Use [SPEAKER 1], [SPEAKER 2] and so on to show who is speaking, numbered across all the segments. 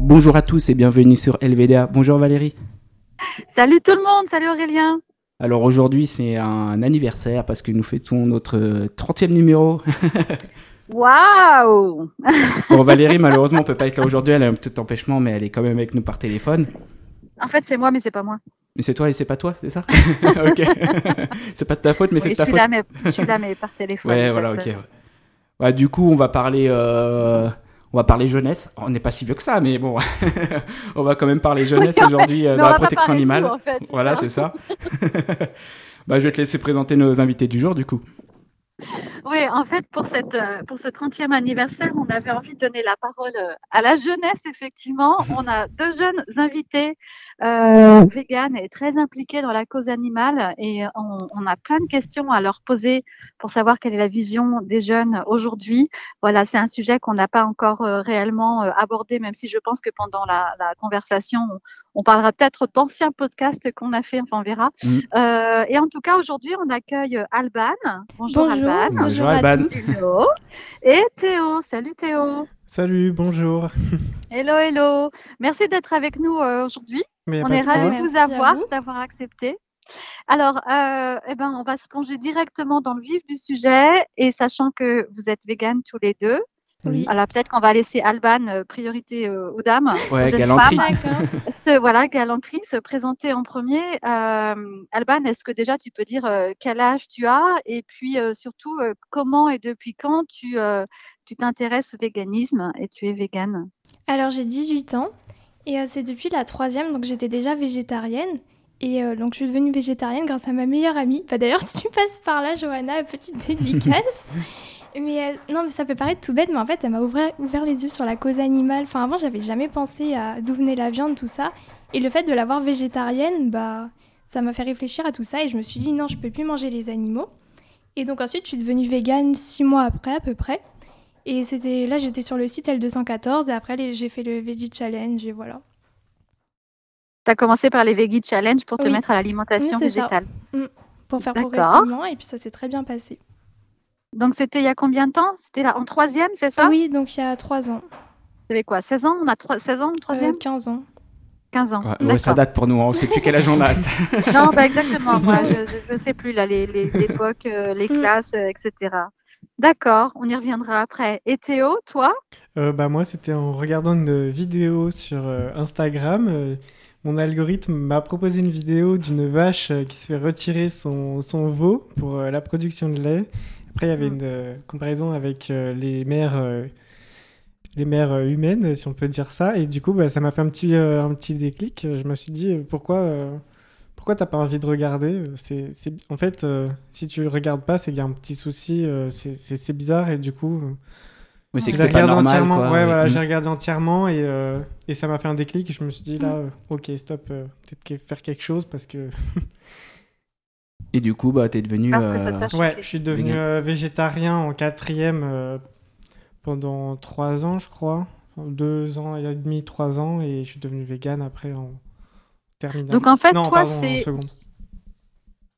[SPEAKER 1] Bonjour à tous et bienvenue sur LVDA. Bonjour Valérie.
[SPEAKER 2] Salut tout le monde, salut Aurélien.
[SPEAKER 1] Alors aujourd'hui, c'est un anniversaire parce que nous fêtons notre 30e numéro.
[SPEAKER 2] Waouh
[SPEAKER 1] Bon, Valérie, malheureusement, on peut pas être là aujourd'hui. Elle a un petit empêchement, mais elle est quand même avec nous par téléphone.
[SPEAKER 2] En fait, c'est moi, mais c'est pas moi.
[SPEAKER 1] Mais c'est toi et c'est pas toi, c'est ça Ok. c'est pas de ta faute, mais c'est
[SPEAKER 2] Oui,
[SPEAKER 1] de ta
[SPEAKER 2] je suis
[SPEAKER 1] faute.
[SPEAKER 2] là, mais je suis là, mais par téléphone. euh.
[SPEAKER 1] Ouais, voilà, ok. ouais. Ouais, du coup, on va parler, euh, on va parler jeunesse. On n'est pas si vieux que ça, mais bon, on va quand même parler jeunesse
[SPEAKER 2] ouais.
[SPEAKER 1] aujourd'hui euh,
[SPEAKER 2] Mais
[SPEAKER 1] dans
[SPEAKER 2] on
[SPEAKER 1] la
[SPEAKER 2] va pas
[SPEAKER 1] protection
[SPEAKER 2] parler de
[SPEAKER 1] animale.
[SPEAKER 2] tout, en fait, c'est
[SPEAKER 1] voilà,
[SPEAKER 2] ça.
[SPEAKER 1] c'est ça. bah, je vais te laisser présenter nos invités du jour, du coup.
[SPEAKER 2] Oui, en fait, pour, cette, euh, pour ce 30e anniversaire, on avait envie de donner la parole euh, à la jeunesse, effectivement. On a deux jeunes invités euh, véganes et très impliqués dans la cause animale. Et on, on a plein de questions à leur poser pour savoir quelle est la vision des jeunes aujourd'hui. Voilà, c'est un sujet qu'on n'a pas encore euh, réellement euh, abordé, même si je pense que pendant la, la conversation, on, on parlera peut-être d'anciens podcasts qu'on a fait, enfin, on verra.
[SPEAKER 1] Mm.
[SPEAKER 2] Euh, et en tout cas, aujourd'hui, on accueille euh, Alban. Bonjour, Alban.
[SPEAKER 1] Bonjour, Alban.
[SPEAKER 2] Hello. Et Théo, salut Théo.
[SPEAKER 3] Salut, bonjour.
[SPEAKER 2] Hello, hello. Merci d'être avec nous euh, aujourd'hui.
[SPEAKER 3] Mais y a
[SPEAKER 2] On
[SPEAKER 3] pas
[SPEAKER 2] est
[SPEAKER 3] de
[SPEAKER 2] ravis
[SPEAKER 3] quoi.
[SPEAKER 2] de vous
[SPEAKER 4] Merci à
[SPEAKER 2] avoir,
[SPEAKER 4] vous.
[SPEAKER 2] d'avoir accepté. Alors, euh, eh ben, on va se plonger directement dans le vif du sujet et sachant que vous êtes véganes tous les deux,
[SPEAKER 3] Oui.
[SPEAKER 2] alors peut-être qu'on va laisser Alban euh, priorité euh, aux dames,
[SPEAKER 1] Ouais,
[SPEAKER 2] jeune
[SPEAKER 1] galanterie.
[SPEAKER 4] D'accord.
[SPEAKER 2] se, voilà, galanterie, se présenter en premier. Euh, Alban, est-ce que déjà tu peux dire euh, quel âge tu as et puis euh, surtout euh, comment et depuis quand tu euh, tu t'intéresses au véganisme et tu es végane
[SPEAKER 4] Alors j'ai 18 ans et euh, c'est depuis la troisième, donc j'étais déjà végétarienne. Et euh, donc je suis devenue végétarienne grâce à ma meilleure amie. Bah, D'ailleurs, si tu passes par là, Johanna, petite dédicace. mais euh, non, mais ça peut paraître tout bête, mais en fait, elle m'a ouvert, ouvert les yeux sur la cause animale. Enfin, avant, j'avais jamais pensé à d'où venait la viande, tout ça. Et le fait de l'avoir végétarienne, bah, ça m'a fait réfléchir à tout ça et je me suis dit non, je peux plus manger les animaux. Et donc ensuite, je suis devenue végane six mois après, à peu près. Et c'était là, j'étais sur le site L214 et après les- j'ai fait le Veggie Challenge et voilà.
[SPEAKER 2] Tu as commencé par les Veggie Challenge pour te
[SPEAKER 4] Oui.
[SPEAKER 2] mettre à l'alimentation
[SPEAKER 4] Oui, c'est ça.
[SPEAKER 2] végétale.
[SPEAKER 4] Pour faire
[SPEAKER 2] D'accord.
[SPEAKER 4] progressivement et puis ça s'est très bien passé.
[SPEAKER 2] Donc c'était il y a combien de temps C'était là en troisième, c'est ça
[SPEAKER 4] oui, donc il y a 3 ans,
[SPEAKER 2] Tu avais quoi 16 ans On a trois- 16 ans en
[SPEAKER 4] euh,
[SPEAKER 2] troisième
[SPEAKER 4] 15 ans.
[SPEAKER 2] 15 ans.
[SPEAKER 1] Ouais, ouais, ça
[SPEAKER 2] D'accord.
[SPEAKER 1] date pour nous, hein. on sait plus quel âge on a. ça.
[SPEAKER 2] Non, bah exactement. Moi,
[SPEAKER 4] Ouais.
[SPEAKER 2] je, je, je sais plus là, les, les époques, euh, les
[SPEAKER 4] Mm.
[SPEAKER 2] classes, euh, etc. D'accord, on y reviendra après. Et Théo, toi
[SPEAKER 3] Euh, bah, moi, c'était en regardant une vidéo sur euh, Instagram. euh, mon algorithme m'a proposé une vidéo d'une vache euh, qui se fait retirer son, son veau pour euh, la production de lait. Après, il y avait
[SPEAKER 2] Mm.
[SPEAKER 3] une euh, comparaison avec euh, les mères, euh, les mères euh, humaines, si on peut dire ça. Et du coup, bah, ça m'a fait un petit, euh, un petit déclic. Je me suis dit, euh, pourquoi, euh, pourquoi t'as pas envie de regarder C'est, c'est- En fait, euh, si tu regardes pas, c'est qu'il y a un petit souci. euh, c'est, c'est- c'est bizarre. Et du coup. euh,
[SPEAKER 1] Oui, c'est que
[SPEAKER 3] j'ai
[SPEAKER 1] c'est pas
[SPEAKER 3] regardé
[SPEAKER 1] normal.
[SPEAKER 3] entièrement,
[SPEAKER 1] quoi.
[SPEAKER 3] ouais, voilà,
[SPEAKER 1] Mm.
[SPEAKER 3] j'ai regardé entièrement et, euh, et ça m'a fait un déclic. Et je me suis dit
[SPEAKER 1] Mm.
[SPEAKER 3] là, euh, ok, stop, euh, peut-être que- faire quelque chose parce que
[SPEAKER 1] Et du coup, bah, t'es devenu.
[SPEAKER 2] Parce que ça
[SPEAKER 1] euh,
[SPEAKER 2] t'a choqué.
[SPEAKER 3] ouais, je suis devenu
[SPEAKER 1] Vegan.
[SPEAKER 3] euh, végétarien en quatrième euh, pendant trois ans, je crois, deux ans et demi, trois ans, et je suis devenu vegan après en terminale.
[SPEAKER 2] Donc en fait,
[SPEAKER 3] Non,
[SPEAKER 2] toi,
[SPEAKER 3] pardon, en
[SPEAKER 2] c'est
[SPEAKER 3] seconde.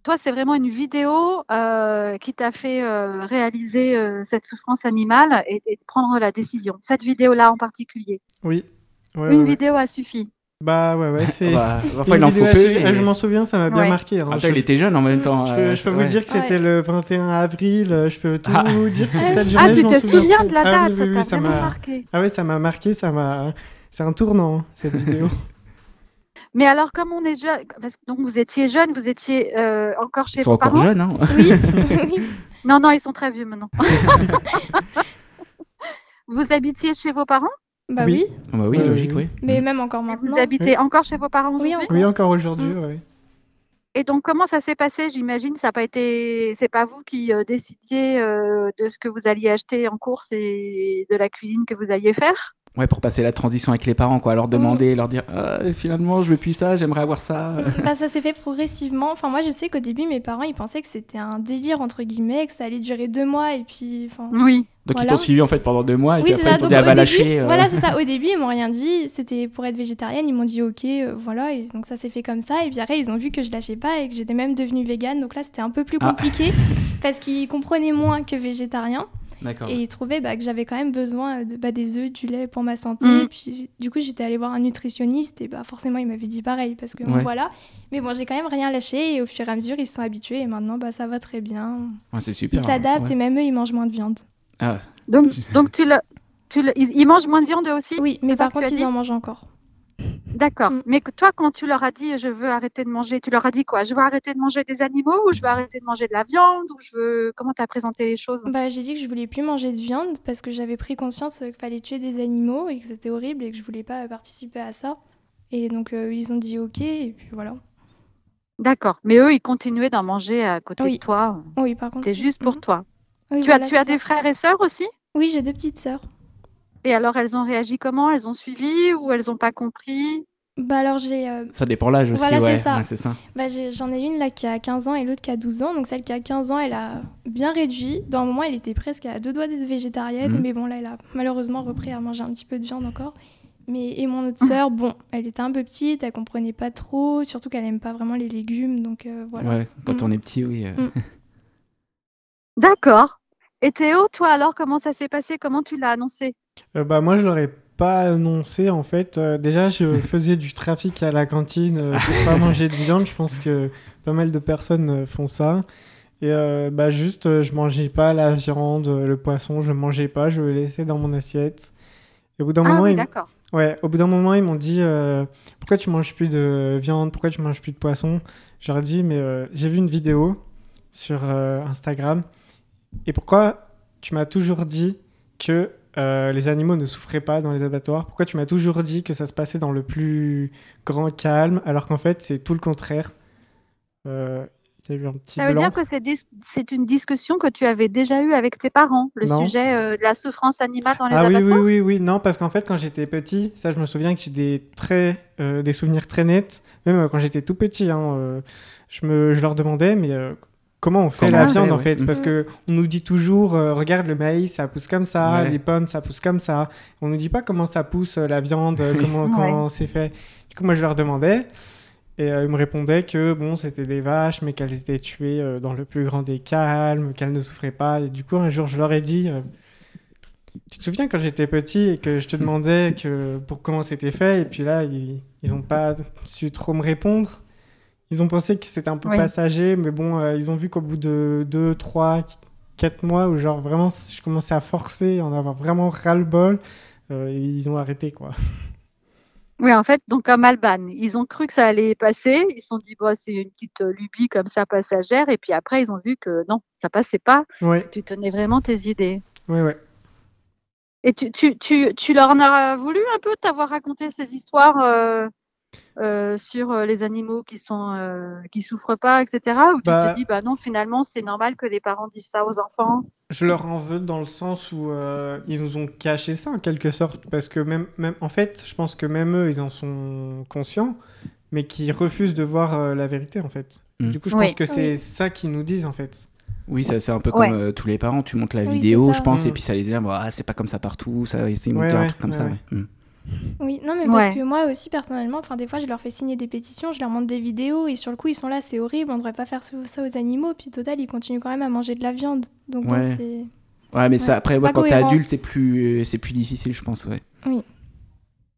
[SPEAKER 2] toi, c'est vraiment une vidéo euh, qui t'a fait euh, réaliser euh, cette souffrance animale et, et prendre la décision. Cette vidéo-là en particulier.
[SPEAKER 3] Oui. Ouais,
[SPEAKER 2] Une
[SPEAKER 3] ouais, ouais.
[SPEAKER 2] vidéo a suffi.
[SPEAKER 3] Bah ouais, ouais, c'est.
[SPEAKER 1] bah, enfin,
[SPEAKER 3] une
[SPEAKER 1] il en
[SPEAKER 3] vidéo
[SPEAKER 1] faut
[SPEAKER 3] à
[SPEAKER 1] peu,
[SPEAKER 3] suivre.
[SPEAKER 1] et-
[SPEAKER 3] Ah, Je m'en souviens, ça m'a bien
[SPEAKER 2] Ouais.
[SPEAKER 3] marqué. hein.
[SPEAKER 1] Ah,
[SPEAKER 3] Je-
[SPEAKER 1] toi, il était jeune en même temps.
[SPEAKER 3] Je
[SPEAKER 1] euh,
[SPEAKER 3] peux, je peux vous
[SPEAKER 1] ouais.
[SPEAKER 3] dire que
[SPEAKER 4] Ouais.
[SPEAKER 3] c'était le 21 avril, euh, je peux tout
[SPEAKER 1] Ah.
[SPEAKER 3] vous dire sur
[SPEAKER 4] Ah,
[SPEAKER 3] cette journée.
[SPEAKER 2] Ah,
[SPEAKER 3] je
[SPEAKER 2] tu
[SPEAKER 3] m'en
[SPEAKER 2] te
[SPEAKER 3] souviens
[SPEAKER 2] souviens
[SPEAKER 3] plus.
[SPEAKER 2] de la
[SPEAKER 3] Ah
[SPEAKER 2] date,
[SPEAKER 3] oui, oui, oui,
[SPEAKER 2] ça
[SPEAKER 3] ça
[SPEAKER 2] t'a vraiment
[SPEAKER 3] m'a
[SPEAKER 2] marqué.
[SPEAKER 3] Ah ouais, ça m'a marqué, ça m'a c'est un tournant hein, cette vidéo.
[SPEAKER 2] Mais alors, comme on est jeune, parce que donc vous étiez jeune, vous étiez euh, encore chez
[SPEAKER 1] Ils sont
[SPEAKER 2] vos
[SPEAKER 1] encore
[SPEAKER 2] parents.
[SPEAKER 1] jeunes. Hein.
[SPEAKER 4] Oui, oui.
[SPEAKER 2] Non, non, ils sont très vieux maintenant. vous habitiez chez vos parents
[SPEAKER 4] Bah
[SPEAKER 3] Oui.
[SPEAKER 4] oui,
[SPEAKER 1] Ah bah oui,
[SPEAKER 3] Ouais,
[SPEAKER 1] logique,
[SPEAKER 3] oui.
[SPEAKER 1] oui.
[SPEAKER 4] mais même encore
[SPEAKER 2] et
[SPEAKER 4] maintenant.
[SPEAKER 2] Vous habitez encore chez vos parents
[SPEAKER 4] Oui,
[SPEAKER 2] aujourd'hui
[SPEAKER 4] encore.
[SPEAKER 3] oui, encore aujourd'hui,
[SPEAKER 2] Mm.
[SPEAKER 3] ouais.
[SPEAKER 2] Et donc, comment ça s'est passé J'imagine, ça n'a pas été, c'est pas vous qui euh, décidiez euh, de ce que vous alliez acheter en course et de la cuisine que vous alliez faire.
[SPEAKER 1] Ouais, pour passer la transition avec les parents,
[SPEAKER 4] Mm.
[SPEAKER 1] quoi. Leur demander, leur dire Ah, finalement, je veux plus ça, j'aimerais avoir ça.
[SPEAKER 4] Bah, ça s'est fait progressivement. Enfin, moi, je sais qu'au début, mes parents, ils pensaient que c'était un délire, entre guillemets, que ça allait durer deux mois. Et puis, enfin,
[SPEAKER 2] Oui.
[SPEAKER 1] Donc, ils
[SPEAKER 4] Voilà.
[SPEAKER 1] t'ont suivi en fait pendant deux mois. Et
[SPEAKER 4] Oui,
[SPEAKER 1] puis
[SPEAKER 4] c'est
[SPEAKER 1] après,
[SPEAKER 4] ça.
[SPEAKER 1] ils t'ont
[SPEAKER 4] Donc,
[SPEAKER 1] dit Ah,
[SPEAKER 4] au
[SPEAKER 1] bah,
[SPEAKER 4] début,
[SPEAKER 1] lâchez. euh.
[SPEAKER 4] Voilà, c'est ça. Au début, ils m'ont rien dit. C'était pour être végétarienne. Ils m'ont dit OK, euh, voilà. Et donc, ça s'est fait comme ça. Et puis après, ils ont vu que je lâchais pas et que j'étais même devenue végane. Donc là, c'était un peu plus
[SPEAKER 1] Ah.
[SPEAKER 4] compliqué parce qu'ils comprenaient moins que végétarien.
[SPEAKER 1] D'accord.
[SPEAKER 4] Et il trouvait bah, que j'avais quand même besoin de, bah, des œufs, du lait pour ma santé.
[SPEAKER 2] Mm.
[SPEAKER 4] Puis du coup, j'étais allée voir un nutritionniste et bah, forcément, il m'avait dit pareil parce que bon,
[SPEAKER 1] Ouais.
[SPEAKER 4] voilà. Mais bon, j'ai quand même rien lâché et au fur et à mesure, ils se sont habitués et maintenant, bah, ça va très bien.
[SPEAKER 1] Ouais, c'est super. hein.
[SPEAKER 4] Ils s'adaptent
[SPEAKER 1] ouais.
[SPEAKER 4] et même eux, ils mangent moins de viande.
[SPEAKER 2] Donc, donc tu le, tu le- ils, ils mangent moins de viande eux aussi
[SPEAKER 4] Oui, mais
[SPEAKER 2] ça
[SPEAKER 4] par
[SPEAKER 2] que tu
[SPEAKER 4] contre,
[SPEAKER 2] as dit
[SPEAKER 4] ils en mangent encore.
[SPEAKER 2] D'accord.
[SPEAKER 4] Mm.
[SPEAKER 2] Mais que toi, quand tu leur as dit je veux arrêter de manger, tu leur as dit quoi Je veux arrêter de manger des animaux ou je veux arrêter de manger de la viande ou je veux comment t'as présenté les choses
[SPEAKER 4] Bah, j'ai dit que je voulais plus manger de viande parce que j'avais pris conscience euh, qu'il fallait tuer des animaux et que c'était horrible et que je voulais pas euh, participer à ça. Et donc euh, ils ont dit ok et puis voilà.
[SPEAKER 2] D'accord. Mais eux, ils continuaient d'en manger à côté de
[SPEAKER 4] Oui.
[SPEAKER 2] toi.
[SPEAKER 4] Oh Oui par contre.
[SPEAKER 2] C'était juste pour
[SPEAKER 4] Mhm.
[SPEAKER 2] toi.
[SPEAKER 4] Oui,
[SPEAKER 2] tu
[SPEAKER 4] voilà,
[SPEAKER 2] as, tu
[SPEAKER 4] c'est
[SPEAKER 2] as
[SPEAKER 4] ça.
[SPEAKER 2] des frères et sœurs aussi
[SPEAKER 4] Oui j'ai deux petites sœurs.
[SPEAKER 2] Et alors, elles ont réagi comment Elles ont suivi ou elles n'ont pas compris
[SPEAKER 4] Bah alors j'ai, euh,
[SPEAKER 1] Ça dépend l'âge aussi,
[SPEAKER 4] Voilà, c'est
[SPEAKER 1] ouais.
[SPEAKER 4] ça.
[SPEAKER 1] ouais, c'est ça.
[SPEAKER 4] bah, j'ai- j'en ai une là qui a 15 ans et l'autre qui a 12 ans. Donc celle qui a 15 ans elle a bien réduit. Dans un moment elle était presque à deux doigts d'être végétarienne
[SPEAKER 1] Mhm.
[SPEAKER 4] mais bon là elle a malheureusement repris à manger un petit peu de viande encore. Mais et mon autre sœur bon elle était un peu petite elle comprenait pas trop surtout qu'elle aime pas vraiment les légumes donc euh, voilà.
[SPEAKER 1] Ouais, quand
[SPEAKER 4] Mm.
[SPEAKER 1] on est petit, oui. euh,
[SPEAKER 4] Mm.
[SPEAKER 2] D'accord. Et Théo, toi alors, comment ça s'est passé Comment tu l'as annoncé
[SPEAKER 3] Euh, bah, moi, je l'aurais pas annoncé en fait. Euh, déjà, je faisais du trafic à la cantine euh, pour pas manger de viande. Je pense que pas mal de personnes euh, font ça. Et euh, bah, juste, euh, je mangeais pas la viande, euh, le poisson, je mangeais pas, je le laissais dans mon assiette. Et au bout d'un
[SPEAKER 2] Ah
[SPEAKER 3] moment,
[SPEAKER 2] oui,
[SPEAKER 3] ils-
[SPEAKER 2] d'accord.
[SPEAKER 3] Ouais, au bout d'un moment, ils m'ont dit euh, Pourquoi tu manges plus de viande Pourquoi tu manges plus de poisson Je leur ai dit Mais euh, j'ai vu une vidéo sur euh, Instagram. Et pourquoi tu m'as toujours dit que euh, les animaux ne souffraient pas dans les abattoirs Pourquoi tu m'as toujours dit que ça se passait dans le plus grand calme Alors qu'en fait, c'est tout le contraire. Euh, Il y a eu un petit
[SPEAKER 2] Ça veut
[SPEAKER 3] blanc.
[SPEAKER 2] dire que c'est dis- c'est une discussion que tu avais déjà eue avec tes parents, le
[SPEAKER 3] Non.
[SPEAKER 2] sujet euh, de la souffrance animale dans les
[SPEAKER 3] Ah oui, oui,
[SPEAKER 2] abattoirs
[SPEAKER 3] oui, oui. Non, parce qu'en fait, quand j'étais petit, ça, je me souviens que j'ai des très, euh, des souvenirs très nets. Même euh, quand j'étais tout petit, hein, euh, je, me, je leur demandais, mais euh, comment on fait
[SPEAKER 1] Comment
[SPEAKER 3] la
[SPEAKER 1] on fait,
[SPEAKER 3] viande, en
[SPEAKER 1] ouais.
[SPEAKER 3] fait
[SPEAKER 1] Mm.
[SPEAKER 3] Parce que on nous dit toujours, euh, regarde, le maïs, ça pousse comme ça,
[SPEAKER 1] Ouais.
[SPEAKER 3] les pommes, ça pousse comme ça. On nous dit pas comment ça pousse, euh, la viande, euh,
[SPEAKER 1] Oui.
[SPEAKER 3] comment,
[SPEAKER 2] Ouais.
[SPEAKER 3] comment c'est fait. Du coup, moi, je leur demandais. Et euh, ils me répondaient que bon, c'était des vaches, mais qu'elles étaient tuées euh, dans le plus grand des calmes, qu'elles ne souffraient pas. Et du coup, un jour, je leur ai dit euh, Tu te souviens quand j'étais petit et que je te demandais que, pour comment c'était fait Et puis là, ils n'ont pas su trop me répondre. Ils ont pensé que c'était un peu
[SPEAKER 2] Oui.
[SPEAKER 3] passager, mais bon, euh, ils ont vu qu'au bout de 2, 3, 4 mois, où genre vraiment, je commençais à forcer, à en avoir vraiment ras-le-bol, euh, et ils ont arrêté quoi.
[SPEAKER 2] Oui, en fait, donc comme Alban, ils ont cru que ça allait passer. Ils se sont dit, bah, c'est une petite euh, lubie comme ça passagère. Et puis après, ils ont vu que non, ça passait pas.
[SPEAKER 3] Ouais,
[SPEAKER 2] que Tu tenais vraiment tes idées.
[SPEAKER 3] ouais, ouais.
[SPEAKER 2] Et tu, tu, tu, tu leur en as voulu un peu t'avoir raconté ces histoires euh, euh, sur euh, les animaux qui sont euh, qui souffrent pas, etc. Ou tu
[SPEAKER 3] Bah-
[SPEAKER 2] te dis, bah non, finalement, c'est normal que les parents disent ça aux enfants.
[SPEAKER 3] Je leur en veux dans le sens où euh, ils nous ont caché ça en quelque sorte, parce que même, même, en fait, je pense que même eux, ils en sont conscients, mais qui refusent de voir euh, la vérité en fait.
[SPEAKER 1] Mm.
[SPEAKER 3] Du coup, je
[SPEAKER 2] Oui.
[SPEAKER 3] pense que c'est ça qu'ils nous disent en fait.
[SPEAKER 1] Oui, ça, c'est un peu
[SPEAKER 2] Ouais.
[SPEAKER 1] comme euh, tous les parents. Tu montes la
[SPEAKER 4] Oui,
[SPEAKER 1] vidéo,
[SPEAKER 4] c'est ça.
[SPEAKER 1] je pense,
[SPEAKER 3] Mm.
[SPEAKER 1] et puis ça les énerve. Ah, c'est pas comme ça partout. Ça, ils montent
[SPEAKER 3] Ouais,
[SPEAKER 1] un
[SPEAKER 3] ouais,
[SPEAKER 1] truc comme
[SPEAKER 3] ouais,
[SPEAKER 1] ça.
[SPEAKER 3] ouais.
[SPEAKER 1] ouais. Mm.
[SPEAKER 4] Oui, non, mais parce
[SPEAKER 2] Ouais.
[SPEAKER 4] que moi aussi, personnellement, enfin, des fois, je leur fais signer des pétitions, je leur montre des vidéos, et sur le coup, ils sont là, c'est horrible, on devrait pas faire ce- ça aux animaux, puis total, ils continuent quand même à manger de la viande. Donc, bon,
[SPEAKER 1] Ouais.
[SPEAKER 4] c'est.
[SPEAKER 1] Ouais, mais ça,
[SPEAKER 4] Ouais,
[SPEAKER 1] après,
[SPEAKER 4] c'est
[SPEAKER 1] ouais,
[SPEAKER 4] pas
[SPEAKER 1] quand t'es
[SPEAKER 4] cohérent.
[SPEAKER 1] adulte, c'est plus, c'est plus difficile, je pense, ouais.
[SPEAKER 4] Oui.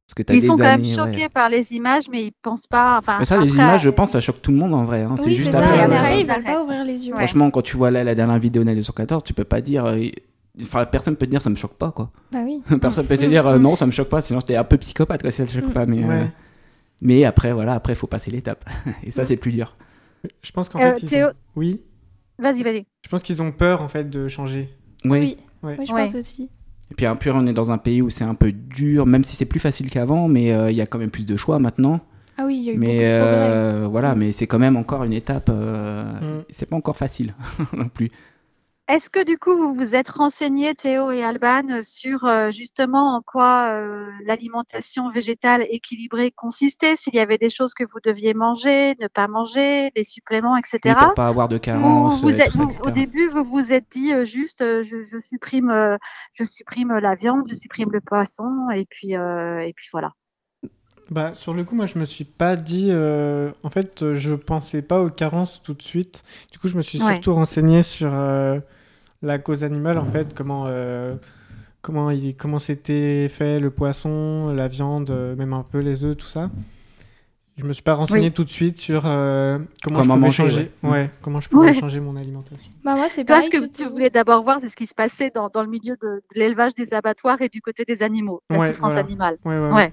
[SPEAKER 1] Parce que t'as
[SPEAKER 2] Ils
[SPEAKER 1] des
[SPEAKER 2] sont quand
[SPEAKER 1] années.
[SPEAKER 2] même
[SPEAKER 1] ouais.
[SPEAKER 2] choqués par les images, mais ils pensent pas. Enfin,
[SPEAKER 1] Mais ça, les
[SPEAKER 2] après, euh,
[SPEAKER 1] images, je pense, ça choque tout le monde en vrai. hein. c'est
[SPEAKER 4] Oui,
[SPEAKER 1] juste
[SPEAKER 4] ça,
[SPEAKER 1] après.
[SPEAKER 4] et
[SPEAKER 1] ouais.
[SPEAKER 4] après, ils
[SPEAKER 2] Ils
[SPEAKER 4] veulent pas
[SPEAKER 2] arrêtent.
[SPEAKER 4] ouvrir les yeux.
[SPEAKER 2] Ouais.
[SPEAKER 1] Franchement, quand tu vois là la dernière vidéo de 214, tu peux pas dire. euh, Enfin, personne peut te dire ça me choque pas, quoi.
[SPEAKER 4] Bah oui.
[SPEAKER 1] Personne peut te dire euh, non, ça me choque pas, sinon j'étais un peu psychopathe, quoi, si ça te choque
[SPEAKER 4] Mm.
[SPEAKER 1] pas. Mais, euh,
[SPEAKER 3] Ouais.
[SPEAKER 1] mais après, voilà, après, faut passer l'étape. Et
[SPEAKER 4] Mm.
[SPEAKER 1] ça, c'est plus dur.
[SPEAKER 3] Je pense qu'en
[SPEAKER 2] Euh,
[SPEAKER 3] fait, ils
[SPEAKER 2] Théo-
[SPEAKER 3] ont- oui,
[SPEAKER 2] Vas-y, vas-y.
[SPEAKER 3] je pense qu'ils ont peur en fait de changer.
[SPEAKER 1] Oui.
[SPEAKER 4] Oui.
[SPEAKER 3] Ouais.
[SPEAKER 4] Oui, je
[SPEAKER 2] Ouais.
[SPEAKER 4] pense aussi.
[SPEAKER 1] Et puis, hein, puis on est dans un pays où c'est un peu dur, même si c'est plus facile qu'avant, mais euh, il y a quand même plus de choix maintenant.
[SPEAKER 4] Ah oui, il y a eu beaucoup
[SPEAKER 1] Mais
[SPEAKER 4] de progrès. Mm.
[SPEAKER 1] euh, voilà, mais c'est quand même encore une étape. euh,
[SPEAKER 3] Mm.
[SPEAKER 1] C'est pas encore facile non plus.
[SPEAKER 2] Est-ce que du coup, vous vous êtes renseignés, Théo et Alban, sur euh, justement en quoi euh, l'alimentation végétale équilibrée consistait, s'il y avait des choses que vous deviez manger, ne pas manger, des suppléments,
[SPEAKER 1] Et
[SPEAKER 2] etc.
[SPEAKER 1] pour pas avoir de
[SPEAKER 2] Ou
[SPEAKER 1] carence,
[SPEAKER 2] vous
[SPEAKER 1] euh,
[SPEAKER 2] êtes-
[SPEAKER 1] tout ça,
[SPEAKER 2] vous-
[SPEAKER 1] etc.
[SPEAKER 2] au début, vous vous êtes dit euh, juste, euh, je, je supprime, euh, je supprime la viande, je supprime le poisson, et puis, euh, et puis voilà.
[SPEAKER 3] Bah, sur le coup, moi, je me suis pas dit. euh, En fait, euh, je pensais pas aux carences tout de suite. Du coup, je me suis
[SPEAKER 2] Ouais.
[SPEAKER 3] surtout renseigné sur euh, la cause animale, en fait, comment, euh, comment, il, comment c'était fait le poisson, la viande, euh, même un peu les œufs, tout ça. Je me suis pas renseigné
[SPEAKER 2] Oui.
[SPEAKER 3] tout de suite sur euh, comment,
[SPEAKER 1] Comment
[SPEAKER 3] je pouvais
[SPEAKER 1] manger,
[SPEAKER 3] changer.
[SPEAKER 1] ouais.
[SPEAKER 3] ouais, comment je pouvais
[SPEAKER 2] Ouais.
[SPEAKER 3] changer mon alimentation.
[SPEAKER 4] Bah, moi, c'est
[SPEAKER 2] Toi,
[SPEAKER 4] pareil.
[SPEAKER 2] ce que
[SPEAKER 4] que
[SPEAKER 2] tu
[SPEAKER 4] toi.
[SPEAKER 2] voulais d'abord voir, c'est ce qui se passait dans, dans le milieu de, de l'élevage des abattoirs et du côté des animaux, la
[SPEAKER 3] Ouais,
[SPEAKER 2] souffrance
[SPEAKER 3] voilà.
[SPEAKER 2] animale.
[SPEAKER 3] Ouais, ouais.
[SPEAKER 2] Ouais.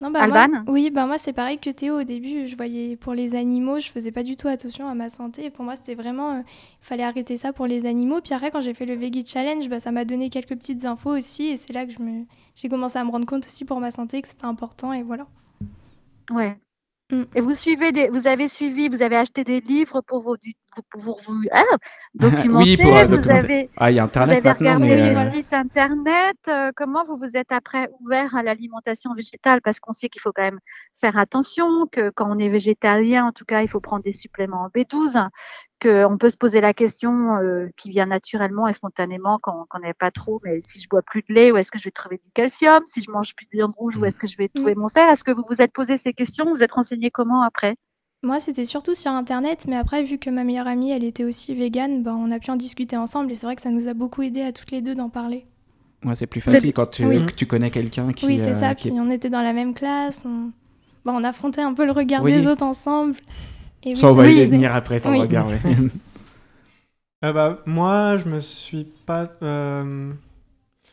[SPEAKER 4] Non, bah, moi-
[SPEAKER 2] Alban
[SPEAKER 4] Oui, bah moi c'est pareil que Théo. Au début, je voyais pour les animaux, je faisais pas du tout attention à ma santé. Et pour moi, c'était vraiment, euh, il fallait arrêter ça pour les animaux. Puis après, quand j'ai fait le Veggie Challenge, bah, ça m'a donné quelques petites infos aussi. Et c'est là que je me, j'ai commencé à me rendre compte aussi pour ma santé que c'était important. Et voilà.
[SPEAKER 2] Ouais.
[SPEAKER 4] Mm.
[SPEAKER 2] Et vous suivez des, vous avez suivi, vous avez acheté des livres pour vos, du- pour vous, vous ah, documenter,
[SPEAKER 1] Oui, pour, euh,
[SPEAKER 2] vous
[SPEAKER 1] documenter.
[SPEAKER 2] avez,
[SPEAKER 1] Ah, il y a
[SPEAKER 2] vous
[SPEAKER 1] Internet
[SPEAKER 2] avez
[SPEAKER 1] maintenant,
[SPEAKER 2] regardé
[SPEAKER 1] mais...
[SPEAKER 2] les
[SPEAKER 1] euh,
[SPEAKER 2] sites internet. euh, comment vous vous êtes après ouvert à l'alimentation végétale Parce qu'on sait qu'il faut quand même faire attention, que quand on est végétalien, en tout cas, il faut prendre des suppléments en B12, qu'on peut se poser la question euh, qui vient naturellement et spontanément quand quand on n'est pas trop, mais si je bois plus de lait, où est-ce que je vais trouver du calcium Si je mange plus de viande rouge,
[SPEAKER 1] Mm.
[SPEAKER 2] où est-ce que je vais trouver mon fer Est-ce que vous vous êtes posé ces questions Vous êtes renseigné comment après
[SPEAKER 4] Moi, c'était surtout sur Internet. Mais après, vu que ma meilleure amie, elle était aussi végane, bah, on a pu en discuter ensemble. Et c'est vrai que ça nous a beaucoup aidé à toutes les deux d'en parler.
[SPEAKER 1] ouais, c'est plus
[SPEAKER 2] C'est-
[SPEAKER 1] facile quand tu,
[SPEAKER 3] Oui.
[SPEAKER 1] que tu connais quelqu'un qui,
[SPEAKER 4] oui, c'est
[SPEAKER 1] euh,
[SPEAKER 4] ça.
[SPEAKER 1] qui est-
[SPEAKER 4] Puis on était dans la même classe. On, bah, on affrontait un peu le regard
[SPEAKER 1] Oui.
[SPEAKER 4] des autres ensemble. Et oui,
[SPEAKER 1] Ça, on va
[SPEAKER 4] nous
[SPEAKER 1] y
[SPEAKER 4] aidait.
[SPEAKER 1] venir après, ça, on
[SPEAKER 4] Oui.
[SPEAKER 1] va bien, ouais.
[SPEAKER 3] Ah bah, moi, je me suis pas. euh,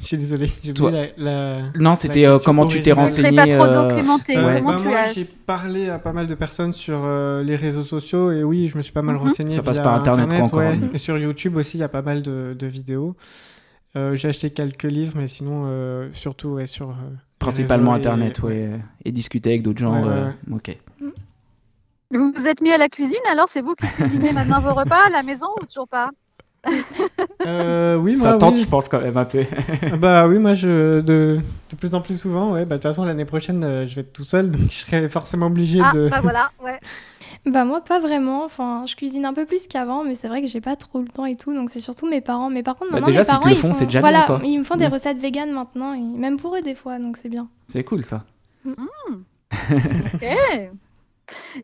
[SPEAKER 3] je suis désolé, j'ai
[SPEAKER 1] Toi.
[SPEAKER 3] oublié la. la-
[SPEAKER 1] Non, c'était euh,
[SPEAKER 3] question
[SPEAKER 1] comment tu t'es
[SPEAKER 3] originale.
[SPEAKER 2] C'est pas
[SPEAKER 1] renseigné
[SPEAKER 2] trop
[SPEAKER 1] euh,
[SPEAKER 2] documenté.
[SPEAKER 1] ouais.
[SPEAKER 2] Comment
[SPEAKER 3] bah,
[SPEAKER 2] tu
[SPEAKER 3] moi,
[SPEAKER 2] as
[SPEAKER 3] j'ai parlé à pas mal de personnes sur euh, les réseaux sociaux et oui, je me suis pas mal
[SPEAKER 2] Mhm.
[SPEAKER 3] renseigné.
[SPEAKER 1] Ça passe
[SPEAKER 3] via
[SPEAKER 1] par Internet, quoi, encore,
[SPEAKER 3] ouais.
[SPEAKER 1] hein.
[SPEAKER 3] Et sur YouTube aussi, il y a pas mal de, de vidéos. Euh, j'ai acheté quelques livres, mais sinon, euh, surtout ouais, sur. euh, les
[SPEAKER 1] Principalement
[SPEAKER 3] réseaux et-
[SPEAKER 1] Internet, ouais. euh, Et discuter avec d'autres gens.
[SPEAKER 3] Ouais, ouais,
[SPEAKER 1] euh, Ok.
[SPEAKER 2] Vous vous êtes mis à la cuisine alors C'est vous qui cuisinez maintenant vos repas à la maison ou toujours pas
[SPEAKER 3] Euh, oui, moi,
[SPEAKER 1] Ça tente,
[SPEAKER 3] oui.
[SPEAKER 1] je pense, quand même, un peu.
[SPEAKER 3] Ah Bah oui, moi, je, de, de plus en plus souvent, ouais. Bah, de toute façon, l'année prochaine, euh, je vais être tout seul, donc je serai forcément obligé
[SPEAKER 2] Ah,
[SPEAKER 3] de.
[SPEAKER 2] bah voilà, ouais.
[SPEAKER 4] Bah moi pas vraiment, enfin je cuisine un peu plus qu'avant mais c'est vrai que j'ai pas trop le temps et tout donc c'est surtout mes parents mais par contre
[SPEAKER 1] Bah,
[SPEAKER 4] maintenant
[SPEAKER 1] déjà,
[SPEAKER 4] mes
[SPEAKER 1] s'ils te
[SPEAKER 4] parents
[SPEAKER 1] le
[SPEAKER 4] ils
[SPEAKER 1] font,
[SPEAKER 4] font
[SPEAKER 1] c'est déjà
[SPEAKER 4] voilà,
[SPEAKER 1] bien, quoi.
[SPEAKER 4] ils me font des
[SPEAKER 1] Ouais.
[SPEAKER 4] recettes véganes maintenant et même pour eux des fois donc c'est bien.
[SPEAKER 1] C'est cool, ça.
[SPEAKER 2] Eh.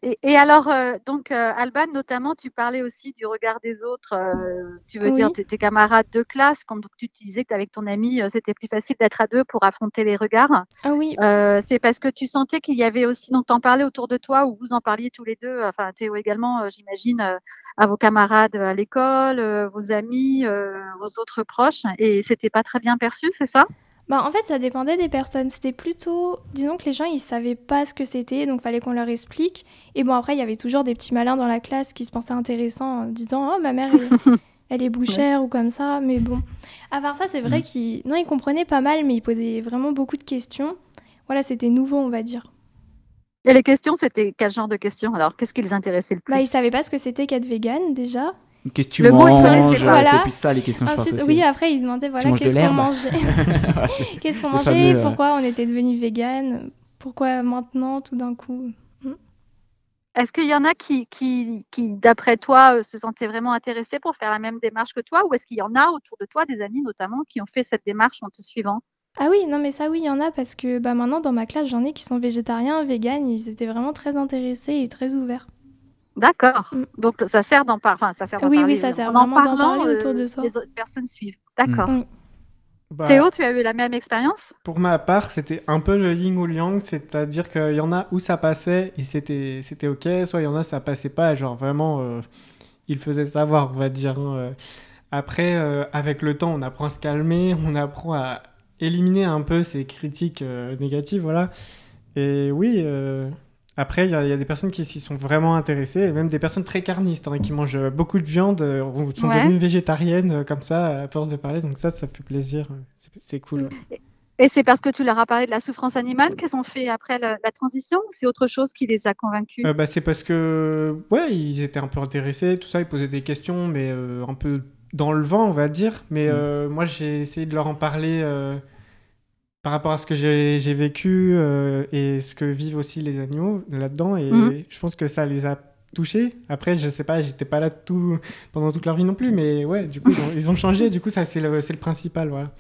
[SPEAKER 2] Et, et alors, euh, donc, euh, Alban, notamment, tu parlais aussi du regard des autres, euh, tu veux
[SPEAKER 4] Oui.
[SPEAKER 2] dire tes, tes camarades de classe, quand donc, tu disais qu'avec ton ami, euh, c'était plus facile d'être à deux pour affronter les regards.
[SPEAKER 4] Ah oui,
[SPEAKER 2] Euh, c'est parce que tu sentais qu'il y avait aussi, donc t'en parlais autour de toi, ou vous en parliez tous les deux, enfin Théo également, euh, j'imagine, euh, à vos camarades à l'école, euh, vos amis, euh, vos autres proches, et c'était pas très bien perçu, c'est ça
[SPEAKER 4] bah en fait ça dépendait des personnes, c'était plutôt disons que les gens ils savaient pas ce que c'était donc fallait qu'on leur explique et bon après il y avait toujours des petits malins dans la classe qui se pensaient intéressants en disant "Oh ma mère elle, elle est bouchère" ou comme ça mais bon. À part ça, c'est vrai
[SPEAKER 1] Mhm.
[SPEAKER 4] qu'ils non, ils comprenaient pas mal mais ils posaient vraiment beaucoup de questions. Voilà, c'était nouveau, on va dire.
[SPEAKER 2] Et les questions, c'était quel genre de questions Alors, qu'est-ce qui les intéressait le plus
[SPEAKER 4] Bah, ils savaient pas ce que c'était qu'être vegan déjà.
[SPEAKER 1] Qu'est-ce que tu
[SPEAKER 2] Le mot, il connaissait
[SPEAKER 1] manges
[SPEAKER 4] pas.
[SPEAKER 1] C'est
[SPEAKER 4] Voilà.
[SPEAKER 1] plus ça, les questions, je pense
[SPEAKER 4] Ensuite,
[SPEAKER 1] aussi.
[SPEAKER 4] oui, après ils demandaient voilà
[SPEAKER 1] manges de
[SPEAKER 4] qu'est-ce qu'on
[SPEAKER 1] l'herbe
[SPEAKER 4] mangeait, qu'est-ce qu'on
[SPEAKER 1] Le
[SPEAKER 4] mangeait,
[SPEAKER 1] fameux, euh,
[SPEAKER 4] pourquoi on était devenu vegan, pourquoi maintenant tout d'un coup.
[SPEAKER 2] Est-ce qu'il y en a qui, qui, qui d'après toi, euh, se sentaient vraiment intéressés pour faire la même démarche que toi Ou est-ce qu'il y en a autour de toi, des amis notamment, qui ont fait cette démarche en te suivant
[SPEAKER 4] Ah oui, non mais ça oui, il y en a parce que bah maintenant dans ma classe j'en ai qui sont végétariens, vegan, ils étaient vraiment très intéressés et très ouverts.
[SPEAKER 2] D'accord.
[SPEAKER 4] Mm.
[SPEAKER 2] Donc, ça sert d'en par... enfin, ça sert d'en
[SPEAKER 4] Oui, oui,
[SPEAKER 2] parler.
[SPEAKER 4] ça sert
[SPEAKER 2] en
[SPEAKER 4] vraiment d'en
[SPEAKER 2] parlant, euh,
[SPEAKER 4] parler autour de soi.
[SPEAKER 2] Les autres personnes suivent. D'accord.
[SPEAKER 4] Mm.
[SPEAKER 3] Bah,
[SPEAKER 2] Théo, tu as eu la même expérience
[SPEAKER 3] Pour ma part, c'était un peu le yin ou le yang, c'est-à-dire qu'il y en a où ça passait et c'était c'était ok, soit il y en a ça passait pas, genre vraiment, euh, il faisait savoir, on va dire. hein, euh. Après, euh, avec le temps, on apprend à se calmer, on apprend à éliminer un peu ces critiques euh, négatives, voilà. Et oui, euh, après, il y, a- il y a des personnes qui s'y sont vraiment intéressées, et même des personnes très carnistes, hein, qui mangent beaucoup de viande, euh, ou sont
[SPEAKER 2] Ouais.
[SPEAKER 3] devenues végétariennes, euh, comme ça, à force de parler, donc ça, ça fait plaisir, euh, c'est- c'est cool. ouais.
[SPEAKER 2] Et c'est parce que tu leur as parlé de la souffrance animale qu'elles ont fait après la, la transition Ou c'est autre chose qui les a convaincus
[SPEAKER 3] Euh, bah, c'est parce que ouais, ils étaient un peu intéressés, tout ça, ils posaient des questions, mais euh, un peu dans le vent, on va dire. Mais
[SPEAKER 1] Mm.
[SPEAKER 3] euh, moi, j'ai essayé de leur en parler euh, par rapport à ce que j'ai j'ai vécu euh, et ce que vivent aussi les animaux là-dedans. Et
[SPEAKER 2] Mhm.
[SPEAKER 3] je pense que ça les a touchés. Après, je sais pas, j'étais pas là tout pendant toute leur vie non plus, mais ouais, du coup, ils ont, ils ont changé. Du coup, ça, c'est le, c'est le principal, voilà.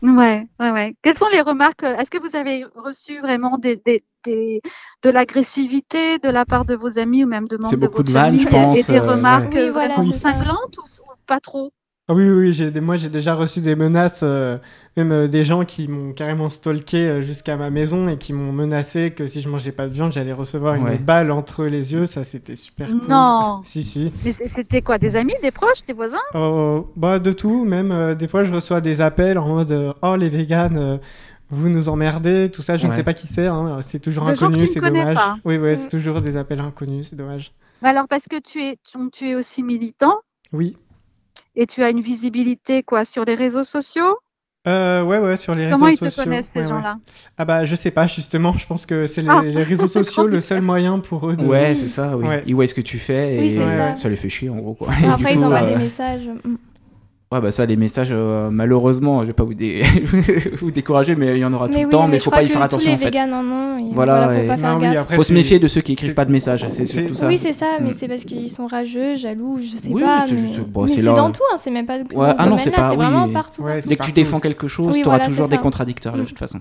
[SPEAKER 2] Ouais, ouais, ouais. Quelles sont les remarques euh, Est-ce que vous avez reçu vraiment des, des, des- de l'agressivité de la part de vos amis ou même de membres de
[SPEAKER 1] beaucoup
[SPEAKER 2] votre
[SPEAKER 1] de vannes,
[SPEAKER 2] famille
[SPEAKER 1] je
[SPEAKER 2] Et
[SPEAKER 1] pense,
[SPEAKER 2] des
[SPEAKER 1] euh,
[SPEAKER 2] remarques
[SPEAKER 4] ouais. Oui,
[SPEAKER 2] euh,
[SPEAKER 4] voilà,
[SPEAKER 2] vraiment
[SPEAKER 4] c'est ça.
[SPEAKER 2] cinglantes ou, ou pas trop
[SPEAKER 3] Ah oui, oui, oui, j'ai, des- moi j'ai déjà reçu des menaces, euh, même euh, des gens qui m'ont carrément stalké euh, jusqu'à ma maison et qui m'ont menacé que si je mangeais pas de viande, j'allais recevoir une
[SPEAKER 1] Ouais.
[SPEAKER 3] balle entre les yeux. Ça, c'était super cool.
[SPEAKER 2] Non.
[SPEAKER 3] Si, si.
[SPEAKER 2] Mais c- C'était quoi Des amis, des proches, des voisins
[SPEAKER 3] Oh, bah, de tout, même euh, des fois, je reçois des appels en mode euh, Oh, les véganes, euh, vous nous emmerdez, tout ça. Je ne
[SPEAKER 1] Ouais.
[SPEAKER 3] sais pas qui c'est, hein, c'est toujours
[SPEAKER 2] De gens que
[SPEAKER 3] inconnu,
[SPEAKER 2] tu ne
[SPEAKER 3] c'est
[SPEAKER 2] connais
[SPEAKER 3] dommage.
[SPEAKER 2] pas.
[SPEAKER 3] Oui, ouais,
[SPEAKER 4] Mm.
[SPEAKER 3] c'est toujours des appels inconnus, c'est dommage.
[SPEAKER 2] Alors parce que tu es, tu, tu es aussi militant
[SPEAKER 3] Oui.
[SPEAKER 2] et tu as une visibilité quoi sur les réseaux sociaux.
[SPEAKER 3] Euh, ouais, ouais, sur les
[SPEAKER 2] Comment ils
[SPEAKER 3] réseaux
[SPEAKER 2] te
[SPEAKER 3] sociaux.
[SPEAKER 2] connaissent ces
[SPEAKER 3] ouais, ouais.
[SPEAKER 2] gens-là
[SPEAKER 3] Ah bah je sais pas justement, je pense que c'est les,
[SPEAKER 2] Ah.
[SPEAKER 3] les réseaux sociaux le seul moyen pour eux de...
[SPEAKER 1] Ouais, c'est ça, oui.
[SPEAKER 3] Ouais.
[SPEAKER 1] Ils voient ce que tu fais et
[SPEAKER 4] Oui, c'est
[SPEAKER 3] ça.
[SPEAKER 1] les fait chier en gros. Quoi. Et
[SPEAKER 4] Alors
[SPEAKER 1] du
[SPEAKER 4] Après, ils
[SPEAKER 1] coup,
[SPEAKER 4] envoient
[SPEAKER 1] euh,
[SPEAKER 4] des messages. Mm.
[SPEAKER 1] Ouais, bah ça, les messages, euh, malheureusement, je vais pas vous, dé- vous décourager, mais il y en aura tout
[SPEAKER 4] Mais
[SPEAKER 1] le
[SPEAKER 4] oui,
[SPEAKER 1] temps,
[SPEAKER 4] mais
[SPEAKER 1] mais
[SPEAKER 4] je
[SPEAKER 1] faut
[SPEAKER 4] crois
[SPEAKER 1] pas y
[SPEAKER 4] que
[SPEAKER 1] faire attention
[SPEAKER 4] Tous les
[SPEAKER 1] en fait.
[SPEAKER 4] véganes en ont. et
[SPEAKER 1] Voilà,
[SPEAKER 4] Voilà, faut pas
[SPEAKER 1] et-
[SPEAKER 4] faire
[SPEAKER 3] Non, oui,
[SPEAKER 4] gaffe.
[SPEAKER 3] après,
[SPEAKER 1] Faut se
[SPEAKER 3] c'est-
[SPEAKER 1] méfier de ceux qui écrivent
[SPEAKER 3] c'est-
[SPEAKER 1] pas de messages, c'est
[SPEAKER 3] c'est-
[SPEAKER 1] surtout ça.
[SPEAKER 4] Oui, c'est ça, mais
[SPEAKER 1] Mm.
[SPEAKER 4] c'est parce qu'ils sont rageux, jaloux, je sais
[SPEAKER 1] Oui,
[SPEAKER 4] pas.
[SPEAKER 1] c'est
[SPEAKER 4] mais
[SPEAKER 1] juste- bon,
[SPEAKER 4] mais
[SPEAKER 1] c'est
[SPEAKER 4] c'est
[SPEAKER 1] là-
[SPEAKER 4] dans tout, hein, c'est même pas dans
[SPEAKER 1] ah
[SPEAKER 4] ce
[SPEAKER 1] non, c'est
[SPEAKER 4] domaine-là,
[SPEAKER 1] pas- oui.
[SPEAKER 4] c'est vraiment partout.
[SPEAKER 3] Ouais,
[SPEAKER 4] partout.
[SPEAKER 1] Dès que
[SPEAKER 3] c'est
[SPEAKER 1] tu
[SPEAKER 3] partout,
[SPEAKER 1] défends
[SPEAKER 3] c'est-
[SPEAKER 1] quelque chose,
[SPEAKER 4] Oui,
[SPEAKER 1] tu auras
[SPEAKER 4] voilà,
[SPEAKER 1] toujours
[SPEAKER 4] c'est
[SPEAKER 1] des
[SPEAKER 4] ça.
[SPEAKER 1] contradicteurs de
[SPEAKER 4] Mm.
[SPEAKER 1] toute façon.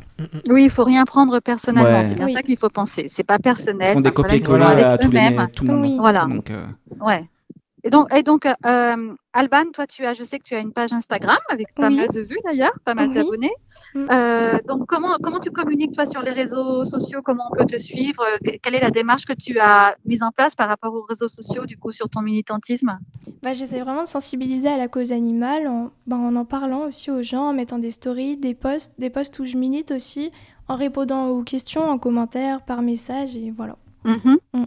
[SPEAKER 2] Oui, il faut rien prendre personnellement.
[SPEAKER 1] Ouais.
[SPEAKER 2] C'est bien
[SPEAKER 4] Oui.
[SPEAKER 2] ça qu'il faut penser. C'est pas personnel.
[SPEAKER 1] Ils font
[SPEAKER 2] c'est
[SPEAKER 1] des
[SPEAKER 2] un problème qu'ils ont
[SPEAKER 1] copier-coller à
[SPEAKER 2] avec
[SPEAKER 1] tous les,
[SPEAKER 2] eux-mêmes.
[SPEAKER 1] tout le monde.
[SPEAKER 4] Oui.
[SPEAKER 2] Voilà.
[SPEAKER 1] Donc, euh,
[SPEAKER 2] Ouais. Et donc, et donc euh, euh, Alban, toi, tu as, je sais que tu as une page Instagram avec pas
[SPEAKER 4] Oui.
[SPEAKER 2] mal de vues d'ailleurs, pas mal
[SPEAKER 4] Oui.
[SPEAKER 2] d'abonnés.
[SPEAKER 4] Mm.
[SPEAKER 2] Euh, donc, comment, comment tu communiques, toi, sur les réseaux sociaux Comment on peut te suivre Euh, que- Quelle est la démarche que tu as mise en place par rapport aux réseaux sociaux, du coup, sur ton militantisme
[SPEAKER 4] Bah, J'essaie vraiment de sensibiliser à la cause animale en, bah, en en parlant aussi aux gens, en mettant des stories, des posts, des posts où je milite aussi, en répondant aux questions, en commentaire, par message, et voilà. Mm-hmm.
[SPEAKER 2] Mhm.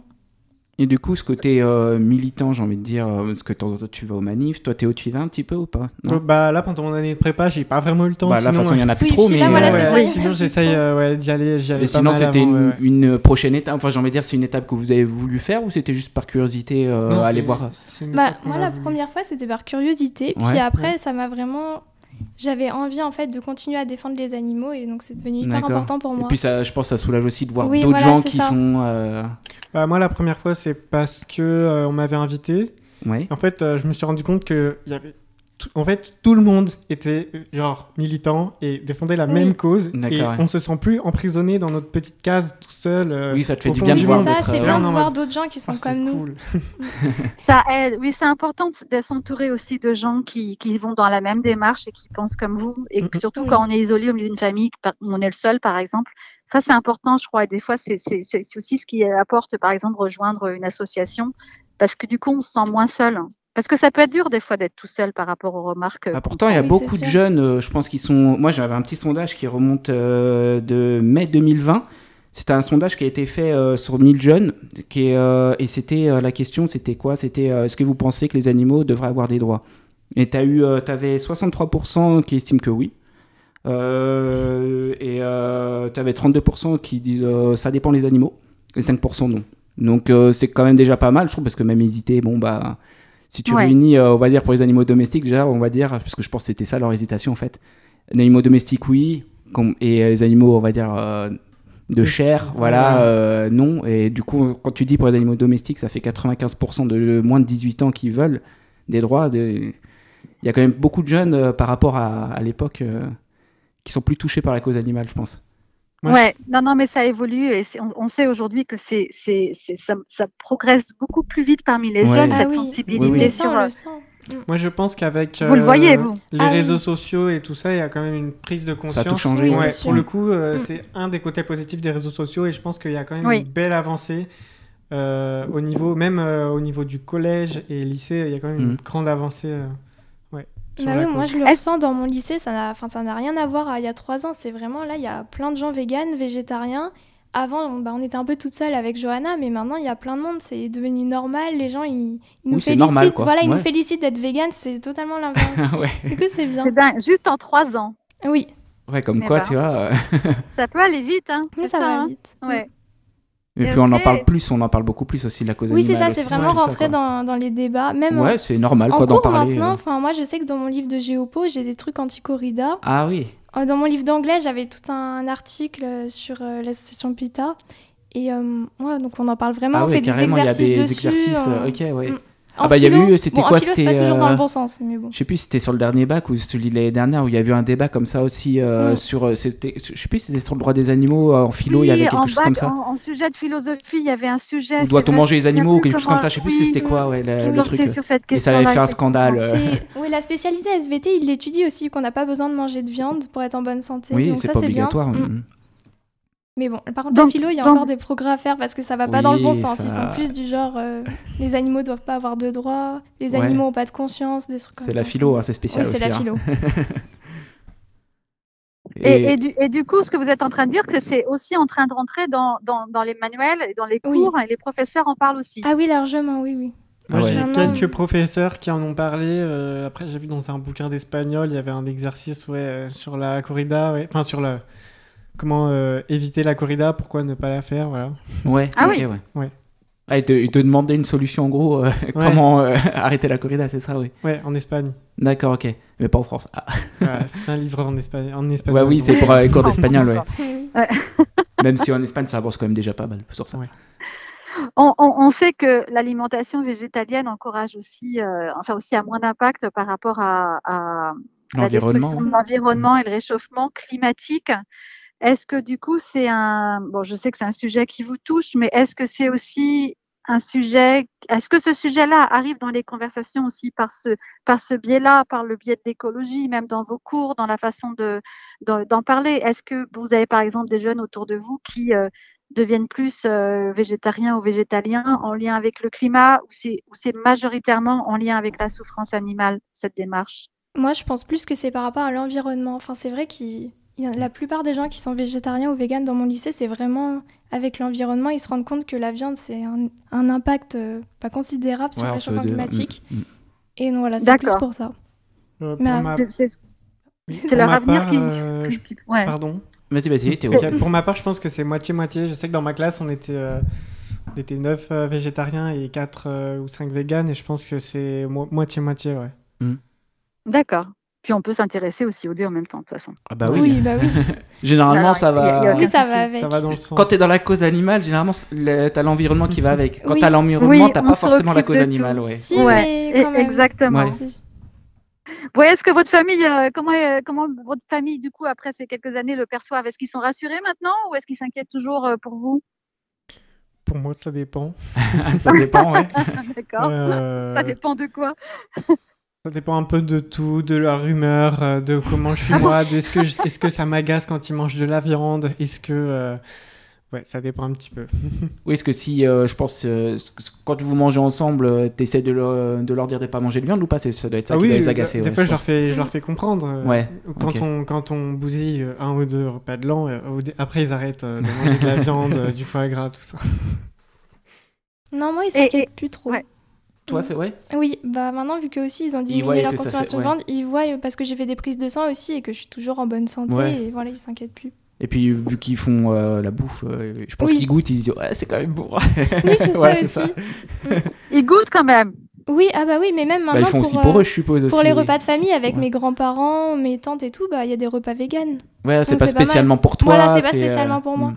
[SPEAKER 1] Et du coup, ce côté euh, militant, j'ai envie de dire, euh, parce que de temps en temps, tu vas aux manifs, toi, Théo, tu y vas un petit peu ou pas Non
[SPEAKER 3] Euh, Bah là pendant mon année de prépa j'ai pas vraiment eu le temps.
[SPEAKER 1] Bah,
[SPEAKER 3] sinon,
[SPEAKER 1] de toute façon, il y en a plus
[SPEAKER 4] Oui,
[SPEAKER 1] trop,
[SPEAKER 4] puis
[SPEAKER 1] mais.
[SPEAKER 4] là, voilà,
[SPEAKER 1] euh,
[SPEAKER 4] c'est ça,
[SPEAKER 3] ouais,
[SPEAKER 4] il y a
[SPEAKER 3] sinon
[SPEAKER 4] plus
[SPEAKER 3] j'essaye
[SPEAKER 4] trop.
[SPEAKER 3] euh, ouais, d'y aller, j'y allais
[SPEAKER 1] mais
[SPEAKER 3] pas
[SPEAKER 1] sinon,
[SPEAKER 3] mal
[SPEAKER 1] c'était
[SPEAKER 3] avant,
[SPEAKER 1] une,
[SPEAKER 3] ouais, ouais.
[SPEAKER 1] une euh, prochaine étape. Enfin, j'ai envie de dire, c'est une étape que vous avez voulu faire ou c'était juste par curiosité euh,
[SPEAKER 3] Non,
[SPEAKER 1] aller
[SPEAKER 3] c'est-
[SPEAKER 1] voir
[SPEAKER 3] c'est une
[SPEAKER 4] Bah,
[SPEAKER 3] étape qu'on
[SPEAKER 4] moi,
[SPEAKER 3] a
[SPEAKER 4] la
[SPEAKER 3] voulu.
[SPEAKER 4] première fois, c'était par curiosité. Puis
[SPEAKER 1] Ouais.
[SPEAKER 4] après, ça m'a vraiment. J'avais envie, en fait, de continuer à défendre les animaux. Et donc, c'est devenu hyper
[SPEAKER 1] D'accord.
[SPEAKER 4] important pour
[SPEAKER 1] Et
[SPEAKER 4] moi.
[SPEAKER 1] puis, ça, je pense, ça soulage aussi de voir
[SPEAKER 4] Oui,
[SPEAKER 1] d'autres
[SPEAKER 4] voilà,
[SPEAKER 1] gens
[SPEAKER 4] c'est
[SPEAKER 1] qui
[SPEAKER 4] ça.
[SPEAKER 1] sont. euh,
[SPEAKER 3] Bah, moi la première fois c'est parce que euh, on m'avait invité.
[SPEAKER 1] Ouais.
[SPEAKER 3] En fait euh, je me suis rendu compte que il y avait tout- en fait tout le monde était euh, genre militant et défendait la
[SPEAKER 4] Oui.
[SPEAKER 3] même cause
[SPEAKER 1] D'accord,
[SPEAKER 3] et
[SPEAKER 1] ouais.
[SPEAKER 3] on se sent plus emprisonné dans notre petite case tout seul. euh,
[SPEAKER 1] Oui, ça te fait
[SPEAKER 3] au
[SPEAKER 1] du
[SPEAKER 3] fond
[SPEAKER 1] bien de
[SPEAKER 3] du
[SPEAKER 4] C'est
[SPEAKER 1] voir
[SPEAKER 3] monde.
[SPEAKER 4] ça,
[SPEAKER 1] d'autres.
[SPEAKER 4] c'est
[SPEAKER 1] euh,
[SPEAKER 4] bien
[SPEAKER 3] gens
[SPEAKER 4] de
[SPEAKER 3] en
[SPEAKER 4] voir
[SPEAKER 3] mode-
[SPEAKER 4] d'autres gens qui
[SPEAKER 3] Ah,
[SPEAKER 4] sont
[SPEAKER 3] c'est
[SPEAKER 4] comme nous.
[SPEAKER 3] cool.
[SPEAKER 2] Ça aide. Oui, c'est important de, de s'entourer aussi de gens qui, qui vont dans la même démarche et qui pensent comme vous. Et
[SPEAKER 1] Mm-hmm.
[SPEAKER 3] Mhm.
[SPEAKER 2] surtout
[SPEAKER 4] Oui.
[SPEAKER 2] quand on est isolé au milieu d'une famille, par- où on est le seul, par exemple. Ça, c'est important, je crois. Et des fois, c'est c'est- c'est- c'est aussi ce qui apporte, par exemple, rejoindre une association. Parce que du coup, on se sent moins seul. Parce que ça peut être dur, des fois, d'être tout seul par rapport aux remarques.
[SPEAKER 1] Ah, pourtant, il y a
[SPEAKER 4] Euh, Oui, c'est
[SPEAKER 1] beaucoup de
[SPEAKER 4] sûr.
[SPEAKER 1] jeunes, euh, je pense, qui sont. Moi, j'avais un petit sondage qui remonte euh, de mai 2020. C'était un sondage qui a été fait euh, sur 1000 jeunes. Qui est, euh, et c'était euh, la question c'était quoi C'était euh, est-ce que vous pensez que les animaux devraient avoir des droits Et tu eu, euh, avais 63% qui estiment que oui. Euh, et tu avais 32% qui disent euh, ça dépend les animaux. Et 5% non. Donc, euh, c'est quand même déjà pas mal, je trouve, parce que même hésiter, bon, bah. Si tu
[SPEAKER 2] Ouais.
[SPEAKER 1] réunis, euh, on va dire, pour les animaux domestiques, déjà, on va dire, parce que je pense que c'était ça leur hésitation en fait. Les animaux domestiques, oui, com- et euh, les animaux, on va dire, euh, de
[SPEAKER 3] De
[SPEAKER 1] chair,
[SPEAKER 3] cire,
[SPEAKER 1] voilà,
[SPEAKER 3] ouais.
[SPEAKER 1] euh, non. Et du coup, quand tu dis pour les animaux domestiques, ça fait 95% de moins de 18 ans qui veulent des droits. de- Il y a quand même beaucoup de jeunes euh, par rapport à, à l'époque euh, qui sont plus touchés par la cause animale, je pense.
[SPEAKER 3] Moi,
[SPEAKER 2] ouais, non, non, mais ça évolue et c'est- on, on sait aujourd'hui que c'est, c'est, c'est- ça, ça progresse beaucoup plus vite parmi les
[SPEAKER 1] Ouais.
[SPEAKER 2] jeunes,
[SPEAKER 1] Ah
[SPEAKER 2] cette
[SPEAKER 4] oui.
[SPEAKER 2] sensibilité
[SPEAKER 1] Oui,
[SPEAKER 4] Et
[SPEAKER 1] oui.
[SPEAKER 4] ça,
[SPEAKER 2] sur,
[SPEAKER 4] on
[SPEAKER 2] euh,
[SPEAKER 4] le sent.
[SPEAKER 3] Moi, je pense qu'avec
[SPEAKER 2] Vous le
[SPEAKER 3] euh,
[SPEAKER 2] voyez, vous
[SPEAKER 3] les
[SPEAKER 4] Ah oui.
[SPEAKER 3] réseaux sociaux et tout ça, il y a quand même une prise de conscience.
[SPEAKER 1] Ça a tout changé.
[SPEAKER 4] Oui,
[SPEAKER 3] Ouais,
[SPEAKER 4] c'est
[SPEAKER 3] pour
[SPEAKER 4] sûr.
[SPEAKER 3] le coup, euh,
[SPEAKER 4] Mm.
[SPEAKER 3] c'est un des côtés positifs des réseaux sociaux et je pense qu'il y a quand même
[SPEAKER 2] Oui.
[SPEAKER 3] une belle avancée euh, au niveau, même euh, au niveau du collège et lycée, il y a quand même une
[SPEAKER 1] Mm.
[SPEAKER 3] grande avancée. euh, ouais, sur
[SPEAKER 4] Bah
[SPEAKER 3] la
[SPEAKER 4] oui, moi,
[SPEAKER 3] cause.
[SPEAKER 4] je le
[SPEAKER 2] Est-ce-
[SPEAKER 4] ressens dans mon lycée. Ça n'a enfin, ça n'a rien à voir à il y a trois ans. C'est vraiment là, il y a plein de gens véganes, végétariens. Avant, on- bah, on était un peu toute seule avec Johanna, mais maintenant, il y a plein de monde. C'est devenu normal. Les gens, ils, ils nous
[SPEAKER 1] Oui, c'est
[SPEAKER 4] félicitent.
[SPEAKER 1] normal, quoi.
[SPEAKER 4] voilà, ils
[SPEAKER 1] Ouais.
[SPEAKER 4] nous félicitent d'être véganes. C'est totalement l'inverse.
[SPEAKER 1] ouais.
[SPEAKER 4] du coup, c'est bien.
[SPEAKER 2] C'est dingue, juste en trois ans.
[SPEAKER 4] Oui,
[SPEAKER 1] ouais, comme
[SPEAKER 2] Eh
[SPEAKER 1] quoi,
[SPEAKER 2] ben.
[SPEAKER 1] tu vois. euh,
[SPEAKER 2] Ça peut aller vite, hein.
[SPEAKER 4] mais
[SPEAKER 2] c'est
[SPEAKER 4] ça va
[SPEAKER 2] hein.
[SPEAKER 4] vite.
[SPEAKER 2] Ouais.
[SPEAKER 1] Et
[SPEAKER 2] Et
[SPEAKER 1] puis on en
[SPEAKER 2] ok.
[SPEAKER 1] parle plus, on en parle beaucoup plus aussi de la cause
[SPEAKER 4] Oui, c'est
[SPEAKER 1] animale.
[SPEAKER 4] ça, c'est
[SPEAKER 1] aussi,
[SPEAKER 4] vraiment
[SPEAKER 1] tout ça,
[SPEAKER 4] rentré
[SPEAKER 1] quoi.
[SPEAKER 4] dans, dans les débats. Même
[SPEAKER 1] Ouais, c'est normal
[SPEAKER 4] en, en
[SPEAKER 1] quoi d'en
[SPEAKER 4] cours
[SPEAKER 1] parler.
[SPEAKER 4] maintenant,
[SPEAKER 1] euh.
[SPEAKER 4] enfin, moi je sais que dans mon livre de Géopo, j'ai des trucs anti-corrida.
[SPEAKER 1] Ah oui.
[SPEAKER 4] Euh, Dans mon livre d'anglais, j'avais tout un article euh, sur euh, l'association PETA. Et euh, ouais, donc on en parle vraiment,
[SPEAKER 1] Ah
[SPEAKER 4] on
[SPEAKER 1] ouais,
[SPEAKER 4] fait des
[SPEAKER 1] carrément, il y a
[SPEAKER 4] exercices
[SPEAKER 1] des
[SPEAKER 4] dessus.
[SPEAKER 1] exercices.
[SPEAKER 4] euh,
[SPEAKER 1] euh, ok, ouais.
[SPEAKER 4] Mm.
[SPEAKER 1] Ah bah, il y a eu, c'était
[SPEAKER 4] bon, en
[SPEAKER 1] quoi,
[SPEAKER 4] philo, c'est
[SPEAKER 1] c'était,
[SPEAKER 4] pas toujours dans
[SPEAKER 1] euh,
[SPEAKER 4] le bon sens, mais bon.
[SPEAKER 1] Je sais plus si c'était sur le dernier bac ou celui de l'année dernière où il y a eu un débat comme ça aussi euh,
[SPEAKER 4] Mm.
[SPEAKER 1] sur. euh, c'était- Je sais plus si c'était sur le droit des animaux euh, en philo, il y avait
[SPEAKER 2] Oui,
[SPEAKER 1] quelque
[SPEAKER 2] en
[SPEAKER 1] chose
[SPEAKER 2] bac,
[SPEAKER 1] comme ça.
[SPEAKER 2] En, en sujet de philosophie, il y avait un sujet.
[SPEAKER 1] Ou
[SPEAKER 2] c'est
[SPEAKER 1] Doit-on
[SPEAKER 2] vrai,
[SPEAKER 1] manger
[SPEAKER 2] je
[SPEAKER 1] les
[SPEAKER 2] me souviens
[SPEAKER 1] animaux ou
[SPEAKER 2] plus
[SPEAKER 1] quelque chose comme
[SPEAKER 2] comment-
[SPEAKER 1] ça Je sais plus
[SPEAKER 2] oui,
[SPEAKER 1] si c'était quoi
[SPEAKER 4] oui,
[SPEAKER 1] ouais,
[SPEAKER 2] qui
[SPEAKER 1] le, le
[SPEAKER 2] portait
[SPEAKER 1] truc. euh.
[SPEAKER 2] sur cette
[SPEAKER 1] Et ça avait
[SPEAKER 2] question-là,
[SPEAKER 1] fait un
[SPEAKER 2] effectivement.
[SPEAKER 1] scandale. euh.
[SPEAKER 4] C'est- Oui, la spécialité SVT, il l'étudie aussi, qu'on n'a pas besoin de manger de viande pour être en bonne santé.
[SPEAKER 1] Oui,
[SPEAKER 4] donc
[SPEAKER 1] c'est
[SPEAKER 4] ça,
[SPEAKER 1] pas
[SPEAKER 4] bien.
[SPEAKER 1] obligatoire.
[SPEAKER 4] Mm.
[SPEAKER 1] mm.
[SPEAKER 4] Mais bon, par contre,
[SPEAKER 2] Donc-
[SPEAKER 4] la philo, il y a
[SPEAKER 2] donc-
[SPEAKER 4] encore des progrès à faire parce que ça va pas dans le bon
[SPEAKER 1] Oui,
[SPEAKER 4] sens. Ils
[SPEAKER 1] ça-
[SPEAKER 4] sont plus du genre, euh, les animaux doivent pas avoir de droits, les
[SPEAKER 1] Ouais.
[SPEAKER 4] animaux ont pas de conscience, des trucs comme ça.
[SPEAKER 1] C'est la philo, hein, c'est
[SPEAKER 4] Oui,
[SPEAKER 1] spécial
[SPEAKER 4] c'est
[SPEAKER 1] aussi.
[SPEAKER 4] la
[SPEAKER 1] hein.
[SPEAKER 4] philo.
[SPEAKER 2] Et, et du, et du coup, ce que vous êtes en train de dire, que c'est aussi en train de rentrer dans, dans, dans les manuels et dans les
[SPEAKER 4] Oui.
[SPEAKER 2] cours, hein, et les professeurs en parlent aussi.
[SPEAKER 4] Ah oui, largement, oui, oui.
[SPEAKER 1] Ah
[SPEAKER 3] Moi, j'ai
[SPEAKER 4] ouais.
[SPEAKER 3] quelques
[SPEAKER 4] Maintenant-
[SPEAKER 3] professeurs qui en ont parlé. euh, après, j'ai vu dans un bouquin d'espagnol, il y avait un exercice ouais, euh, sur la corrida, ouais. enfin sur la comment euh, éviter la corrida, pourquoi ne pas la faire, voilà.
[SPEAKER 1] Ouais.
[SPEAKER 2] Ah
[SPEAKER 1] ok,
[SPEAKER 2] oui.
[SPEAKER 1] ouais.
[SPEAKER 3] Ouais.
[SPEAKER 1] Ah, il, te, il te demandait une solution en gros, euh, comment euh, arrêter la corrida, c'est ça, oui.
[SPEAKER 3] Ouais, en Espagne.
[SPEAKER 1] D'accord, ok. Mais pas en France. Ah,
[SPEAKER 3] Voilà, c'est un livre en Espagne. En
[SPEAKER 1] ouais,
[SPEAKER 3] espagnol,
[SPEAKER 1] oui,
[SPEAKER 3] donc.
[SPEAKER 1] c'est pour euh, les cours d'espagnol, ouais.
[SPEAKER 2] Ouais.
[SPEAKER 1] Même si en Espagne, ça avance quand même déjà pas mal sur ça.
[SPEAKER 3] Ouais.
[SPEAKER 2] On, on- on sait que l'alimentation végétalienne encourage aussi, euh, enfin aussi à moins d'impact par rapport à, à la
[SPEAKER 1] L'environnement.
[SPEAKER 2] destruction
[SPEAKER 1] ouais.
[SPEAKER 2] de l'environnement et le réchauffement climatique. Est-ce que du coup c'est un, bon je sais que c'est un sujet qui vous touche, mais est-ce que c'est aussi un sujet, est-ce que ce sujet-là arrive dans les conversations aussi par ce, par ce biais-là, par le biais de l'écologie, même dans vos cours, dans la façon de, d'en d'en parler Est-ce que vous avez par exemple des jeunes autour de vous qui euh, deviennent plus euh, végétariens ou végétaliens en lien avec le climat ou c'est ou c'est majoritairement en lien avec la souffrance animale, cette démarche
[SPEAKER 4] Moi, je pense plus que c'est par rapport à l'environnement. Enfin, c'est vrai qu'il il y a- la
[SPEAKER 1] Mm.
[SPEAKER 4] plupart des gens qui sont végétariens ou véganes dans mon lycée, c'est vraiment avec l'environnement, ils se rendent compte que la viande, c'est un, un impact euh, pas considérable sur
[SPEAKER 1] Ouais,
[SPEAKER 4] le
[SPEAKER 1] en
[SPEAKER 4] réchauffement
[SPEAKER 1] CO2, ouais.
[SPEAKER 4] climatique.
[SPEAKER 1] Mm, mm.
[SPEAKER 4] Et donc voilà, c'est plus
[SPEAKER 2] D'accord.
[SPEAKER 4] pour ça.
[SPEAKER 3] Euh, pour
[SPEAKER 4] Mais,
[SPEAKER 3] ma-
[SPEAKER 2] C'est- c'est-
[SPEAKER 3] oui,
[SPEAKER 2] C'est
[SPEAKER 3] pour
[SPEAKER 2] leur
[SPEAKER 3] ma
[SPEAKER 2] avenir
[SPEAKER 3] part,
[SPEAKER 2] qui.
[SPEAKER 3] euh, je-
[SPEAKER 2] qui- ouais.
[SPEAKER 3] Pardon.
[SPEAKER 1] Vas-y, vas-y, Théo.
[SPEAKER 3] Ok, Pour ma part, je pense que c'est moitié-moitié. Je sais que dans ma classe, on était, euh, on était 9 végétariens et 4 ou 5 véganes, et je pense que c'est mo- moitié-moitié, ouais.
[SPEAKER 2] D'accord. Puis on peut s'intéresser aussi aux deux en même temps, de toute façon.
[SPEAKER 1] Ah bah oui.
[SPEAKER 4] bah oui.
[SPEAKER 1] Généralement,
[SPEAKER 2] Non, non,
[SPEAKER 1] ça
[SPEAKER 2] il y a- il y a
[SPEAKER 1] va.
[SPEAKER 2] aucun
[SPEAKER 4] Oui, ça
[SPEAKER 2] souci.
[SPEAKER 4] va avec.
[SPEAKER 3] Ça va dans le sens.
[SPEAKER 1] Quand t'es dans la cause animale, généralement, c'est- le- t'as l'environnement qui va avec. Quand
[SPEAKER 4] Oui.
[SPEAKER 1] t'as l'environnement,
[SPEAKER 2] Oui,
[SPEAKER 1] t'as
[SPEAKER 2] on
[SPEAKER 1] pas
[SPEAKER 2] se
[SPEAKER 1] forcément la
[SPEAKER 2] occupe
[SPEAKER 1] cause
[SPEAKER 2] de
[SPEAKER 1] animale,
[SPEAKER 2] tout.
[SPEAKER 1] ouais.
[SPEAKER 4] Si,
[SPEAKER 2] Ouais,
[SPEAKER 4] mais
[SPEAKER 2] et-
[SPEAKER 4] quand même.
[SPEAKER 2] exactement.
[SPEAKER 1] Ouais.
[SPEAKER 2] Ouais, est-ce que votre famille, euh, comment, euh, comment votre famille, du coup, après ces quelques années, le perçoivent Est-ce qu'ils sont rassurés maintenant ou est-ce qu'ils s'inquiètent toujours euh, pour vous
[SPEAKER 3] Pour moi, ça dépend.
[SPEAKER 1] ça dépend, ouais.
[SPEAKER 2] D'accord.
[SPEAKER 3] Euh,
[SPEAKER 2] Ça dépend de quoi
[SPEAKER 3] ça dépend un peu de tout, de leur humeur, euh, de comment
[SPEAKER 2] Ah
[SPEAKER 3] je suis moi, de est-ce que, je- est-ce que ça m'agace quand ils mangent de la viande, est-ce que. euh, Ouais, ça dépend un petit peu.
[SPEAKER 1] Oui, parce que si, euh, je pense, euh, c- c- quand vous mangez ensemble, euh, t'essaies de, leur- de leur dire de pas manger de viande ou pas c'est- Ça doit être ça qui va les agacer.
[SPEAKER 3] Ah euh, des
[SPEAKER 1] ouais,
[SPEAKER 3] fois,
[SPEAKER 1] je
[SPEAKER 3] je, leur
[SPEAKER 1] pense.
[SPEAKER 3] fais, je
[SPEAKER 2] Mm.
[SPEAKER 3] leur fais comprendre. euh,
[SPEAKER 1] Ouais,
[SPEAKER 3] Quand,
[SPEAKER 1] ok.
[SPEAKER 3] on, quand on bousille euh, un ou deux repas de l'an, euh, au dé- après, ils arrêtent euh, de manger de la viande, euh, du foie gras, tout ça.
[SPEAKER 4] Non, moi, ils
[SPEAKER 2] Et-
[SPEAKER 4] s'inquiètent plus trop.
[SPEAKER 2] ouais.
[SPEAKER 1] Toi, c'est vrai
[SPEAKER 4] Oui, bah maintenant, vu qu'eux aussi, ils ont diminué
[SPEAKER 1] voient
[SPEAKER 4] leur
[SPEAKER 1] que ça fait-
[SPEAKER 4] consommation de
[SPEAKER 1] ouais.
[SPEAKER 4] viande, ils voient euh, parce que j'ai fait des prises de sang aussi et que je suis toujours en bonne santé.
[SPEAKER 1] Ouais.
[SPEAKER 4] Et voilà, ils s'inquiètent plus.
[SPEAKER 1] Et puis, vu qu'ils font euh, la bouffe, euh, je pense
[SPEAKER 4] Oui.
[SPEAKER 1] qu'ils goûtent, ils se disent, ouais, c'est quand même bon.
[SPEAKER 4] Oui, c'est
[SPEAKER 1] Ouais, c'est
[SPEAKER 4] ça
[SPEAKER 1] ça.
[SPEAKER 4] aussi.
[SPEAKER 2] Ils goûtent quand même.
[SPEAKER 4] Oui, ah bah oui, mais même
[SPEAKER 1] Bah,
[SPEAKER 4] maintenant.
[SPEAKER 1] ils font aussi
[SPEAKER 4] pour,
[SPEAKER 1] pour
[SPEAKER 4] euh,
[SPEAKER 1] eux, je suppose.
[SPEAKER 4] Pour
[SPEAKER 1] aussi,
[SPEAKER 4] les
[SPEAKER 1] oui.
[SPEAKER 4] repas de famille avec
[SPEAKER 1] Ouais.
[SPEAKER 4] mes grands-parents, mes tantes et tout, bah il y a des repas véganes.
[SPEAKER 1] Ouais, c'est
[SPEAKER 4] Donc,
[SPEAKER 1] pas
[SPEAKER 4] c'est pas mal.
[SPEAKER 1] spécialement pour toi.
[SPEAKER 4] Voilà, c'est pas
[SPEAKER 1] euh,
[SPEAKER 4] spécialement pour moi.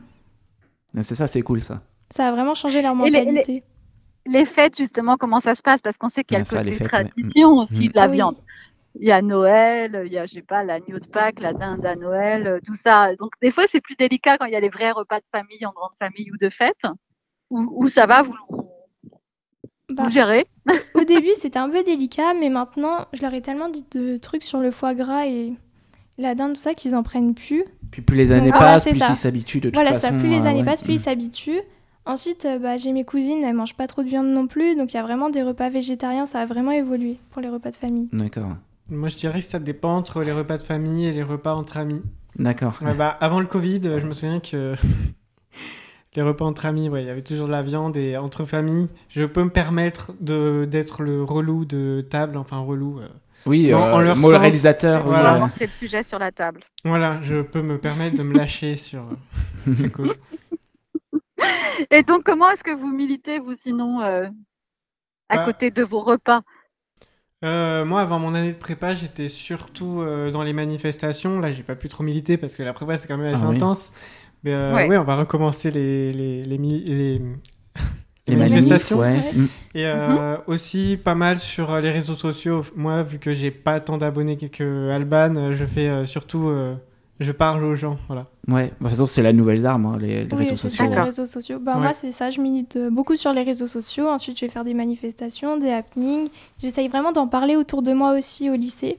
[SPEAKER 1] mm. C'est ça, c'est cool ça.
[SPEAKER 4] Ça a vraiment changé leur
[SPEAKER 2] Et les- les-
[SPEAKER 4] mentalité.
[SPEAKER 2] Les fêtes, justement, comment ça se passe Parce qu'on sait qu'il y a
[SPEAKER 1] Ah,
[SPEAKER 2] le
[SPEAKER 1] ça,
[SPEAKER 2] côté
[SPEAKER 1] les fêtes, ouais.
[SPEAKER 2] tradition aussi
[SPEAKER 1] Mm.
[SPEAKER 2] de la
[SPEAKER 4] Ah Oui.
[SPEAKER 2] viande. Il y a Noël, il y a, je sais pas, l'agneau de Pâques, la dinde à Noël, euh, tout ça. Donc, des fois, c'est plus délicat quand il y a les vrais repas de famille, en grande famille ou de fête, où, où ça va, vous,
[SPEAKER 4] Bah,
[SPEAKER 2] vous gérez.
[SPEAKER 4] au début, c'était un peu délicat, mais maintenant, je leur ai tellement dit de trucs sur le foie gras et la dinde, tout ça, qu'ils en prennent plus.
[SPEAKER 1] Puis plus les années
[SPEAKER 4] Ah,
[SPEAKER 1] passent,
[SPEAKER 4] c'est
[SPEAKER 1] plus
[SPEAKER 4] ça.
[SPEAKER 1] ils s'habituent de toute
[SPEAKER 4] voilà,
[SPEAKER 1] façon.
[SPEAKER 4] ça, plus les
[SPEAKER 1] euh,
[SPEAKER 4] années
[SPEAKER 1] ouais.
[SPEAKER 4] passent, plus ils
[SPEAKER 1] Mm.
[SPEAKER 4] s'habituent. Ensuite, euh, bah, j'ai mes cousines, elles mangent pas trop de viande non plus, donc il y a vraiment des repas végétariens, ça a vraiment évolué pour les repas de famille.
[SPEAKER 1] Mm. D'accord.
[SPEAKER 3] Moi, je dirais que ça dépend entre les repas de famille et les repas entre amis.
[SPEAKER 1] D'accord.
[SPEAKER 3] Ouais, bah, avant le Covid, euh, je me souviens que les repas entre amis, ouais, il y avait toujours de la viande et entre familles, je peux me permettre de d'être le relou de table, enfin relou. euh,
[SPEAKER 1] Oui,
[SPEAKER 3] En-
[SPEAKER 1] euh,
[SPEAKER 3] en leur
[SPEAKER 1] moi, le
[SPEAKER 3] sens,
[SPEAKER 1] réalisateur. oui,
[SPEAKER 2] Pour
[SPEAKER 3] voilà.
[SPEAKER 1] euh,
[SPEAKER 2] avoir le sujet sur la table.
[SPEAKER 3] Voilà, je peux me permettre de me lâcher sur euh, la cause.
[SPEAKER 2] Et donc, comment est-ce que vous militez, vous, sinon, euh, à
[SPEAKER 3] Bah.
[SPEAKER 2] côté de vos repas
[SPEAKER 3] Euh, moi, avant mon année de prépa, j'étais surtout euh, dans les manifestations. Là, j'ai pas pu trop militer parce que la prépa, c'est quand même assez
[SPEAKER 1] Ah oui.
[SPEAKER 3] intense. Mais euh,
[SPEAKER 2] Ouais.
[SPEAKER 3] ouais. on va recommencer les, les, les, mili- les- les
[SPEAKER 1] Les manifs,
[SPEAKER 3] manifestations.
[SPEAKER 1] ouais. Mm.
[SPEAKER 3] Et
[SPEAKER 4] Mhm.
[SPEAKER 3] euh, aussi pas mal sur euh, les réseaux sociaux. Moi, vu que j'ai pas tant d'abonnés que, que Alban, euh, je fais euh, surtout. euh, je parle aux gens, voilà.
[SPEAKER 1] Ouais, de toute façon, c'est la nouvelle arme, hein, les, les
[SPEAKER 4] Oui,
[SPEAKER 1] réseaux
[SPEAKER 4] c'est
[SPEAKER 1] sociaux.
[SPEAKER 4] ça, les
[SPEAKER 1] ouais.
[SPEAKER 4] réseaux sociaux. Bah,
[SPEAKER 3] Ouais.
[SPEAKER 4] Moi, c'est ça, je milite euh, beaucoup sur les réseaux sociaux. Ensuite, je vais faire des manifestations, des happenings. J'essaye vraiment d'en parler autour de moi aussi au lycée.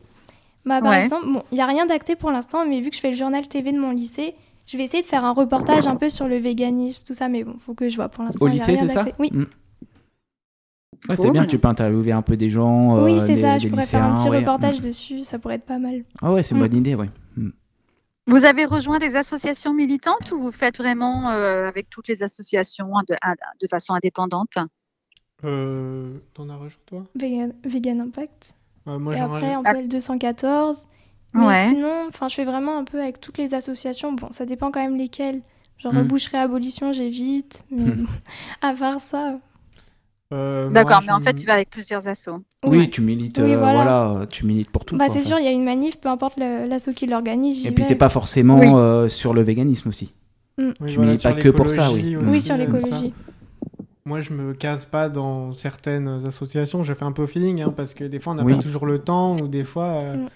[SPEAKER 4] Bah, par
[SPEAKER 2] Ouais.
[SPEAKER 4] exemple, bon, il n'y a rien d'acté pour l'instant, mais vu que je fais le journal TV de mon lycée, je vais essayer de faire un reportage un peu sur le véganisme, tout ça, mais bon, faut que je vois pour l'instant.
[SPEAKER 1] hein. Au
[SPEAKER 4] il y a
[SPEAKER 1] lycée,
[SPEAKER 4] rien
[SPEAKER 1] c'est ça
[SPEAKER 4] d'acté. Oui,
[SPEAKER 1] Mm.
[SPEAKER 3] Ah,
[SPEAKER 1] Ouais, c'est
[SPEAKER 2] Cool.
[SPEAKER 1] bien que tu peux interviewer un peu des gens.
[SPEAKER 4] oui
[SPEAKER 1] euh,
[SPEAKER 4] c'est
[SPEAKER 1] des-
[SPEAKER 4] ça,
[SPEAKER 1] des
[SPEAKER 4] je pourrais faire un petit
[SPEAKER 1] lycéens, ouais. Mm.
[SPEAKER 4] reportage dessus, ça pourrait être pas mal.
[SPEAKER 1] Ah ouais, c'est une
[SPEAKER 4] Mm.
[SPEAKER 1] bonne idée, ouais.
[SPEAKER 2] Vous avez rejoint des associations militantes ou vous faites vraiment euh, avec toutes les associations de, à- de façon indépendante
[SPEAKER 3] Euh, T'en as rejoint, toi
[SPEAKER 4] Vegan, Vegan Impact.
[SPEAKER 3] Euh, Moi,
[SPEAKER 4] Et
[SPEAKER 3] j'en
[SPEAKER 4] après,
[SPEAKER 3] ai-
[SPEAKER 4] un peu L214. Mais sinon, enfin, je fais vraiment un peu avec toutes les associations. Bon, ça dépend quand même lesquelles. Genre
[SPEAKER 1] Mm.
[SPEAKER 4] boucherie abolition, j'évite. Mais
[SPEAKER 1] Hmm.
[SPEAKER 4] bon, à part ça,
[SPEAKER 3] euh,
[SPEAKER 2] D'accord,
[SPEAKER 3] moi,
[SPEAKER 2] mais en
[SPEAKER 3] je-
[SPEAKER 2] fait, tu vas avec plusieurs assos.
[SPEAKER 1] Oui,
[SPEAKER 4] Ouais.
[SPEAKER 1] tu milites,
[SPEAKER 4] Oui,
[SPEAKER 1] euh,
[SPEAKER 4] voilà.
[SPEAKER 1] voilà. euh, tu milites pour tout.
[SPEAKER 4] bah
[SPEAKER 1] quoi,
[SPEAKER 4] c'est
[SPEAKER 1] enfin.
[SPEAKER 4] sûr, il y a une manif, peu importe le- l'asso qui l'organise. j'y
[SPEAKER 1] Et puis
[SPEAKER 4] vais.
[SPEAKER 1] c'est pas forcément
[SPEAKER 2] Oui.
[SPEAKER 1] euh, sur le véganisme aussi.
[SPEAKER 3] Oui,
[SPEAKER 1] tu
[SPEAKER 3] voilà,
[SPEAKER 1] milites
[SPEAKER 3] sur
[SPEAKER 1] pas que pour ça, oui.
[SPEAKER 3] l'écologie
[SPEAKER 1] Oui,
[SPEAKER 4] Oui,
[SPEAKER 3] aussi,
[SPEAKER 4] sur
[SPEAKER 3] euh, tout ça.
[SPEAKER 4] l'écologie.
[SPEAKER 3] Moi, je me case pas dans certaines associations. Je fais un peu au feeling, hein, parce que des fois, on n'a
[SPEAKER 1] Oui.
[SPEAKER 3] pas toujours le temps, ou des fois. euh,
[SPEAKER 4] Mm.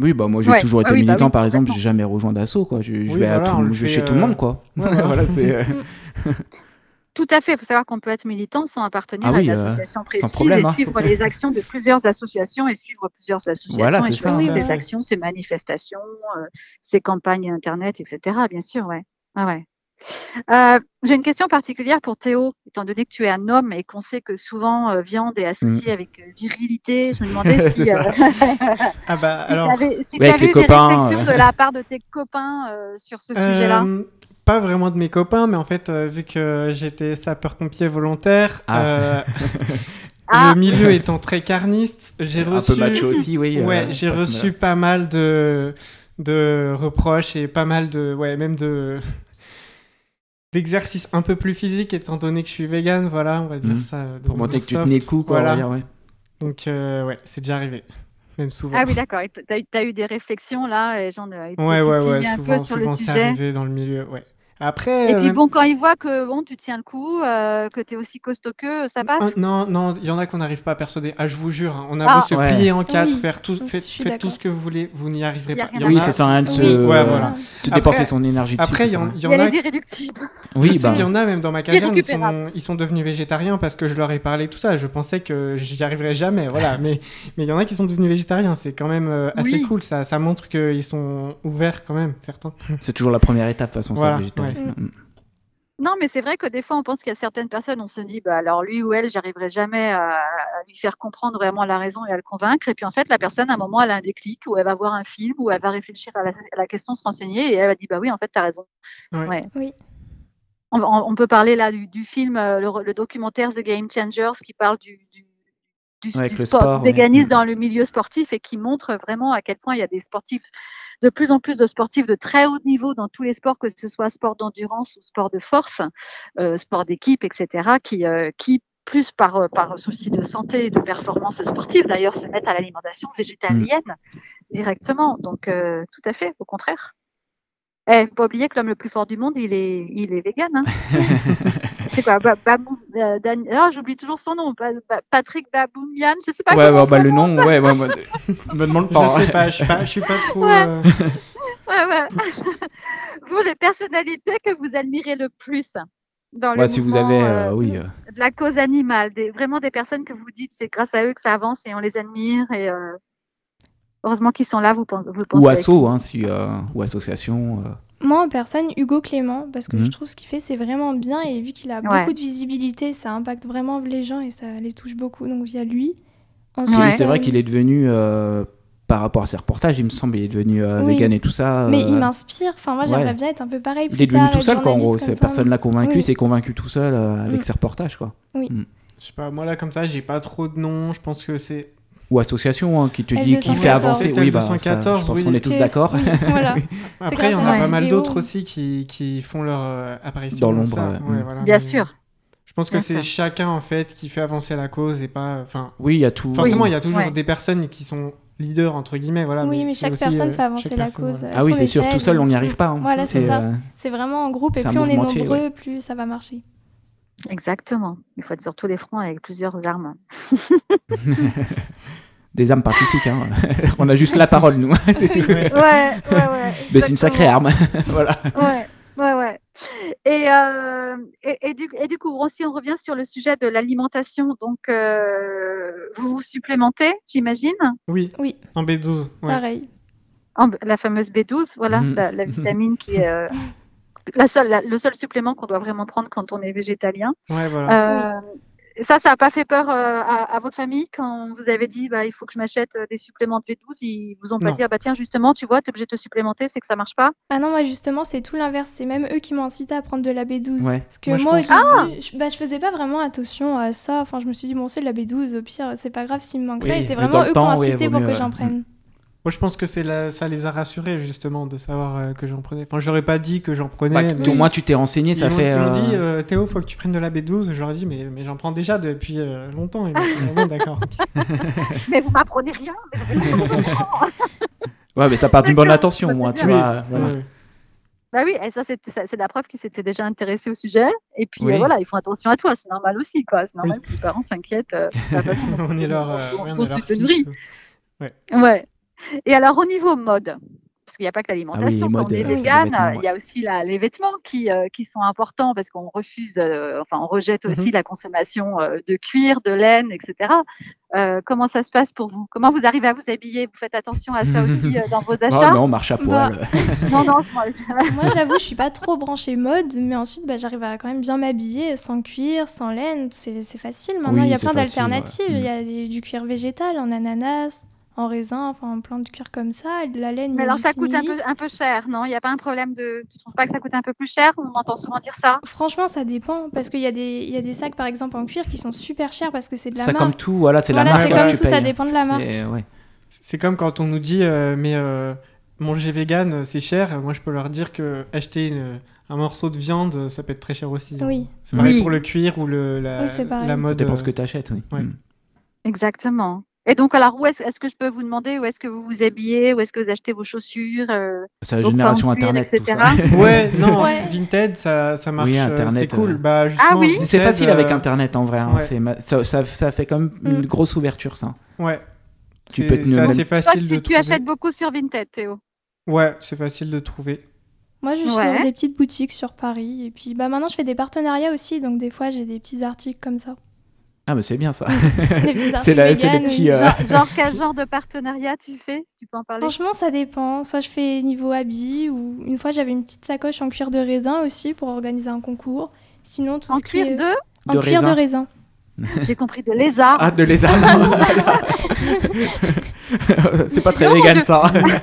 [SPEAKER 1] Oui, bah moi j'ai
[SPEAKER 2] Ouais.
[SPEAKER 1] toujours été
[SPEAKER 2] Ah oui, bah
[SPEAKER 1] militant,
[SPEAKER 2] oui,
[SPEAKER 1] par exemple,
[SPEAKER 2] complètement.
[SPEAKER 1] j'ai jamais rejoint d'assaut, quoi. Je, je
[SPEAKER 3] Oui,
[SPEAKER 1] vais, à
[SPEAKER 3] voilà,
[SPEAKER 1] tout-
[SPEAKER 3] on le
[SPEAKER 1] je vais
[SPEAKER 3] fait,
[SPEAKER 1] chez tout le
[SPEAKER 3] euh,
[SPEAKER 1] monde, quoi.
[SPEAKER 3] voilà.
[SPEAKER 1] c'est, euh,
[SPEAKER 2] Tout à fait. Il faut savoir qu'on peut être militant sans appartenir
[SPEAKER 1] Ah
[SPEAKER 2] à
[SPEAKER 1] oui,
[SPEAKER 2] une
[SPEAKER 1] euh,
[SPEAKER 2] association précise
[SPEAKER 1] problème, hein.
[SPEAKER 2] et suivre les actions de plusieurs associations et suivre plusieurs associations
[SPEAKER 1] Voilà,
[SPEAKER 2] et
[SPEAKER 1] c'est ça.
[SPEAKER 2] choisir
[SPEAKER 3] Oui,
[SPEAKER 2] ses
[SPEAKER 3] voilà.
[SPEAKER 2] actions, ses manifestations, euh, ses campagnes internet, etc. Bien sûr, ouais. Ah ouais. Euh, J'ai une question particulière pour Théo, étant donné que tu es un homme et qu'on sait que souvent euh, viande est associée avec euh, virilité. Je me demandais
[SPEAKER 1] Mm. C'est
[SPEAKER 2] si,
[SPEAKER 1] ça.
[SPEAKER 2] euh,
[SPEAKER 3] Ah, bah,
[SPEAKER 2] si tu
[SPEAKER 3] alors.
[SPEAKER 2] avais, si
[SPEAKER 1] Ouais, avec
[SPEAKER 2] t'avais
[SPEAKER 1] les
[SPEAKER 2] eu des
[SPEAKER 1] copains,
[SPEAKER 2] réflexions
[SPEAKER 1] euh.
[SPEAKER 2] de la part de tes copains euh, sur ce sujet-là.
[SPEAKER 3] Euh, Pas vraiment de mes copains, mais en fait, euh, vu que j'étais sapeur-pompier volontaire,
[SPEAKER 1] Ah.
[SPEAKER 3] euh,
[SPEAKER 2] Ah.
[SPEAKER 3] le milieu étant très carniste, j'ai
[SPEAKER 1] un
[SPEAKER 3] reçu,
[SPEAKER 1] peu macho aussi, oui. euh,
[SPEAKER 3] ouais, j'ai
[SPEAKER 1] parce que-
[SPEAKER 3] reçu pas mal de, de reproches et pas mal de, ouais, même de d'exercices un peu plus physiques, étant donné que je suis vegan, voilà, on va dire
[SPEAKER 1] Mhm.
[SPEAKER 3] ça. de
[SPEAKER 1] Pour montrer
[SPEAKER 3] manière
[SPEAKER 1] que tu
[SPEAKER 3] soft.
[SPEAKER 1] tenais le coup, quoi. on va
[SPEAKER 3] Voilà.
[SPEAKER 1] dire, ouais.
[SPEAKER 3] Donc euh, ouais, c'est déjà arrivé, même souvent.
[SPEAKER 2] Ah oui, d'accord. Tu as, eu des réflexions là, euh, et j'en ai
[SPEAKER 3] ouais, ouais, ouais,
[SPEAKER 2] un
[SPEAKER 3] souvent,
[SPEAKER 2] peu sur
[SPEAKER 3] souvent,
[SPEAKER 2] le
[SPEAKER 3] c'est
[SPEAKER 2] sujet.
[SPEAKER 3] arrivé dans le milieu, ouais. Après,
[SPEAKER 2] Et
[SPEAKER 3] euh,
[SPEAKER 2] puis
[SPEAKER 3] même-
[SPEAKER 2] bon, quand ils voient que bon, tu tiens le coup, euh, que tu es aussi costaud qu'eux, ça
[SPEAKER 3] Ah,
[SPEAKER 2] passe
[SPEAKER 3] non, non, il y en a qu'on n'arrive pas à persuder. Ah, je vous jure, hein, on a
[SPEAKER 2] Ah.
[SPEAKER 3] beau se
[SPEAKER 1] Ouais.
[SPEAKER 3] plier en quatre,
[SPEAKER 4] Oui,
[SPEAKER 3] faire tout,
[SPEAKER 4] je
[SPEAKER 3] faites,
[SPEAKER 4] suis
[SPEAKER 3] faites tout
[SPEAKER 4] d'accord.
[SPEAKER 3] ce que vous voulez, vous n'y arriverez
[SPEAKER 2] Il y a
[SPEAKER 3] pas.
[SPEAKER 2] rien
[SPEAKER 3] Il y
[SPEAKER 2] à
[SPEAKER 3] en
[SPEAKER 1] Oui,
[SPEAKER 3] a-
[SPEAKER 1] c'est ça, hein, de
[SPEAKER 4] Oui,
[SPEAKER 1] se,
[SPEAKER 3] Ouais, voilà.
[SPEAKER 1] se
[SPEAKER 3] Après-
[SPEAKER 1] dépenser son énergie dessus,
[SPEAKER 3] Après,
[SPEAKER 1] c'est
[SPEAKER 3] il y, en-
[SPEAKER 1] ça.
[SPEAKER 3] il y
[SPEAKER 2] Il
[SPEAKER 3] en
[SPEAKER 2] y a
[SPEAKER 3] a.
[SPEAKER 2] les irréductibles.
[SPEAKER 3] je
[SPEAKER 1] Oui,
[SPEAKER 3] sais
[SPEAKER 1] bah,
[SPEAKER 3] qu'il y en a même dans ma caserne, ils sont,
[SPEAKER 2] Irrécupérable.
[SPEAKER 3] ils sont devenus végétariens parce que je leur ai parlé tout ça. Je pensais que j'y arriverais jamais, voilà. mais mais il y en a qui sont devenus végétariens. C'est quand même euh, assez
[SPEAKER 2] Oui.
[SPEAKER 3] cool. Ça, ça montre qu'ils sont ouverts quand même, certains.
[SPEAKER 1] c'est toujours la première étape, de toute façon, c'est
[SPEAKER 3] Voilà,
[SPEAKER 1] le végétarisme. Mm.
[SPEAKER 2] Non, mais c'est vrai que des fois, on pense qu'il y a certaines personnes, on se dit, bah alors lui ou elle, j'arriverai jamais à, à lui faire comprendre vraiment la raison et à le convaincre. Et puis en fait, la personne, à un moment, elle a un déclic, ou elle va voir un film, ou elle va réfléchir à la, à la question, se renseigner, et elle va dire, bah oui, en fait, t'as raison.
[SPEAKER 3] Ouais.
[SPEAKER 4] Oui.
[SPEAKER 2] On, on- on peut parler là du, du film, euh, le, re- le documentaire The Game Changers, qui parle du, du, du-
[SPEAKER 1] Ouais,
[SPEAKER 2] du
[SPEAKER 1] avec le
[SPEAKER 2] sport,
[SPEAKER 1] sport,
[SPEAKER 2] du
[SPEAKER 1] ouais.
[SPEAKER 2] véganisme
[SPEAKER 1] Mm.
[SPEAKER 2] dans le milieu sportif et qui montre vraiment à quel point il y a des sportifs, de plus en plus de sportifs de très haut niveau dans tous les sports, que ce soit sport d'endurance ou sport de force, euh, sport d'équipe, etc., qui, euh, qui plus par, euh, par souci de santé et de performance sportive, d'ailleurs, se mettent à l'alimentation végétalienne
[SPEAKER 1] Mm.
[SPEAKER 2] directement. Donc, euh, tout à fait, au contraire. Eh, faut pas oublier que l'homme le plus fort du monde, il est, il est vegan. Hein. C'est quoi Ba- Babou- euh, Dan- Ah, J'oublie toujours son nom. Ba- Ba- Patrick Baboumian, je sais pas
[SPEAKER 1] Ouais,
[SPEAKER 2] comment
[SPEAKER 1] bah, bah, le nom, ouais, ouais, moi, me demande pas.
[SPEAKER 3] je
[SPEAKER 1] hein.
[SPEAKER 3] sais pas, je suis pas, je suis pas trop.
[SPEAKER 2] Ouais.
[SPEAKER 3] euh,
[SPEAKER 2] Ouais, ouais. vous, les personnalités que vous admirez le plus dans le
[SPEAKER 1] Ouais, si vous
[SPEAKER 2] mouvement,
[SPEAKER 1] avez,
[SPEAKER 2] euh,
[SPEAKER 1] euh, oui, euh,
[SPEAKER 2] de la cause animale, des, vraiment des personnes que vous dites, c'est grâce à eux que ça avance et on les admire. Et, euh, heureusement qu'ils sont là, vous pensez. Vous pensez
[SPEAKER 1] ou
[SPEAKER 2] à qui
[SPEAKER 1] asso, hein, si, euh, ou association. euh.
[SPEAKER 4] Moi en personne, Hugo Clément, parce que
[SPEAKER 1] Mhm.
[SPEAKER 4] je trouve ce qu'il fait, c'est vraiment bien. Et vu qu'il a
[SPEAKER 2] Ouais.
[SPEAKER 4] beaucoup de visibilité, ça impacte vraiment les gens et ça les touche beaucoup. Donc via lui. Ensuite,
[SPEAKER 2] Ouais.
[SPEAKER 1] C'est vrai qu'il
[SPEAKER 4] euh,
[SPEAKER 1] est devenu, euh, par rapport à ses reportages, il me semble, il est devenu euh,
[SPEAKER 4] Oui.
[SPEAKER 1] vegan et tout ça.
[SPEAKER 4] Mais
[SPEAKER 1] euh,
[SPEAKER 4] il m'inspire. Enfin, moi, j'aimerais
[SPEAKER 1] ouais.
[SPEAKER 4] bien être un peu pareil.
[SPEAKER 1] il
[SPEAKER 4] plus
[SPEAKER 1] est devenu
[SPEAKER 4] tard,
[SPEAKER 1] tout
[SPEAKER 4] être
[SPEAKER 1] seul, quoi, en gros.
[SPEAKER 4] journaliste comme
[SPEAKER 1] Cette
[SPEAKER 4] ça.
[SPEAKER 1] personne l'a convaincu,
[SPEAKER 4] Oui.
[SPEAKER 1] s'est convaincu tout seul euh, avec
[SPEAKER 4] Mm.
[SPEAKER 1] ses reportages, quoi.
[SPEAKER 3] Je sais pas. Moi là, comme ça, j'ai pas trop de noms. Je pense que c'est.
[SPEAKER 1] Ou association, hein, qui te dit, qui
[SPEAKER 4] L214.
[SPEAKER 1] fait avancer.
[SPEAKER 3] C'est
[SPEAKER 1] Oui, bah, ça,
[SPEAKER 3] L214,
[SPEAKER 1] je pense
[SPEAKER 3] oui,
[SPEAKER 1] qu'on est tous d'accord.
[SPEAKER 4] Oui, voilà. C'est
[SPEAKER 3] Après, il y en
[SPEAKER 4] grâce
[SPEAKER 2] à
[SPEAKER 3] a
[SPEAKER 2] la
[SPEAKER 3] pas mal
[SPEAKER 4] vidéo.
[SPEAKER 3] d'autres aussi qui, qui font leur euh, apparition
[SPEAKER 1] Dans
[SPEAKER 3] comme
[SPEAKER 1] l'ombre,
[SPEAKER 3] ça.
[SPEAKER 1] ouais. Mm.
[SPEAKER 3] Ouais, voilà,
[SPEAKER 2] Bien
[SPEAKER 3] mais-
[SPEAKER 2] sûr.
[SPEAKER 3] Je pense que
[SPEAKER 2] Bien
[SPEAKER 3] c'est
[SPEAKER 2] sûr.
[SPEAKER 3] chacun en fait qui fait avancer la cause et pas. Enfin,
[SPEAKER 1] Oui, il y a tout.
[SPEAKER 3] forcément, il y a toujours
[SPEAKER 2] Ouais.
[SPEAKER 3] des personnes qui sont leaders entre guillemets, voilà.
[SPEAKER 4] oui, mais
[SPEAKER 3] c'est
[SPEAKER 4] chaque
[SPEAKER 3] aussi,
[SPEAKER 4] personne
[SPEAKER 3] euh,
[SPEAKER 4] fait avancer
[SPEAKER 3] chaque
[SPEAKER 4] la
[SPEAKER 3] personne,
[SPEAKER 4] cause.
[SPEAKER 3] voilà.
[SPEAKER 4] euh,
[SPEAKER 1] Ah oui,
[SPEAKER 4] sur
[SPEAKER 1] c'est sûr,
[SPEAKER 4] l'échelle.
[SPEAKER 1] tout seul, on n'y arrive pas. hein.
[SPEAKER 4] Voilà, c'est ça.
[SPEAKER 1] euh,
[SPEAKER 4] C'est vraiment en groupe et
[SPEAKER 1] c'est un
[SPEAKER 4] plus on est
[SPEAKER 1] mouvement entier,
[SPEAKER 4] nombreux, plus ça va marcher.
[SPEAKER 2] Exactement. Il faut être sur tous les fronts avec plusieurs armes.
[SPEAKER 1] Des armes pacifiques, hein. on a juste la parole, nous. c'est tout.
[SPEAKER 2] Ouais, ouais, ouais.
[SPEAKER 1] Mais c'est une sacrée
[SPEAKER 2] exactement.
[SPEAKER 1] arme. voilà.
[SPEAKER 2] Ouais, ouais, ouais. Et, euh, et, et du, et du coup, si on revient sur le sujet de l'alimentation, donc euh, vous vous supplémentez, j'imagine,
[SPEAKER 3] Oui.
[SPEAKER 4] Oui.
[SPEAKER 3] En B12. Ouais.
[SPEAKER 4] Pareil.
[SPEAKER 2] En- Ah, bah, la fameuse B12, voilà,
[SPEAKER 1] Mhm.
[SPEAKER 2] la, la vitamine qui est euh, la seule, la- le seul supplément qu'on doit vraiment prendre quand on est végétalien.
[SPEAKER 3] Ouais,
[SPEAKER 4] Ah.
[SPEAKER 3] voilà.
[SPEAKER 2] Euh, Ça, ça n'a pas fait peur euh, à, à votre famille quand vous avez dit bah, il faut que je m'achète euh, des suppléments de B12 Ils vous ont pas
[SPEAKER 3] Non.
[SPEAKER 2] dit ah bah tiens, justement, tu vois, tu es obligé de te supplémenter, c'est que ça marche pas
[SPEAKER 4] Ah non, moi justement, c'est tout l'inverse. C'est même eux qui m'ont incité à prendre de la B12.
[SPEAKER 1] Ouais.
[SPEAKER 4] Parce que
[SPEAKER 3] Moi,
[SPEAKER 4] moi,
[SPEAKER 3] je
[SPEAKER 4] au début, je, bah, je faisais pas vraiment attention à ça. Enfin, je me suis dit, bon, c'est de la B12, au pire, c'est pas grave s'il me manque ça.
[SPEAKER 1] Oui,
[SPEAKER 4] Et c'est
[SPEAKER 1] mais dans
[SPEAKER 4] vraiment
[SPEAKER 1] le
[SPEAKER 4] eux qui ont
[SPEAKER 1] temps, oui,
[SPEAKER 4] insisté
[SPEAKER 1] vaut
[SPEAKER 4] pour
[SPEAKER 1] mieux,
[SPEAKER 4] que
[SPEAKER 1] ouais.
[SPEAKER 4] j'en prenne.
[SPEAKER 3] Moi, je pense que c'est la... ça les a rassurés, justement, de savoir euh, que j'en prenais. Enfin, j'aurais pas dit que j'en
[SPEAKER 1] Bah,
[SPEAKER 3] prenais. mais
[SPEAKER 1] Au moins, tu t'es renseigné,
[SPEAKER 3] ils
[SPEAKER 1] ça
[SPEAKER 3] m'ont-
[SPEAKER 1] fait.
[SPEAKER 3] Ils m'ont
[SPEAKER 1] euh,
[SPEAKER 3] dit, euh, Théo, faut que tu prennes de la B12. J'aurais dit, mais, mais j'en prends déjà depuis euh, longtemps. Ils m'ont dit, Ah bon, d'accord.
[SPEAKER 2] Mais vous m'apprenez rien
[SPEAKER 1] Ouais, mais ça part d'une bonne
[SPEAKER 2] D'accord,
[SPEAKER 1] attention, au
[SPEAKER 2] bah,
[SPEAKER 1] moins,
[SPEAKER 2] c'est
[SPEAKER 1] tu
[SPEAKER 3] bien.
[SPEAKER 1] vois. voilà.
[SPEAKER 3] Ouais.
[SPEAKER 2] Bah oui, et ça, c'est ça- c'est la preuve qu'ils s'étaient déjà intéressés au sujet. Et puis
[SPEAKER 1] Oui.
[SPEAKER 2] euh, voilà, ils font attention à toi, c'est normal aussi, quoi. C'est normal que les parents s'inquiètent. euh, de la façon dont-
[SPEAKER 3] on est leur, euh,
[SPEAKER 2] dont-
[SPEAKER 3] ouais, on
[SPEAKER 2] dont
[SPEAKER 3] est leur
[SPEAKER 2] tu te
[SPEAKER 3] fils.
[SPEAKER 2] nourris. Ouais. Et alors, au niveau mode, parce qu'il n'y a pas que l'alimentation,
[SPEAKER 1] Ah oui,
[SPEAKER 2] quand
[SPEAKER 1] mode,
[SPEAKER 2] on est
[SPEAKER 1] euh, les
[SPEAKER 2] vegan,
[SPEAKER 1] vêtements,
[SPEAKER 2] il y a aussi la- les vêtements qui, euh, qui sont importants parce qu'on refuse, euh, enfin, on rejette
[SPEAKER 1] Mm-hmm.
[SPEAKER 2] aussi la consommation euh, de cuir, de laine, etc. Euh, comment ça se passe pour vous Comment vous arrivez à vous habiller Vous faites attention à ça aussi euh, dans vos
[SPEAKER 1] Oh
[SPEAKER 2] achats
[SPEAKER 1] non, marche à poil.
[SPEAKER 2] Non, non, moi-
[SPEAKER 4] Moi, j'avoue, je suis pas trop branchée mode, mais ensuite, bah, j'arrive à quand même bien m'habiller sans cuir, sans laine. C'est c'est facile maintenant.
[SPEAKER 1] Oui,
[SPEAKER 4] Il y a
[SPEAKER 1] c'est
[SPEAKER 4] plein
[SPEAKER 1] facile,
[SPEAKER 4] d'alternatives.
[SPEAKER 1] ouais. Mm.
[SPEAKER 4] Il y a des- du cuir végétal en ananas, en raisin, enfin, plein de cuir comme ça. De la laine, il y
[SPEAKER 2] Mais
[SPEAKER 4] a
[SPEAKER 2] alors
[SPEAKER 4] du
[SPEAKER 2] ça coûte un
[SPEAKER 4] simili.
[SPEAKER 2] peu, un peu cher, non Il n'y a pas un problème de... Tu trouves pas que ça coûte un peu plus cher On entend souvent dire ça.
[SPEAKER 4] Franchement, ça dépend. Parce qu'il y, a des- il y a des sacs, par exemple, en cuir qui sont super chers parce que c'est de la
[SPEAKER 1] Ça,
[SPEAKER 4] marque.
[SPEAKER 1] comme tout, voilà, c'est la
[SPEAKER 4] Voilà,
[SPEAKER 1] marque
[SPEAKER 3] c'est
[SPEAKER 1] que
[SPEAKER 3] comme
[SPEAKER 1] tu
[SPEAKER 3] tout,
[SPEAKER 1] payes.
[SPEAKER 4] ça dépend de la
[SPEAKER 1] C'est- ouais.
[SPEAKER 3] C'est comme quand on nous dit, euh, mais euh, manger vegan, euh, c'est cher. Moi, je peux leur dire que acheter une- un morceau de viande, euh, ça peut être très cher aussi.
[SPEAKER 4] Oui.
[SPEAKER 3] C'est pareil
[SPEAKER 2] Oui.
[SPEAKER 3] pour le cuir ou le, la,
[SPEAKER 4] Oui, c'est pareil.
[SPEAKER 3] la
[SPEAKER 1] Ça
[SPEAKER 3] mode.
[SPEAKER 1] dépend
[SPEAKER 3] euh,
[SPEAKER 1] ce que tu achètes, oui.
[SPEAKER 3] ouais.
[SPEAKER 1] Mm.
[SPEAKER 2] Exactement. Et donc alors, où est-ce est-ce que je peux vous demander Où est-ce que vous vous habillez Où est-ce que vous achetez vos chaussures euh,
[SPEAKER 1] C'est la
[SPEAKER 2] vos
[SPEAKER 1] génération
[SPEAKER 2] pains en cuir,
[SPEAKER 1] Internet, tout ça.
[SPEAKER 2] etc.
[SPEAKER 3] Ouais, non,
[SPEAKER 4] Ouais.
[SPEAKER 3] Vinted, ça, ça marche.
[SPEAKER 1] Oui,
[SPEAKER 3] euh,
[SPEAKER 1] Internet,
[SPEAKER 3] c'est cool.
[SPEAKER 1] euh.
[SPEAKER 3] Bah, justement,
[SPEAKER 2] oui
[SPEAKER 3] Vinted,
[SPEAKER 1] C'est facile
[SPEAKER 3] euh,
[SPEAKER 1] avec Internet en vrai. hein.
[SPEAKER 3] ouais.
[SPEAKER 1] C'est ma- ça, ça- ça fait quand même une
[SPEAKER 4] Mm.
[SPEAKER 1] grosse ouverture, ça.
[SPEAKER 3] euh, Ouais.
[SPEAKER 1] Tu
[SPEAKER 3] C'est-
[SPEAKER 1] peux te
[SPEAKER 3] c'est
[SPEAKER 1] nommer-
[SPEAKER 3] assez
[SPEAKER 2] Toi,
[SPEAKER 3] facile de
[SPEAKER 2] tu, tu
[SPEAKER 3] trouver.
[SPEAKER 2] achètes beaucoup sur Vinted, Théo.
[SPEAKER 3] Ouais, c'est facile de trouver.
[SPEAKER 4] Moi, je suis
[SPEAKER 2] Ouais.
[SPEAKER 4] dans des petites boutiques sur Paris. Et puis, bah, maintenant, je fais des partenariats aussi. Donc, des fois, j'ai des petits articles comme ça.
[SPEAKER 1] Ah, mais c'est bien ça.
[SPEAKER 4] Des petits
[SPEAKER 1] C'est
[SPEAKER 4] articles
[SPEAKER 1] la- c'est les
[SPEAKER 4] vegan,
[SPEAKER 1] petits,
[SPEAKER 4] oui.
[SPEAKER 1] euh,
[SPEAKER 2] Genre, genre, quel genre de partenariat tu fais Si tu peux en parler.
[SPEAKER 4] Franchement, ça dépend. Soit je fais niveau habits, ou une fois, j'avais une petite sacoche en cuir de raisin aussi pour organiser un concours. Sinon, tout
[SPEAKER 2] En
[SPEAKER 4] ce qui est-
[SPEAKER 2] cuir de
[SPEAKER 4] En
[SPEAKER 1] De
[SPEAKER 4] cuir
[SPEAKER 1] raisin.
[SPEAKER 4] de raisin.
[SPEAKER 2] J'ai compris, de lézard.
[SPEAKER 1] Ah, de lézard. c'est pas très
[SPEAKER 2] Non,
[SPEAKER 1] vegan,
[SPEAKER 2] je-
[SPEAKER 1] ça.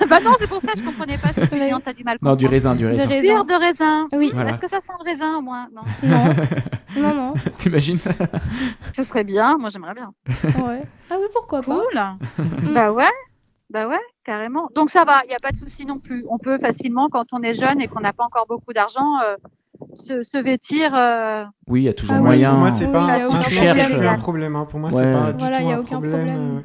[SPEAKER 2] bah non, c'est pour ça que je comprenais pas. Je me suis dit,
[SPEAKER 4] Ouais.
[SPEAKER 2] non, t'as du mal.
[SPEAKER 1] non, du
[SPEAKER 2] comprendre.
[SPEAKER 1] raisin, du
[SPEAKER 4] De
[SPEAKER 1] raisin.
[SPEAKER 4] raisin.
[SPEAKER 2] Cuir de raisin.
[SPEAKER 4] Oui.
[SPEAKER 1] Voilà.
[SPEAKER 2] Est-ce que ça sent le raisin au moins Non,
[SPEAKER 4] Non. non, non.
[SPEAKER 1] T'imagines
[SPEAKER 2] ce serait bien. Moi, j'aimerais bien.
[SPEAKER 4] Ouais. Ah oui, pourquoi pas
[SPEAKER 2] Cool. bah ouais, bah ouais, carrément. Donc ça va, il n'y a pas de souci non plus. On peut facilement, quand on est jeune et qu'on n'a pas encore beaucoup d'argent, euh, se, se vêtir. euh,
[SPEAKER 1] Oui, il y a toujours
[SPEAKER 4] Ah oui.
[SPEAKER 1] moyen.
[SPEAKER 3] Pour moi, c'est
[SPEAKER 4] Oui,
[SPEAKER 3] pas,
[SPEAKER 4] il y a
[SPEAKER 3] un-
[SPEAKER 4] aucun
[SPEAKER 3] franchement,
[SPEAKER 1] problème.
[SPEAKER 3] c'est pas un
[SPEAKER 1] Cherche.
[SPEAKER 3] problème. hein. Pour moi,
[SPEAKER 1] Ouais.
[SPEAKER 3] c'est pas
[SPEAKER 4] Voilà, il
[SPEAKER 3] du tout
[SPEAKER 4] y a
[SPEAKER 3] un
[SPEAKER 4] aucun
[SPEAKER 3] problème.
[SPEAKER 4] problème.
[SPEAKER 3] euh,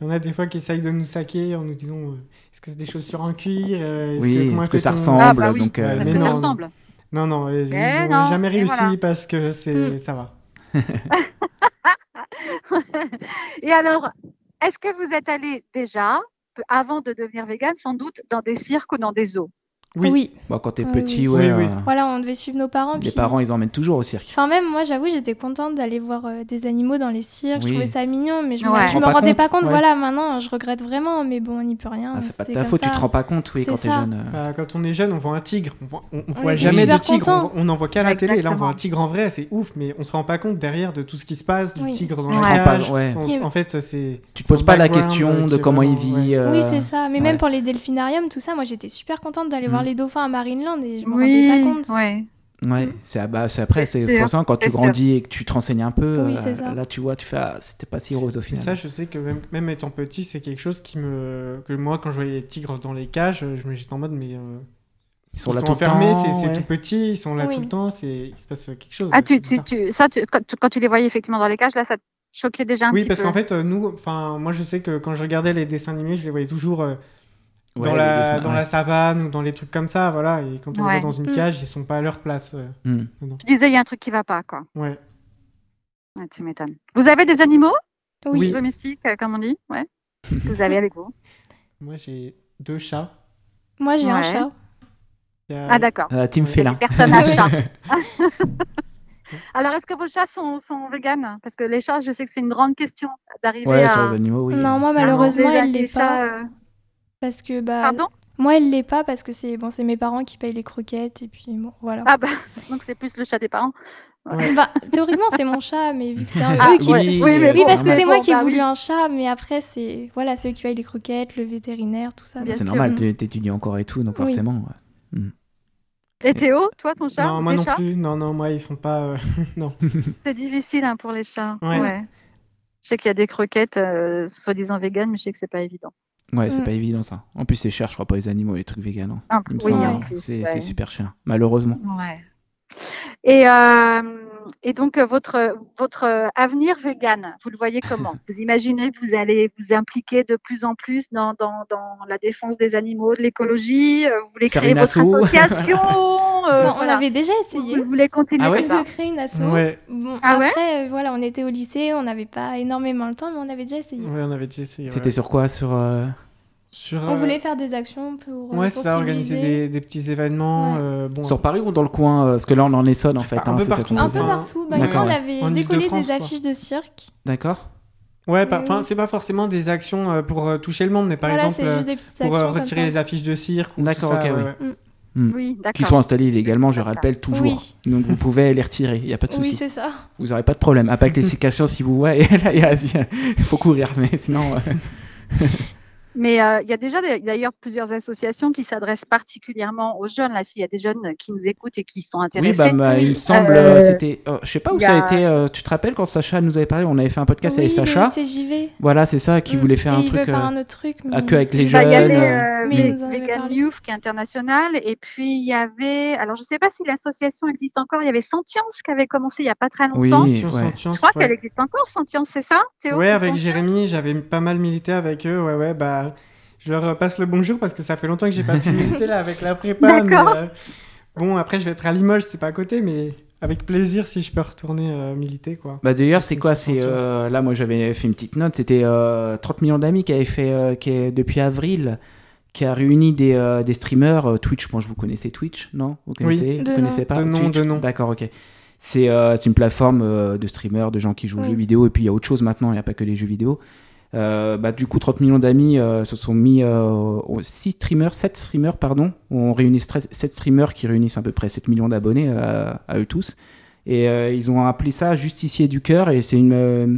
[SPEAKER 3] Il y en a des fois qui essayent de nous saquer en nous disant euh, est-ce que c'est des chaussures en cuir euh,
[SPEAKER 1] Oui,
[SPEAKER 3] comment
[SPEAKER 1] est-ce que
[SPEAKER 3] fait
[SPEAKER 1] ça
[SPEAKER 3] ton-
[SPEAKER 1] ressemble
[SPEAKER 2] Ah, bah oui.
[SPEAKER 1] donc, euh,
[SPEAKER 2] Parce
[SPEAKER 3] mais
[SPEAKER 2] que ça
[SPEAKER 3] non.
[SPEAKER 2] ressemble.
[SPEAKER 3] Non, non, ils
[SPEAKER 2] Eh
[SPEAKER 3] n'ont
[SPEAKER 2] non,
[SPEAKER 3] jamais
[SPEAKER 2] et
[SPEAKER 3] réussi
[SPEAKER 2] voilà.
[SPEAKER 3] parce que c'est
[SPEAKER 4] Mm.
[SPEAKER 3] ça va.
[SPEAKER 2] et alors, est-ce que vous êtes allé déjà, peu- avant de devenir végane, sans doute, dans des cirques ou dans des zoos
[SPEAKER 3] Oui.
[SPEAKER 1] Bon, quand t'es
[SPEAKER 4] Ah,
[SPEAKER 1] petit,
[SPEAKER 3] oui.
[SPEAKER 1] ouais.
[SPEAKER 3] Oui, oui.
[SPEAKER 1] euh,
[SPEAKER 4] Voilà, on devait suivre nos parents.
[SPEAKER 1] Les
[SPEAKER 4] puis-
[SPEAKER 1] parents, ils emmènent toujours au cirque.
[SPEAKER 4] Enfin, même moi, j'avoue, j'étais contente d'aller voir euh, des animaux dans les cirques.
[SPEAKER 1] Oui.
[SPEAKER 4] Je trouvais ça mignon, mais je
[SPEAKER 2] Ouais.
[SPEAKER 4] me-
[SPEAKER 2] Tu
[SPEAKER 4] je
[SPEAKER 1] te
[SPEAKER 4] me
[SPEAKER 1] rends pas
[SPEAKER 4] rendais pas
[SPEAKER 1] compte,
[SPEAKER 4] compte.
[SPEAKER 1] ouais.
[SPEAKER 4] Voilà, maintenant, je regrette vraiment, mais bon, on n'y peut rien.
[SPEAKER 1] Ah, c'est pas de
[SPEAKER 4] c'était
[SPEAKER 1] ta
[SPEAKER 4] comme
[SPEAKER 1] faute, tu
[SPEAKER 4] ça.
[SPEAKER 1] te rends pas compte, oui,
[SPEAKER 4] C'est
[SPEAKER 1] quand t'es
[SPEAKER 4] ça.
[SPEAKER 1] jeune. euh.
[SPEAKER 3] Bah, quand on est jeune, on voit un tigre. On voit, on- on
[SPEAKER 4] On
[SPEAKER 3] voit
[SPEAKER 4] est
[SPEAKER 3] jamais de
[SPEAKER 4] super
[SPEAKER 3] tigre.
[SPEAKER 4] content.
[SPEAKER 3] On, on en voit qu'à la télé. Et là, on voit un
[SPEAKER 2] Exactement.
[SPEAKER 3] tigre en vrai. C'est ouf, mais on se rend pas compte derrière de tout ce qui se passe, du
[SPEAKER 4] Oui.
[SPEAKER 3] tigre dans
[SPEAKER 2] Ouais.
[SPEAKER 3] la
[SPEAKER 2] On se
[SPEAKER 1] rend pas-
[SPEAKER 3] cage.
[SPEAKER 1] ouais.
[SPEAKER 3] On se- En fait, c'est.
[SPEAKER 1] Tu te poses
[SPEAKER 3] Son
[SPEAKER 1] pas la
[SPEAKER 3] background,
[SPEAKER 1] question
[SPEAKER 3] euh,
[SPEAKER 1] de
[SPEAKER 3] qui est
[SPEAKER 1] comment il
[SPEAKER 3] vraiment-
[SPEAKER 1] vit. euh,
[SPEAKER 4] Oui, c'est ça. Mais
[SPEAKER 1] ouais.
[SPEAKER 4] même pour les delphinariums, tout ça, moi, j'étais super contente d'aller voir
[SPEAKER 1] Mm.
[SPEAKER 4] les dauphins à Marineland et je me rendais pas compte.
[SPEAKER 2] oui.
[SPEAKER 1] Ouais,
[SPEAKER 4] Mm.
[SPEAKER 1] c'est à- bah, c'est après,
[SPEAKER 2] C'est
[SPEAKER 1] c'est
[SPEAKER 2] sûr,
[SPEAKER 1] forcément quand
[SPEAKER 2] c'est
[SPEAKER 1] tu grandis et que tu te renseignes un peu.
[SPEAKER 4] Oui,
[SPEAKER 1] euh,
[SPEAKER 4] c'est ça.
[SPEAKER 1] Là, tu vois, tu fais, ah, c'était pas si rose au
[SPEAKER 3] Et
[SPEAKER 1] final.
[SPEAKER 3] ça, je sais que même, même étant petit, c'est quelque chose qui me. Que moi, quand je voyais les tigres dans les cages, je me j'étais en mode, mais.
[SPEAKER 1] ils
[SPEAKER 3] euh, ils
[SPEAKER 1] sont là
[SPEAKER 3] sont
[SPEAKER 1] tout le
[SPEAKER 3] enfermés,
[SPEAKER 1] temps,
[SPEAKER 3] c'est c'est
[SPEAKER 1] ouais.
[SPEAKER 3] tout petit, ils sont là
[SPEAKER 4] Oui.
[SPEAKER 3] tout le temps, c'est- il se passe quelque chose.
[SPEAKER 2] Ah,
[SPEAKER 3] c'est
[SPEAKER 2] tu, tu,
[SPEAKER 3] bizarre.
[SPEAKER 2] tu, ça, tu, quand, tu- quand tu les voyais effectivement dans les cages, là, ça te choquait déjà un
[SPEAKER 3] Oui,
[SPEAKER 2] petit
[SPEAKER 3] parce
[SPEAKER 2] peu.
[SPEAKER 3] qu'en fait, euh, nous, enfin, moi, je sais que quand je regardais les dessins animés, je les voyais toujours euh,
[SPEAKER 1] Ouais,
[SPEAKER 3] dans,
[SPEAKER 1] les
[SPEAKER 3] la,
[SPEAKER 1] dessins,
[SPEAKER 3] dans
[SPEAKER 1] ouais.
[SPEAKER 3] la savane ou dans les trucs comme ça, voilà. Et quand on les
[SPEAKER 2] Ouais.
[SPEAKER 3] voit dans une
[SPEAKER 4] Mm.
[SPEAKER 3] cage, ils sont pas à leur place. euh,
[SPEAKER 1] Mm.
[SPEAKER 2] Tu disais, il y a un truc qui va pas, quoi.
[SPEAKER 3] ouais.
[SPEAKER 2] Ah, tu m'étonnes. Vous avez des animaux
[SPEAKER 3] Oui.
[SPEAKER 2] domestiques, euh, comme on dit Ouais. Que vous avez avec vous
[SPEAKER 3] Moi, j'ai deux chats.
[SPEAKER 4] Moi, j'ai un
[SPEAKER 2] Ouais.
[SPEAKER 4] chat.
[SPEAKER 3] Il y a-
[SPEAKER 2] Ah, d'accord.
[SPEAKER 1] Euh, team
[SPEAKER 3] Ouais.
[SPEAKER 1] félin.
[SPEAKER 2] Personne n'a de
[SPEAKER 4] Ouais.
[SPEAKER 2] chat. Alors, est-ce que vos chats sont, sont véganes Parce que les chats, je sais que c'est une grande question d'arriver
[SPEAKER 1] Ouais,
[SPEAKER 2] à.
[SPEAKER 1] sur les animaux, oui.
[SPEAKER 4] Non, moi,
[SPEAKER 2] à
[SPEAKER 4] malheureusement,
[SPEAKER 2] enlever
[SPEAKER 4] elle
[SPEAKER 2] les
[SPEAKER 4] l'est pas.
[SPEAKER 2] chats, euh,
[SPEAKER 4] Parce que, bah,
[SPEAKER 2] Pardon
[SPEAKER 4] moi, elle l'est pas parce que c'est bon, c'est mes parents qui payent les croquettes. Et puis, bon, voilà.
[SPEAKER 2] Ah, bah, donc c'est plus le chat des parents.
[SPEAKER 4] Bah, théoriquement, c'est mon chat, mais vu que c'est un
[SPEAKER 2] Ah,
[SPEAKER 4] eux qui.
[SPEAKER 1] oui. euh, mais
[SPEAKER 4] Oui, parce que
[SPEAKER 1] Mais
[SPEAKER 4] c'est moi qui ai
[SPEAKER 2] bah oui,
[SPEAKER 4] voulu un chat, mais après, c'est voilà, c'est eux qui payent les croquettes, le vétérinaire, tout ça.
[SPEAKER 2] Bien
[SPEAKER 4] Donc,
[SPEAKER 1] C'est
[SPEAKER 2] sûr.
[SPEAKER 1] normal, t'é- t'étudies encore et tout, donc
[SPEAKER 4] Oui.
[SPEAKER 1] forcément. ouais.
[SPEAKER 2] Et Théo, toi, ton chat
[SPEAKER 3] non, moi
[SPEAKER 2] tes
[SPEAKER 3] non
[SPEAKER 2] chats
[SPEAKER 3] plus. Non, non, moi, ils sont pas. euh,
[SPEAKER 2] C'est difficile hein, pour les chats.
[SPEAKER 3] Ouais.
[SPEAKER 2] ouais. Je sais qu'il y a des croquettes euh, soi-disant véganes, mais je sais que c'est pas évident.
[SPEAKER 1] Ouais, c'est
[SPEAKER 4] Mm.
[SPEAKER 1] pas évident ça. En plus, c'est cher, je crois, pas les animaux, les trucs véganes. hein.
[SPEAKER 2] Un
[SPEAKER 1] Il me
[SPEAKER 2] Ah, oui,
[SPEAKER 1] semble,
[SPEAKER 2] en
[SPEAKER 1] hein.
[SPEAKER 2] plus,
[SPEAKER 1] c'est
[SPEAKER 2] ouais.
[SPEAKER 1] c'est super cher, malheureusement.
[SPEAKER 2] Ouais. Et, euh, et donc, euh, votre, votre euh, avenir vegan, vous le voyez comment Vous imaginez que vous allez vous impliquer de plus en plus dans, dans, dans la défense des animaux, de l'écologie euh, Vous voulez
[SPEAKER 1] Faire
[SPEAKER 2] créer
[SPEAKER 1] une
[SPEAKER 2] votre
[SPEAKER 1] asso.
[SPEAKER 2] association euh,
[SPEAKER 4] Non,
[SPEAKER 2] voilà.
[SPEAKER 4] On avait déjà essayé
[SPEAKER 2] Vous vous voulez continuer
[SPEAKER 1] Ah ouais
[SPEAKER 2] comme ça
[SPEAKER 4] de créer une asso.
[SPEAKER 3] Ouais.
[SPEAKER 4] Bon,
[SPEAKER 2] Ah ouais
[SPEAKER 4] après, euh, voilà, on était au lycée, on n'avait pas énormément le temps, mais on avait déjà essayé.
[SPEAKER 3] Ouais, on avait déjà essayé.
[SPEAKER 1] C'était sur quoi Sur. euh,
[SPEAKER 3] Sur,
[SPEAKER 4] On
[SPEAKER 3] euh,
[SPEAKER 4] voulait faire des actions pour euh,
[SPEAKER 3] Ouais, c'est ça, organiser
[SPEAKER 4] sensibiliser.
[SPEAKER 3] des, des petits événements.
[SPEAKER 4] Ouais.
[SPEAKER 3] euh, bon,
[SPEAKER 1] Sur Paris ou dans le coin euh, Parce que là, on est en Essonne en fait.
[SPEAKER 3] Un
[SPEAKER 1] hein,
[SPEAKER 3] peu
[SPEAKER 1] c'est ça qu'on
[SPEAKER 3] partout.
[SPEAKER 4] Un
[SPEAKER 1] veut
[SPEAKER 4] peu
[SPEAKER 1] faire.
[SPEAKER 3] Enfin,
[SPEAKER 4] partout. Bah,
[SPEAKER 1] d'accord,
[SPEAKER 4] nous, on
[SPEAKER 1] ouais.
[SPEAKER 4] avait
[SPEAKER 3] En
[SPEAKER 4] décollé
[SPEAKER 3] Ile-de-France,
[SPEAKER 4] des
[SPEAKER 3] quoi.
[SPEAKER 4] affiches de cirque.
[SPEAKER 1] D'accord
[SPEAKER 3] euh, Ouais, pas-
[SPEAKER 4] Oui,
[SPEAKER 3] enfin,
[SPEAKER 4] oui.
[SPEAKER 3] c'est pas forcément des actions euh, pour euh, toucher le monde, mais par
[SPEAKER 4] voilà,
[SPEAKER 3] exemple
[SPEAKER 4] c'est
[SPEAKER 3] euh,
[SPEAKER 4] juste des petites
[SPEAKER 3] pour euh,
[SPEAKER 4] actions. comme
[SPEAKER 3] retirer
[SPEAKER 4] ça.
[SPEAKER 3] les affiches de cirque. ou tout
[SPEAKER 1] D'accord,
[SPEAKER 3] ça,
[SPEAKER 1] ok,
[SPEAKER 3] ouais,
[SPEAKER 1] oui.
[SPEAKER 3] ouais.
[SPEAKER 2] Oui,
[SPEAKER 1] Qui
[SPEAKER 2] d'accord.
[SPEAKER 1] sont installés illégalement, je rappelle toujours.
[SPEAKER 4] Oui.
[SPEAKER 1] Donc vous pouvez les retirer, il n'y a pas de
[SPEAKER 4] Oui,
[SPEAKER 1] souci.
[SPEAKER 4] c'est ça.
[SPEAKER 1] vous n'aurez pas de problème. À pas que les sécations, si vous voyez, là, il y a- il faut courir, mais sinon. euh,
[SPEAKER 2] Mais euh, il y a déjà des- d'ailleurs plusieurs associations qui s'adressent particulièrement aux jeunes. Là, s'il y a des jeunes qui nous écoutent et qui sont
[SPEAKER 1] Oui,
[SPEAKER 2] intéressés.
[SPEAKER 1] bah, bah, il me semble,
[SPEAKER 2] Euh,
[SPEAKER 1] euh, c'était. euh, je sais pas où
[SPEAKER 2] il y a-
[SPEAKER 1] ça a été. euh, tu te rappelles quand Sacha nous avait parlé On avait fait un podcast
[SPEAKER 4] oui,
[SPEAKER 1] avec Sacha.
[SPEAKER 4] C'est JV.
[SPEAKER 1] Voilà, c'est ça, qui voulait faire
[SPEAKER 4] Et
[SPEAKER 1] un
[SPEAKER 4] il
[SPEAKER 1] truc.
[SPEAKER 4] veut faire
[SPEAKER 1] euh,
[SPEAKER 4] un autre truc.
[SPEAKER 1] ah,
[SPEAKER 4] mais-
[SPEAKER 1] que avec les
[SPEAKER 2] Bah, il y
[SPEAKER 1] jeunes,
[SPEAKER 2] avait
[SPEAKER 1] euh,
[SPEAKER 2] euh,
[SPEAKER 4] mais
[SPEAKER 2] Ve-
[SPEAKER 4] vous en avez
[SPEAKER 2] Vegan
[SPEAKER 4] parlé.
[SPEAKER 2] Youth qui est international et puis il y avait alors je sais pas si l'association existe encore il y avait Sentience qui avait commencé il y a pas très
[SPEAKER 1] Oui,
[SPEAKER 2] longtemps
[SPEAKER 1] ouais.
[SPEAKER 2] je crois qu'elle existe encore Sentience c'est ça Théo
[SPEAKER 3] Ouais,
[SPEAKER 2] tu
[SPEAKER 3] avec
[SPEAKER 2] penses
[SPEAKER 3] Jérémy, j'avais pas mal milité avec eux. Ouais, ouais, bah, je leur passe le bonjour parce que ça fait longtemps que j'ai pas pu militer là avec la prépa. mais,
[SPEAKER 2] D'accord.
[SPEAKER 3] euh, bon, après, je vais être à Limoges, c'est pas à côté, mais avec plaisir si je peux retourner euh, militer, quoi.
[SPEAKER 1] Bah d'ailleurs, c'est
[SPEAKER 3] Une
[SPEAKER 1] quoi
[SPEAKER 3] petite
[SPEAKER 1] C'est
[SPEAKER 3] conscience.
[SPEAKER 1] euh, là, moi, j'avais fait une petite note. C'était euh, 30 millions d'amis qui avait fait, euh, qui est, depuis avril, qui a réuni des, euh, des streamers euh, Twitch. Moi, je vous connaissez Twitch, non Vous connaissez Vous
[SPEAKER 4] De nom.
[SPEAKER 1] connaissez pas
[SPEAKER 3] De nom,
[SPEAKER 1] Twitch
[SPEAKER 3] de nom.
[SPEAKER 1] D'accord, ok. C'est euh, c'est une plateforme euh, de streamers, de gens qui jouent aux
[SPEAKER 4] Oui.
[SPEAKER 1] jeux vidéo. Et puis il y a autre chose maintenant. Il n'y a pas que les jeux vidéo. Euh, bah, du coup, 30 millions d'amis euh, se sont mis 6 streamers, 7 streamers, pardon. On réunit 7 streamers qui réunissent à peu près 7 millions d'abonnés euh, à eux tous. Et euh, ils ont appelé ça Justicier du cœur. Et c'est une, euh,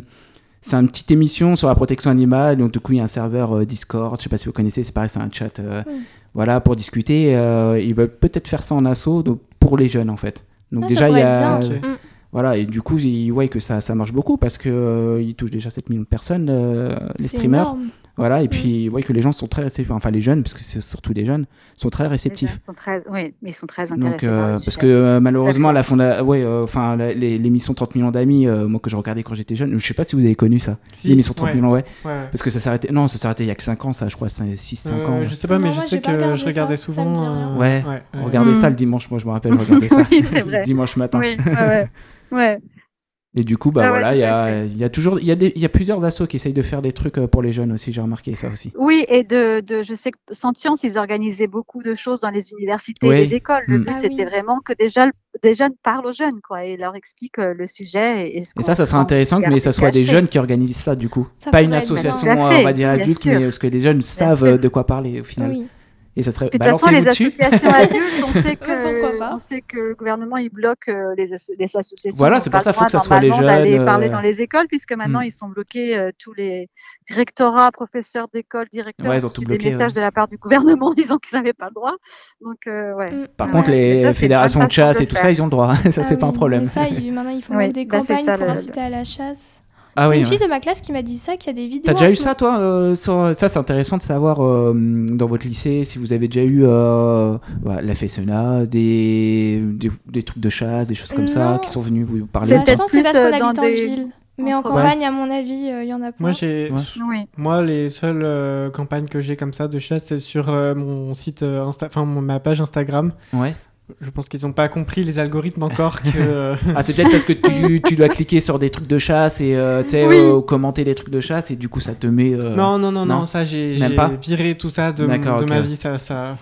[SPEAKER 1] c'est une petite émission sur la protection animale. Donc, du coup, il y a un serveur euh, Discord. Je sais pas si vous connaissez, c'est pareil, c'est un chat. euh,
[SPEAKER 4] Mm.
[SPEAKER 1] Voilà, pour discuter. Euh, ils veulent peut-être faire ça en assaut donc, pour les jeunes, en fait. Donc,
[SPEAKER 4] Ah, ça
[SPEAKER 1] déjà, il y
[SPEAKER 4] pourrait
[SPEAKER 1] a.
[SPEAKER 4] être
[SPEAKER 3] bien.
[SPEAKER 4] Mm.
[SPEAKER 1] Voilà, et du coup, ils voient que ça, ça marche beaucoup parce que euh, ils touchent déjà 7 millions de personnes, euh, les
[SPEAKER 4] C'est
[SPEAKER 1] streamers.
[SPEAKER 4] énorme.
[SPEAKER 1] Voilà,
[SPEAKER 2] Mm.
[SPEAKER 1] et puis ils voient que les gens sont très réceptifs. Enfin, les jeunes, parce que c'est surtout les jeunes, sont très
[SPEAKER 2] Les jeunes
[SPEAKER 1] réceptifs.
[SPEAKER 2] sont très oui mais Eh ben, ils sont très
[SPEAKER 1] Donc,
[SPEAKER 2] intéressés par
[SPEAKER 1] euh,
[SPEAKER 2] le
[SPEAKER 1] parce
[SPEAKER 2] sujet.
[SPEAKER 1] que euh, malheureusement, la fonda... ouais, euh, enfin, la- les- l'émission 30 millions d'amis, euh, moi que je regardais quand j'étais jeune, je sais pas si vous avez connu ça.
[SPEAKER 3] Si,
[SPEAKER 1] L'émission 30
[SPEAKER 3] ouais,
[SPEAKER 1] millions, ouais.
[SPEAKER 3] ouais, ouais.
[SPEAKER 1] Parce que ça s'arrêtait. Non, ça s'arrêtait il y a que 5 ans, ça, je crois, 6-5
[SPEAKER 3] Euh,
[SPEAKER 1] ans. ouais.
[SPEAKER 3] Je sais pas, mais
[SPEAKER 4] Non,
[SPEAKER 3] je
[SPEAKER 4] moi,
[SPEAKER 3] sais
[SPEAKER 4] j'ai
[SPEAKER 3] que
[SPEAKER 4] pas regardé
[SPEAKER 3] je regardais
[SPEAKER 4] ça, ça me dit
[SPEAKER 3] souvent. euh,
[SPEAKER 1] rien.
[SPEAKER 3] ouais,
[SPEAKER 1] On regardait
[SPEAKER 4] Mm.
[SPEAKER 1] ça le dimanche, moi je me rappelle, je regardais ça.
[SPEAKER 2] oui c'est vrai
[SPEAKER 1] dimanche matin.
[SPEAKER 2] oui ouais, ouais. ouais.
[SPEAKER 1] Et du coup, bah
[SPEAKER 2] Ah ouais,
[SPEAKER 1] voilà,
[SPEAKER 2] tout
[SPEAKER 1] il y,
[SPEAKER 2] à
[SPEAKER 1] a- il y a toujours, il y, a des- il y a plusieurs assos qui essayent de faire des trucs euh, pour les jeunes aussi. J'ai remarqué ça aussi.
[SPEAKER 2] Oui, et de, de, je sais que Sentience, ils organisaient beaucoup de choses dans les universités
[SPEAKER 1] Oui.
[SPEAKER 2] et les écoles. Le
[SPEAKER 1] Mm.
[SPEAKER 2] but,
[SPEAKER 4] Ah
[SPEAKER 2] c'était
[SPEAKER 4] oui.
[SPEAKER 2] vraiment que des jeunes, des jeunes parlent aux jeunes, quoi, et leur expliquent euh, le sujet. Et, et
[SPEAKER 1] Et
[SPEAKER 2] ce qu'on-
[SPEAKER 1] ça, ça serait
[SPEAKER 2] qu'on
[SPEAKER 1] intéressant,
[SPEAKER 2] garde
[SPEAKER 1] mais ça soit des
[SPEAKER 2] caché.
[SPEAKER 1] jeunes qui organisent ça du coup,
[SPEAKER 4] Ça
[SPEAKER 1] pas une
[SPEAKER 4] pourrait être
[SPEAKER 1] association,
[SPEAKER 2] bien. Tout à
[SPEAKER 1] euh,
[SPEAKER 2] fait,
[SPEAKER 1] on va dire
[SPEAKER 2] bien
[SPEAKER 1] adulte,
[SPEAKER 2] sûr.
[SPEAKER 1] mais ce que les jeunes savent
[SPEAKER 2] sûr.
[SPEAKER 1] euh, de quoi parler au final.
[SPEAKER 4] Oui.
[SPEAKER 1] Et ça serait
[SPEAKER 2] De toute façon,
[SPEAKER 1] balancez-vous
[SPEAKER 2] les
[SPEAKER 1] dessus.
[SPEAKER 2] associations adultes, on sait
[SPEAKER 4] pourquoi
[SPEAKER 2] que,
[SPEAKER 4] pas.
[SPEAKER 2] on sait que le gouvernement il bloque euh, les, asso- les associations.
[SPEAKER 1] Voilà,
[SPEAKER 2] n'ont
[SPEAKER 1] c'est
[SPEAKER 2] pas
[SPEAKER 1] pour ça,
[SPEAKER 2] le
[SPEAKER 1] faut que
[SPEAKER 2] droit,
[SPEAKER 1] ça soit les
[SPEAKER 2] normalement, d'aller
[SPEAKER 1] jeunes,
[SPEAKER 2] parler
[SPEAKER 1] euh,
[SPEAKER 2] dans les écoles, puisque maintenant
[SPEAKER 1] hmm.
[SPEAKER 2] ils sont bloqués euh, tous les rectorats, professeurs d'école, directeurs.
[SPEAKER 1] Ouais, ils ont
[SPEAKER 2] ont
[SPEAKER 1] tout
[SPEAKER 2] reçu
[SPEAKER 1] bloqué,
[SPEAKER 2] Des messages
[SPEAKER 1] ouais.
[SPEAKER 2] de la part du gouvernement disant qu'ils n'avaient pas le droit. Donc euh, ouais.
[SPEAKER 4] Mm.
[SPEAKER 1] Par
[SPEAKER 2] Ouais,
[SPEAKER 1] contre,
[SPEAKER 2] mais
[SPEAKER 1] les
[SPEAKER 2] ça, c'est
[SPEAKER 1] fédérations
[SPEAKER 2] pas
[SPEAKER 1] de chasse
[SPEAKER 2] facile
[SPEAKER 1] et
[SPEAKER 2] de
[SPEAKER 1] tout
[SPEAKER 2] faire.
[SPEAKER 1] ça, ils ont le droit. ça,
[SPEAKER 4] Ah
[SPEAKER 1] c'est pas un
[SPEAKER 4] oui,
[SPEAKER 1] problèmes.
[SPEAKER 4] mais Ça, ils- maintenant, ils font
[SPEAKER 2] Oui,
[SPEAKER 4] même des
[SPEAKER 2] là, c'est
[SPEAKER 4] campagnes
[SPEAKER 2] ça,
[SPEAKER 4] pour
[SPEAKER 2] le-
[SPEAKER 4] inciter à la chasse.
[SPEAKER 1] Ah
[SPEAKER 4] c'est
[SPEAKER 1] oui.
[SPEAKER 4] une
[SPEAKER 1] ouais.
[SPEAKER 4] fille de ma classe qui m'a dit ça, qu'il y a des vidéos.
[SPEAKER 1] T'as
[SPEAKER 4] en
[SPEAKER 1] déjà eu
[SPEAKER 4] ce
[SPEAKER 1] ça, toi euh, sur- Ça, c'est intéressant de savoir euh, dans votre lycée si vous avez déjà eu euh, bah, la FSNA, des, des, des trucs de chasse, des choses comme ça
[SPEAKER 4] Non.
[SPEAKER 1] qui sont venus vous
[SPEAKER 4] moment.
[SPEAKER 1] parler.
[SPEAKER 4] Bah,
[SPEAKER 1] ou
[SPEAKER 4] je
[SPEAKER 1] pas
[SPEAKER 2] peut-être
[SPEAKER 4] pense que c'est
[SPEAKER 2] plus,
[SPEAKER 4] parce qu'on
[SPEAKER 2] euh, dans
[SPEAKER 4] habite en
[SPEAKER 2] des-
[SPEAKER 4] ville. Mais en
[SPEAKER 2] Ouais.
[SPEAKER 4] campagne, à mon avis, euh, il y en a plein.
[SPEAKER 3] Moi, j'ai.
[SPEAKER 1] Ouais.
[SPEAKER 4] Mm.
[SPEAKER 2] Oui.
[SPEAKER 3] Moi, les seules euh, campagnes que j'ai comme ça de chasse, c'est sur euh, mon site euh, Insta, enfin mon- ma page Instagram.
[SPEAKER 1] Ouais.
[SPEAKER 3] Je pense qu'ils n'ont pas compris les algorithmes encore que.
[SPEAKER 1] Ah, c'est peut-être parce que tu, tu dois cliquer sur des trucs de chasse et euh, tu sais,
[SPEAKER 2] Oui.
[SPEAKER 1] euh, commenter des trucs de chasse et du coup ça te met. euh,
[SPEAKER 3] non, non, non, non,
[SPEAKER 1] non.
[SPEAKER 3] ça j'ai
[SPEAKER 1] Même
[SPEAKER 3] j'ai
[SPEAKER 1] pas
[SPEAKER 3] viré tout ça de, m-
[SPEAKER 1] D'accord,
[SPEAKER 3] de
[SPEAKER 1] ok.
[SPEAKER 3] ma vie. Ça, ça...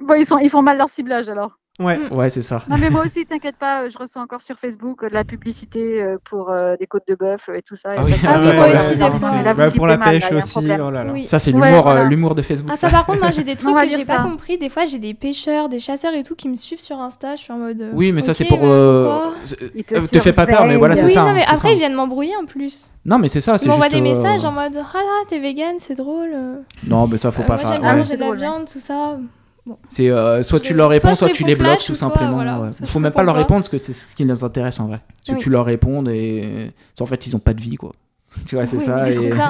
[SPEAKER 2] Bon, ils, sont, ils font mal leur ciblage alors.
[SPEAKER 3] Ouais.
[SPEAKER 1] Ouais, c'est ça.
[SPEAKER 2] Non, mais moi aussi, t'inquiète pas, euh, je reçois encore sur Facebook euh, de la publicité euh, pour euh, des côtes de bœuf euh, et tout ça. et
[SPEAKER 1] Ah oui.
[SPEAKER 2] ça, ça,
[SPEAKER 4] Ah, c'est
[SPEAKER 2] ça,
[SPEAKER 4] moi
[SPEAKER 2] ça,
[SPEAKER 4] aussi,
[SPEAKER 2] ça,
[SPEAKER 3] non,
[SPEAKER 4] d'accord.
[SPEAKER 2] ça,
[SPEAKER 3] c'est-
[SPEAKER 2] là,
[SPEAKER 3] bah,
[SPEAKER 2] vous y
[SPEAKER 3] pour la
[SPEAKER 2] prenez mal, là,
[SPEAKER 3] pêche
[SPEAKER 2] il y a un
[SPEAKER 3] aussi.
[SPEAKER 2] problème.
[SPEAKER 3] Oh là là.
[SPEAKER 4] Oui.
[SPEAKER 1] Ça, c'est
[SPEAKER 2] Ouais,
[SPEAKER 1] l'humour
[SPEAKER 2] voilà.
[SPEAKER 1] euh, l'humour de Facebook.
[SPEAKER 4] Ah, ça, par contre, moi, j'ai des trucs
[SPEAKER 2] va
[SPEAKER 4] que
[SPEAKER 2] dire
[SPEAKER 4] j'ai pas
[SPEAKER 2] ça.
[SPEAKER 4] compris. Des fois, j'ai des pêcheurs, des chasseurs et tout qui me suivent sur Insta. Je suis en mode. euh,
[SPEAKER 1] Ah, Oui, mais ça,
[SPEAKER 4] ok,
[SPEAKER 1] c'est pour.
[SPEAKER 4] ouais,
[SPEAKER 1] euh,
[SPEAKER 4] pourquoi
[SPEAKER 1] c'est-
[SPEAKER 2] Ils
[SPEAKER 1] euh, te fais pas peur, mais
[SPEAKER 2] surveillent.
[SPEAKER 1] voilà, c'est
[SPEAKER 4] oui,
[SPEAKER 1] ça,
[SPEAKER 4] non,
[SPEAKER 1] hein,
[SPEAKER 4] mais
[SPEAKER 1] c'est
[SPEAKER 4] après,
[SPEAKER 1] ça.
[SPEAKER 4] ils viennent m'embrouiller en plus.
[SPEAKER 1] Non, mais c'est ça,
[SPEAKER 4] Ils
[SPEAKER 1] c'est
[SPEAKER 4] m'envoient
[SPEAKER 1] juste.
[SPEAKER 4] des
[SPEAKER 1] euh,
[SPEAKER 4] messages en mode Ah, ah, t'es vegan, c'est drôle. euh,
[SPEAKER 1] Non, mais ça, faut
[SPEAKER 4] euh,
[SPEAKER 1] pas
[SPEAKER 4] moi, j'aime
[SPEAKER 1] faire.
[SPEAKER 4] bien
[SPEAKER 1] ouais.
[SPEAKER 2] Ah,
[SPEAKER 4] manger de la
[SPEAKER 2] drôle, ouais.
[SPEAKER 4] viande, tout ça.
[SPEAKER 1] C'est euh, soit
[SPEAKER 4] Je-
[SPEAKER 1] tu leur
[SPEAKER 4] soit
[SPEAKER 1] réponds,
[SPEAKER 4] je
[SPEAKER 1] soit, tu
[SPEAKER 4] réponds
[SPEAKER 1] les bloques,
[SPEAKER 4] clash,
[SPEAKER 1] tout
[SPEAKER 4] ou soit,
[SPEAKER 1] simplement.
[SPEAKER 4] voilà,
[SPEAKER 1] ouais.
[SPEAKER 4] ça, je
[SPEAKER 1] Faut même pas
[SPEAKER 4] réponds
[SPEAKER 1] leur
[SPEAKER 4] pas.
[SPEAKER 1] répondre parce que c'est ce qui les intéresse en vrai. C'est que
[SPEAKER 4] Oui.
[SPEAKER 1] tu leur répondes et en fait ils ont pas de vie quoi. Tu vois, c'est
[SPEAKER 4] Oui,
[SPEAKER 1] ça.
[SPEAKER 4] oui,
[SPEAKER 1] et-
[SPEAKER 4] c'est ça.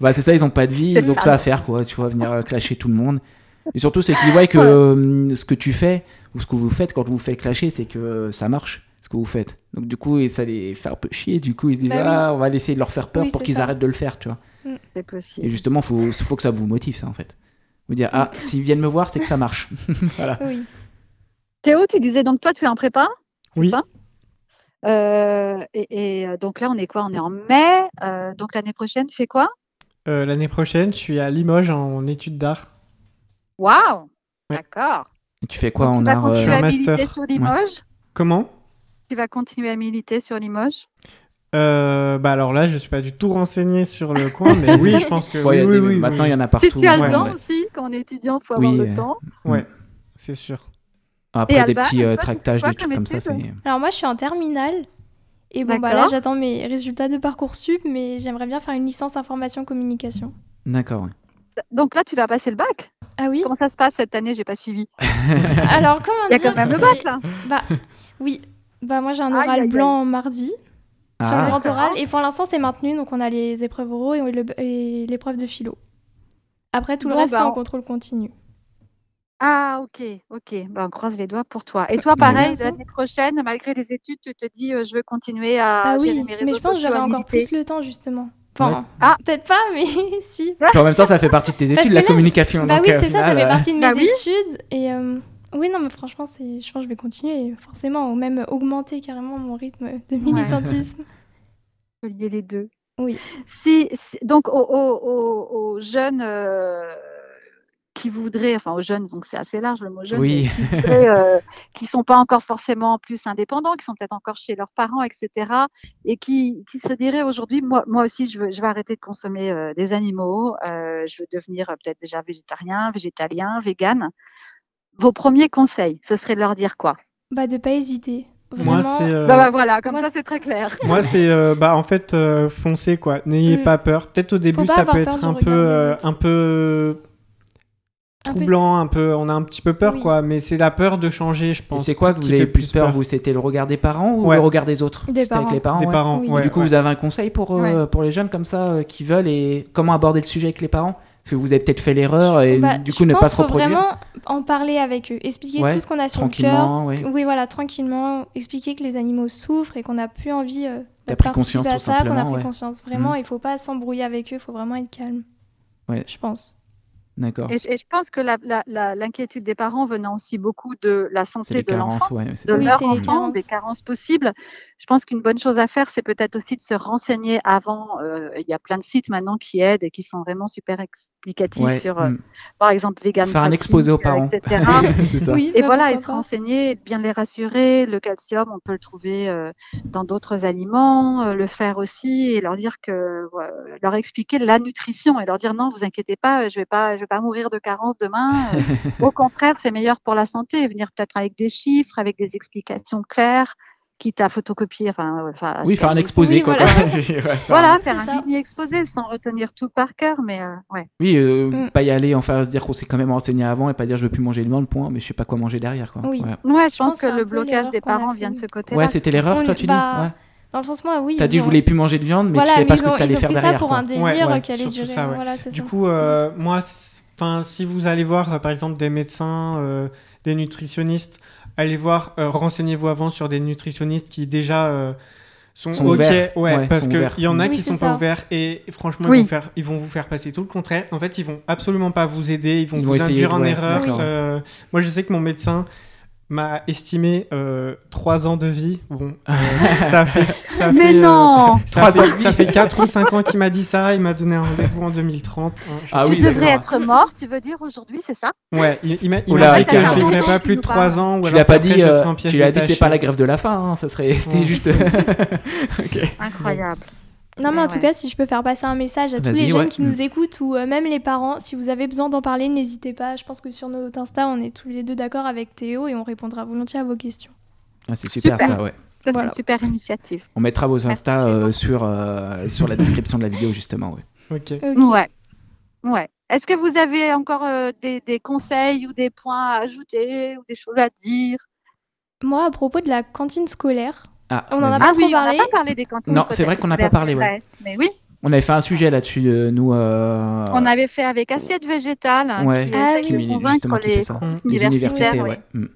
[SPEAKER 1] Bah, c'est ça, ils ont pas de vie,
[SPEAKER 2] C'est
[SPEAKER 1] ils ont que
[SPEAKER 2] ça.
[SPEAKER 1] ça à faire, quoi, tu vois, venir euh, clasher tout le monde. Et surtout, c'est qu'ils voient que
[SPEAKER 2] Ah, Ouais.
[SPEAKER 1] euh, ce que tu fais, ou ce que vous faites quand vous vous faites clasher, c'est que euh, ça marche, ce que vous faites. Donc, du coup, et ça les fait un peu chier, du coup, ils se disent,
[SPEAKER 4] Bah oui.
[SPEAKER 1] ah, on va essayer de leur faire peur
[SPEAKER 4] Oui,
[SPEAKER 1] pour
[SPEAKER 4] c'est
[SPEAKER 1] qu'ils
[SPEAKER 4] ça.
[SPEAKER 1] arrêtent de le faire, tu vois.
[SPEAKER 2] C'est
[SPEAKER 1] Et
[SPEAKER 2] possible.
[SPEAKER 1] justement, faut, faut que ça vous motive, ça, en fait. Vous dire, ah, s'ils viennent me voir, c'est que ça marche. voilà.
[SPEAKER 4] Oui.
[SPEAKER 2] Théo, tu disais donc toi, tu es en prépa
[SPEAKER 3] Oui.
[SPEAKER 2] ça euh, et, et, euh, donc là, on est quoi On est en mai. euh, donc l'année prochaine, tu fais quoi
[SPEAKER 3] Euh, L'année prochaine, je suis à Limoges en études d'art.
[SPEAKER 2] Waouh
[SPEAKER 3] Ouais.
[SPEAKER 2] D'accord.
[SPEAKER 1] Et tu fais quoi
[SPEAKER 2] bah, tu
[SPEAKER 1] en
[SPEAKER 2] vas
[SPEAKER 1] art euh,
[SPEAKER 2] continuer
[SPEAKER 3] un
[SPEAKER 2] à militer
[SPEAKER 3] master.
[SPEAKER 2] sur Limoges
[SPEAKER 3] Comment
[SPEAKER 2] Tu vas continuer à militer sur Limoges
[SPEAKER 3] Euh, bah alors là, je suis pas du tout renseigné sur le coin, mais oui, je pense que
[SPEAKER 1] ouais, il y a
[SPEAKER 3] oui, oui,
[SPEAKER 1] des-
[SPEAKER 3] oui,
[SPEAKER 1] Maintenant, il
[SPEAKER 3] oui,
[SPEAKER 1] y en a partout.
[SPEAKER 2] Si tu as le
[SPEAKER 1] ouais,
[SPEAKER 2] temps
[SPEAKER 1] ouais.
[SPEAKER 2] aussi, quand on est étudiant, il faut avoir
[SPEAKER 1] Oui,
[SPEAKER 2] le
[SPEAKER 1] euh,
[SPEAKER 2] temps.
[SPEAKER 3] c'est sûr.
[SPEAKER 1] Après,
[SPEAKER 2] Et
[SPEAKER 1] des
[SPEAKER 2] Alban,
[SPEAKER 1] petits euh,
[SPEAKER 2] toi, tu fais
[SPEAKER 1] tractages,
[SPEAKER 2] quoi
[SPEAKER 1] des trucs
[SPEAKER 2] comme
[SPEAKER 1] comme ça, c'est.
[SPEAKER 2] études
[SPEAKER 4] Alors, moi, je suis en terminale. Et bon, bah là,
[SPEAKER 2] D'accord.
[SPEAKER 4] j'attends mes résultats de Parcoursup, mais j'aimerais bien faire une licence information-communication.
[SPEAKER 1] D'accord, ouais.
[SPEAKER 2] Donc là, tu vas passer le bac
[SPEAKER 4] Ah oui
[SPEAKER 2] Comment ça se passe cette année J'ai pas suivi.
[SPEAKER 4] Alors, comment
[SPEAKER 2] Il y a
[SPEAKER 4] dire
[SPEAKER 2] quand même le
[SPEAKER 4] c'est-
[SPEAKER 2] bac là.
[SPEAKER 4] Bah, oui. Bah, moi, j'ai un
[SPEAKER 2] Aïe,
[SPEAKER 4] oral
[SPEAKER 2] aïe, aïe.
[SPEAKER 4] blanc mardi. sur le
[SPEAKER 1] Ah.
[SPEAKER 4] grand oral. Et pour l'instant, c'est maintenu. Donc, on a les épreuves oraux et le- et l'épreuve de philo. Après, tout le
[SPEAKER 2] Bon,
[SPEAKER 4] reste,
[SPEAKER 2] bah,
[SPEAKER 4] c'est en
[SPEAKER 2] on-
[SPEAKER 4] contrôle continu.
[SPEAKER 2] Ah ok, ok. Ben, on croise les doigts pour toi. Et
[SPEAKER 4] Bah,
[SPEAKER 2] toi, pareil, l'année prochaine, malgré les études, tu te dis, euh, je veux continuer à
[SPEAKER 4] Ah oui,
[SPEAKER 2] gérer mes réseaux
[SPEAKER 4] mais je pense que
[SPEAKER 2] sociaux,
[SPEAKER 4] j'aurai
[SPEAKER 2] à
[SPEAKER 4] encore
[SPEAKER 2] militer.
[SPEAKER 4] plus le temps, justement. Enfin,
[SPEAKER 1] Ouais.
[SPEAKER 2] Ah.
[SPEAKER 4] peut-être pas, mais si.
[SPEAKER 1] Puis en même temps, ça fait partie de tes
[SPEAKER 4] Parce
[SPEAKER 1] études,
[SPEAKER 4] que
[SPEAKER 1] la
[SPEAKER 4] là, je-
[SPEAKER 3] Ah,
[SPEAKER 1] communication.
[SPEAKER 4] Bah
[SPEAKER 1] donc,
[SPEAKER 4] oui,
[SPEAKER 1] euh,
[SPEAKER 4] c'est ça, ça
[SPEAKER 1] final,
[SPEAKER 4] fait
[SPEAKER 1] euh,
[SPEAKER 4] parties de mes
[SPEAKER 2] Bah oui.
[SPEAKER 4] études. Et euh, oui, non, mais franchement, c'est- je pense que je vais continuer, forcément, ou même augmenter carrément mon rythme de militantisme.
[SPEAKER 2] peut lier les deux.
[SPEAKER 4] Oui.
[SPEAKER 2] Si, si- donc, aux, aux- aux- aux jeunes euh, qui voudraient, enfin, aux jeunes, donc c'est assez large le mot jeune,
[SPEAKER 1] Oui.
[SPEAKER 2] mais qui voudraient, euh, qui sont pas encore forcément en plus indépendants, qui sont peut-être encore chez leurs parents, etc., et qui, qui se diraient aujourd'hui, moi, moi aussi, je, veux, je vais arrêter de consommer euh, des animaux, euh, je veux devenir euh, peut-être déjà végétarien, végétalien, vegan. Vos premiers conseils, ce serait de leur dire quoi
[SPEAKER 4] Bah, de pas hésiter. Vraiment.
[SPEAKER 3] Moi, c'est euh,
[SPEAKER 2] Bah, bah, voilà, comme
[SPEAKER 4] moi-
[SPEAKER 2] ça, c'est très clair.
[SPEAKER 3] moi c'est euh, bah en fait euh, foncez quoi. N'ayez
[SPEAKER 4] Mm.
[SPEAKER 3] pas peur. Peut-être au début
[SPEAKER 4] pas
[SPEAKER 3] ça
[SPEAKER 4] avoir
[SPEAKER 3] peut
[SPEAKER 4] peur
[SPEAKER 3] être
[SPEAKER 4] du
[SPEAKER 3] un
[SPEAKER 4] regard
[SPEAKER 3] peu
[SPEAKER 4] des
[SPEAKER 3] euh,
[SPEAKER 4] autres.
[SPEAKER 3] un peu
[SPEAKER 4] Un peu-
[SPEAKER 3] troublant, un peu on a un petit peu peur
[SPEAKER 4] Oui.
[SPEAKER 3] quoi, mais c'est la peur de changer, je
[SPEAKER 1] Et
[SPEAKER 3] pense.
[SPEAKER 1] c'est quoi que vous
[SPEAKER 3] qui
[SPEAKER 1] avez
[SPEAKER 3] fait
[SPEAKER 1] plus peur, Vous, c'était le regard des parents ou
[SPEAKER 3] Ouais.
[SPEAKER 1] le regard des autres
[SPEAKER 4] Des
[SPEAKER 1] C'était avec
[SPEAKER 4] parents.
[SPEAKER 1] les parents.
[SPEAKER 3] des
[SPEAKER 1] ouais.
[SPEAKER 3] parents
[SPEAKER 4] Oui.
[SPEAKER 3] ouais,
[SPEAKER 1] du coup,
[SPEAKER 3] ouais.
[SPEAKER 1] vous avez un conseil pour, euh, pour les jeunes comme ça euh, qui veulent et comment aborder le sujet avec les parents Parce que vous avez peut-être fait l'erreur et
[SPEAKER 4] Bah,
[SPEAKER 1] du
[SPEAKER 4] je
[SPEAKER 1] coup ne pas
[SPEAKER 4] pense
[SPEAKER 1] se
[SPEAKER 4] qu'il faut
[SPEAKER 1] reproduire
[SPEAKER 4] vraiment en parler avec eux, expliquer
[SPEAKER 1] Ouais,
[SPEAKER 4] tout ce qu'on a sur le cœur.
[SPEAKER 1] tranquillement. ouais.
[SPEAKER 4] Oui, voilà, tranquillement, expliquer que les animaux souffrent et qu'on n'a plus envie euh, de
[SPEAKER 1] T'as pris conscience,
[SPEAKER 4] participer
[SPEAKER 1] tout
[SPEAKER 4] à ça, qu'on a
[SPEAKER 1] simplement,
[SPEAKER 4] pris
[SPEAKER 1] ouais. Mhm.
[SPEAKER 4] conscience. Vraiment, il faut pas s'embrouiller avec eux, il faut vraiment être calme.
[SPEAKER 1] Ouais.
[SPEAKER 4] Je pense.
[SPEAKER 1] D'accord.
[SPEAKER 2] Et, je- et je pense que la- la- la- l'inquiétude des parents venant aussi beaucoup de la
[SPEAKER 1] C'est
[SPEAKER 2] santé
[SPEAKER 1] les
[SPEAKER 2] de l'enfant,
[SPEAKER 1] carences, ouais. c'est
[SPEAKER 2] de
[SPEAKER 1] ça.
[SPEAKER 4] Oui,
[SPEAKER 2] leur
[SPEAKER 4] c'est les
[SPEAKER 2] enfant, des
[SPEAKER 4] carences.
[SPEAKER 2] carences possibles, je pense qu'une bonne chose à faire, c'est peut-être aussi de se renseigner avant. Euh, Il y a plein de sites maintenant qui aident et qui sont vraiment super explicatifs
[SPEAKER 1] Ouais,
[SPEAKER 2] sur, euh,
[SPEAKER 1] mm.
[SPEAKER 2] par exemple, vegan.
[SPEAKER 1] Faire un
[SPEAKER 2] Tracking,
[SPEAKER 1] exposé aux
[SPEAKER 2] euh,
[SPEAKER 1] parents.
[SPEAKER 2] etc.
[SPEAKER 1] C'est ça.
[SPEAKER 4] Oui,
[SPEAKER 2] Et
[SPEAKER 4] bah,
[SPEAKER 2] voilà, et
[SPEAKER 4] pourquoi
[SPEAKER 2] se
[SPEAKER 4] pas.
[SPEAKER 2] renseigner, et de bien les rassurer. Le calcium, on peut le trouver euh, dans d'autres aliments, euh, le fer aussi, et leur dire que, ouais, leur expliquer la nutrition et leur dire non, vous inquiétez pas, euh, je vais pas, je vais pas mourir de carence demain. euh, au contraire, c'est meilleur pour la santé. Et venir peut-être avec des chiffres, avec des explications claires, quitte à photocopier, enfin, euh, enfin, à
[SPEAKER 1] Oui,
[SPEAKER 2] se
[SPEAKER 1] faire un
[SPEAKER 2] faire une-
[SPEAKER 1] exposé.
[SPEAKER 4] Oui,
[SPEAKER 1] quoi,
[SPEAKER 4] voilà.
[SPEAKER 1] quoi. Ouais, faire un-
[SPEAKER 2] Voilà,
[SPEAKER 4] C'est
[SPEAKER 2] faire un
[SPEAKER 4] ça.
[SPEAKER 2] mini exposé sans retenir tout par cœur, mais euh, ouais.
[SPEAKER 1] Oui, euh,
[SPEAKER 4] Mm.
[SPEAKER 1] pas y aller, enfin se dire qu'on s'est quand même renseigné avant et pas dire je veux plus manger de viande, point, mais je sais pas quoi manger derrière. Quoi.
[SPEAKER 4] Oui.
[SPEAKER 1] Ouais,
[SPEAKER 2] Ouais, je, pense
[SPEAKER 4] Je pense
[SPEAKER 2] que
[SPEAKER 4] c'est un
[SPEAKER 2] le
[SPEAKER 4] peu
[SPEAKER 2] blocage
[SPEAKER 4] l'erreur
[SPEAKER 2] des
[SPEAKER 4] qu'on a
[SPEAKER 2] parents vient de
[SPEAKER 4] fait.
[SPEAKER 2] ce côté-là.
[SPEAKER 1] Ouais, c'était l'erreur,
[SPEAKER 4] On-
[SPEAKER 1] toi, tu
[SPEAKER 4] bah,
[SPEAKER 1] dis Ouais.
[SPEAKER 4] Dans le sens, moi, oui.
[SPEAKER 1] T'as dit
[SPEAKER 4] ils
[SPEAKER 1] je
[SPEAKER 4] ont-
[SPEAKER 1] voulais plus manger de viande, mais
[SPEAKER 4] voilà,
[SPEAKER 1] tu sais pas
[SPEAKER 4] mais
[SPEAKER 1] ce
[SPEAKER 4] ils ont-
[SPEAKER 1] que t'allais
[SPEAKER 4] ils ont
[SPEAKER 1] faire
[SPEAKER 4] pris ça
[SPEAKER 1] derrière.
[SPEAKER 4] pour
[SPEAKER 1] quoi.
[SPEAKER 4] un délire
[SPEAKER 3] Ouais,
[SPEAKER 4] euh,
[SPEAKER 3] ouais,
[SPEAKER 4] qui allait
[SPEAKER 3] surtout
[SPEAKER 4] durer.
[SPEAKER 3] ça, ouais.
[SPEAKER 4] Voilà, c'est
[SPEAKER 3] Du
[SPEAKER 4] ça.
[SPEAKER 3] coup, euh, moi, enfin, si vous allez voir, euh, par exemple, des médecins, euh, des nutritionnistes, allez voir, euh, renseignez-vous avant sur des nutritionnistes qui déjà euh, sont,
[SPEAKER 1] Sont
[SPEAKER 3] ok,
[SPEAKER 1] ouverts.
[SPEAKER 3] ouais,
[SPEAKER 1] Ouais,
[SPEAKER 3] parce
[SPEAKER 1] sont
[SPEAKER 3] que
[SPEAKER 1] ouverts.
[SPEAKER 3] il y en a
[SPEAKER 4] Oui,
[SPEAKER 3] qui
[SPEAKER 4] c'est
[SPEAKER 3] sont pas
[SPEAKER 4] ça.
[SPEAKER 3] ouverts et franchement
[SPEAKER 2] Oui.
[SPEAKER 3] ils, vont faire, ils vont vous faire passer tout le contraire. En fait, ils vont absolument pas vous aider, ils vont
[SPEAKER 1] Ils
[SPEAKER 3] vous
[SPEAKER 1] vont essayer,
[SPEAKER 3] induire en
[SPEAKER 1] ouais,
[SPEAKER 3] erreur.
[SPEAKER 1] d'accord.
[SPEAKER 3] Euh, moi, je sais que mon médecin m'a estimé 3 ans de vie. Bon, euh, ça fait ça
[SPEAKER 2] Mais
[SPEAKER 3] fait, euh,
[SPEAKER 2] non
[SPEAKER 3] ça
[SPEAKER 1] Trois ans de
[SPEAKER 3] fait,
[SPEAKER 1] vie.
[SPEAKER 3] ça fait 4 ou 5 ans qu'il m'a dit ça, il m'a donné un rendez-vous en 2030. hein, je-
[SPEAKER 1] Ah
[SPEAKER 2] Tu
[SPEAKER 1] oui,
[SPEAKER 2] devrais
[SPEAKER 1] d'accord.
[SPEAKER 2] être mort, tu veux dire aujourd'hui, c'est ça
[SPEAKER 3] Ouais, il, il m'a il
[SPEAKER 1] Oula,
[SPEAKER 3] m'a dit que
[SPEAKER 1] Attends,
[SPEAKER 3] je vivrais
[SPEAKER 2] attends,
[SPEAKER 3] pas
[SPEAKER 2] tu
[SPEAKER 3] plus de
[SPEAKER 2] nous
[SPEAKER 3] 3 ans. Ou
[SPEAKER 1] Tu
[SPEAKER 3] alors
[SPEAKER 1] l'as pas
[SPEAKER 3] qu'après,
[SPEAKER 1] dit,
[SPEAKER 3] je
[SPEAKER 1] euh,
[SPEAKER 3] serai en pièces
[SPEAKER 1] tu l'as dit, c'est
[SPEAKER 3] détachées.
[SPEAKER 1] pas la grève de la faim, hein, ça serait c'était
[SPEAKER 3] Ouais.
[SPEAKER 1] juste. Ok.
[SPEAKER 2] Incroyable.
[SPEAKER 4] Non, mais
[SPEAKER 2] Ouais,
[SPEAKER 4] en tout
[SPEAKER 2] ouais.
[SPEAKER 4] cas, si je peux faire passer un message à tous
[SPEAKER 1] Vas-y,
[SPEAKER 4] les jeunes
[SPEAKER 1] ouais.
[SPEAKER 4] qui nous écoutent ou euh, même les parents, si vous avez besoin d'en parler, n'hésitez pas. Je pense que sur notre Insta, on est tous les deux d'accord avec Théo et on répondra volontiers à vos questions.
[SPEAKER 1] Ah, c'est super,
[SPEAKER 2] Super.
[SPEAKER 1] ça, ouais.
[SPEAKER 2] Ça, c'est
[SPEAKER 4] Voilà.
[SPEAKER 2] une super initiative.
[SPEAKER 1] On mettra vos Insta
[SPEAKER 2] Merci.
[SPEAKER 1] euh, sur, euh, sur la description de la vidéo, justement. Ouais.
[SPEAKER 3] Ok.
[SPEAKER 4] Ok.
[SPEAKER 2] Ouais. Ouais. Est-ce que vous avez encore euh, des, des conseils ou des points à ajouter ou des choses à dire
[SPEAKER 4] Moi, à propos de la cantine scolaire,
[SPEAKER 1] Ah,
[SPEAKER 4] On en
[SPEAKER 1] vas-y.
[SPEAKER 4] a pas
[SPEAKER 2] Ah
[SPEAKER 4] trop
[SPEAKER 2] oui, on n'a
[SPEAKER 4] parlé.
[SPEAKER 2] pas parlé des cantines.
[SPEAKER 1] Non, c'est vrai qu'on n'a pas parlé, ouais.
[SPEAKER 2] Mais oui,
[SPEAKER 1] On avait fait un sujet là-dessus, euh, nous. euh,
[SPEAKER 2] on avait fait avec Assiette Végétale hein,
[SPEAKER 1] Ouais.
[SPEAKER 2] qui
[SPEAKER 4] Ah
[SPEAKER 2] essaye
[SPEAKER 1] qui
[SPEAKER 4] oui.
[SPEAKER 2] de
[SPEAKER 1] mini- justement
[SPEAKER 2] convaincre
[SPEAKER 1] qui
[SPEAKER 2] les,
[SPEAKER 1] fait ça.
[SPEAKER 3] Mm.
[SPEAKER 1] Les universités,
[SPEAKER 2] universitaires, oui.
[SPEAKER 1] ouais. Mm.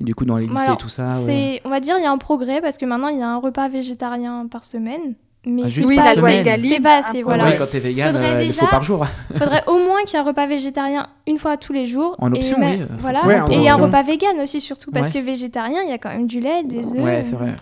[SPEAKER 1] Et du coup, dans les
[SPEAKER 4] Bon,
[SPEAKER 1] lycées,
[SPEAKER 4] alors,
[SPEAKER 1] tout ça. Ah Ouais.
[SPEAKER 4] c'est, on va dire, il y a un progrès parce que maintenant, il y a un repas végétarien par semaine. Mais
[SPEAKER 1] Ah,
[SPEAKER 4] c'est
[SPEAKER 1] juste
[SPEAKER 2] Oui,
[SPEAKER 4] pas
[SPEAKER 1] par
[SPEAKER 2] la
[SPEAKER 4] assez.
[SPEAKER 2] loi
[SPEAKER 1] semaine.
[SPEAKER 2] Egalim.
[SPEAKER 4] C'est pas assez,
[SPEAKER 2] un
[SPEAKER 4] voilà. Ah,
[SPEAKER 1] Ouais,
[SPEAKER 3] Ouais.
[SPEAKER 1] quand t'es vegan,
[SPEAKER 4] Faudrait
[SPEAKER 1] euh, il
[SPEAKER 4] déjà-
[SPEAKER 1] faut par jour.
[SPEAKER 4] Faudrait au moins qu'il y ait un repas végétarien une fois tous les jours.
[SPEAKER 1] En option,
[SPEAKER 4] et même-
[SPEAKER 1] oui, euh,
[SPEAKER 4] Voilà.
[SPEAKER 1] forcément,
[SPEAKER 3] Ouais, en
[SPEAKER 4] et un
[SPEAKER 3] option.
[SPEAKER 4] repas vegan aussi, surtout parce
[SPEAKER 1] Ouais.
[SPEAKER 4] que végétarien, il y a quand même du lait, des œufs.
[SPEAKER 1] Ouais, c'est vrai.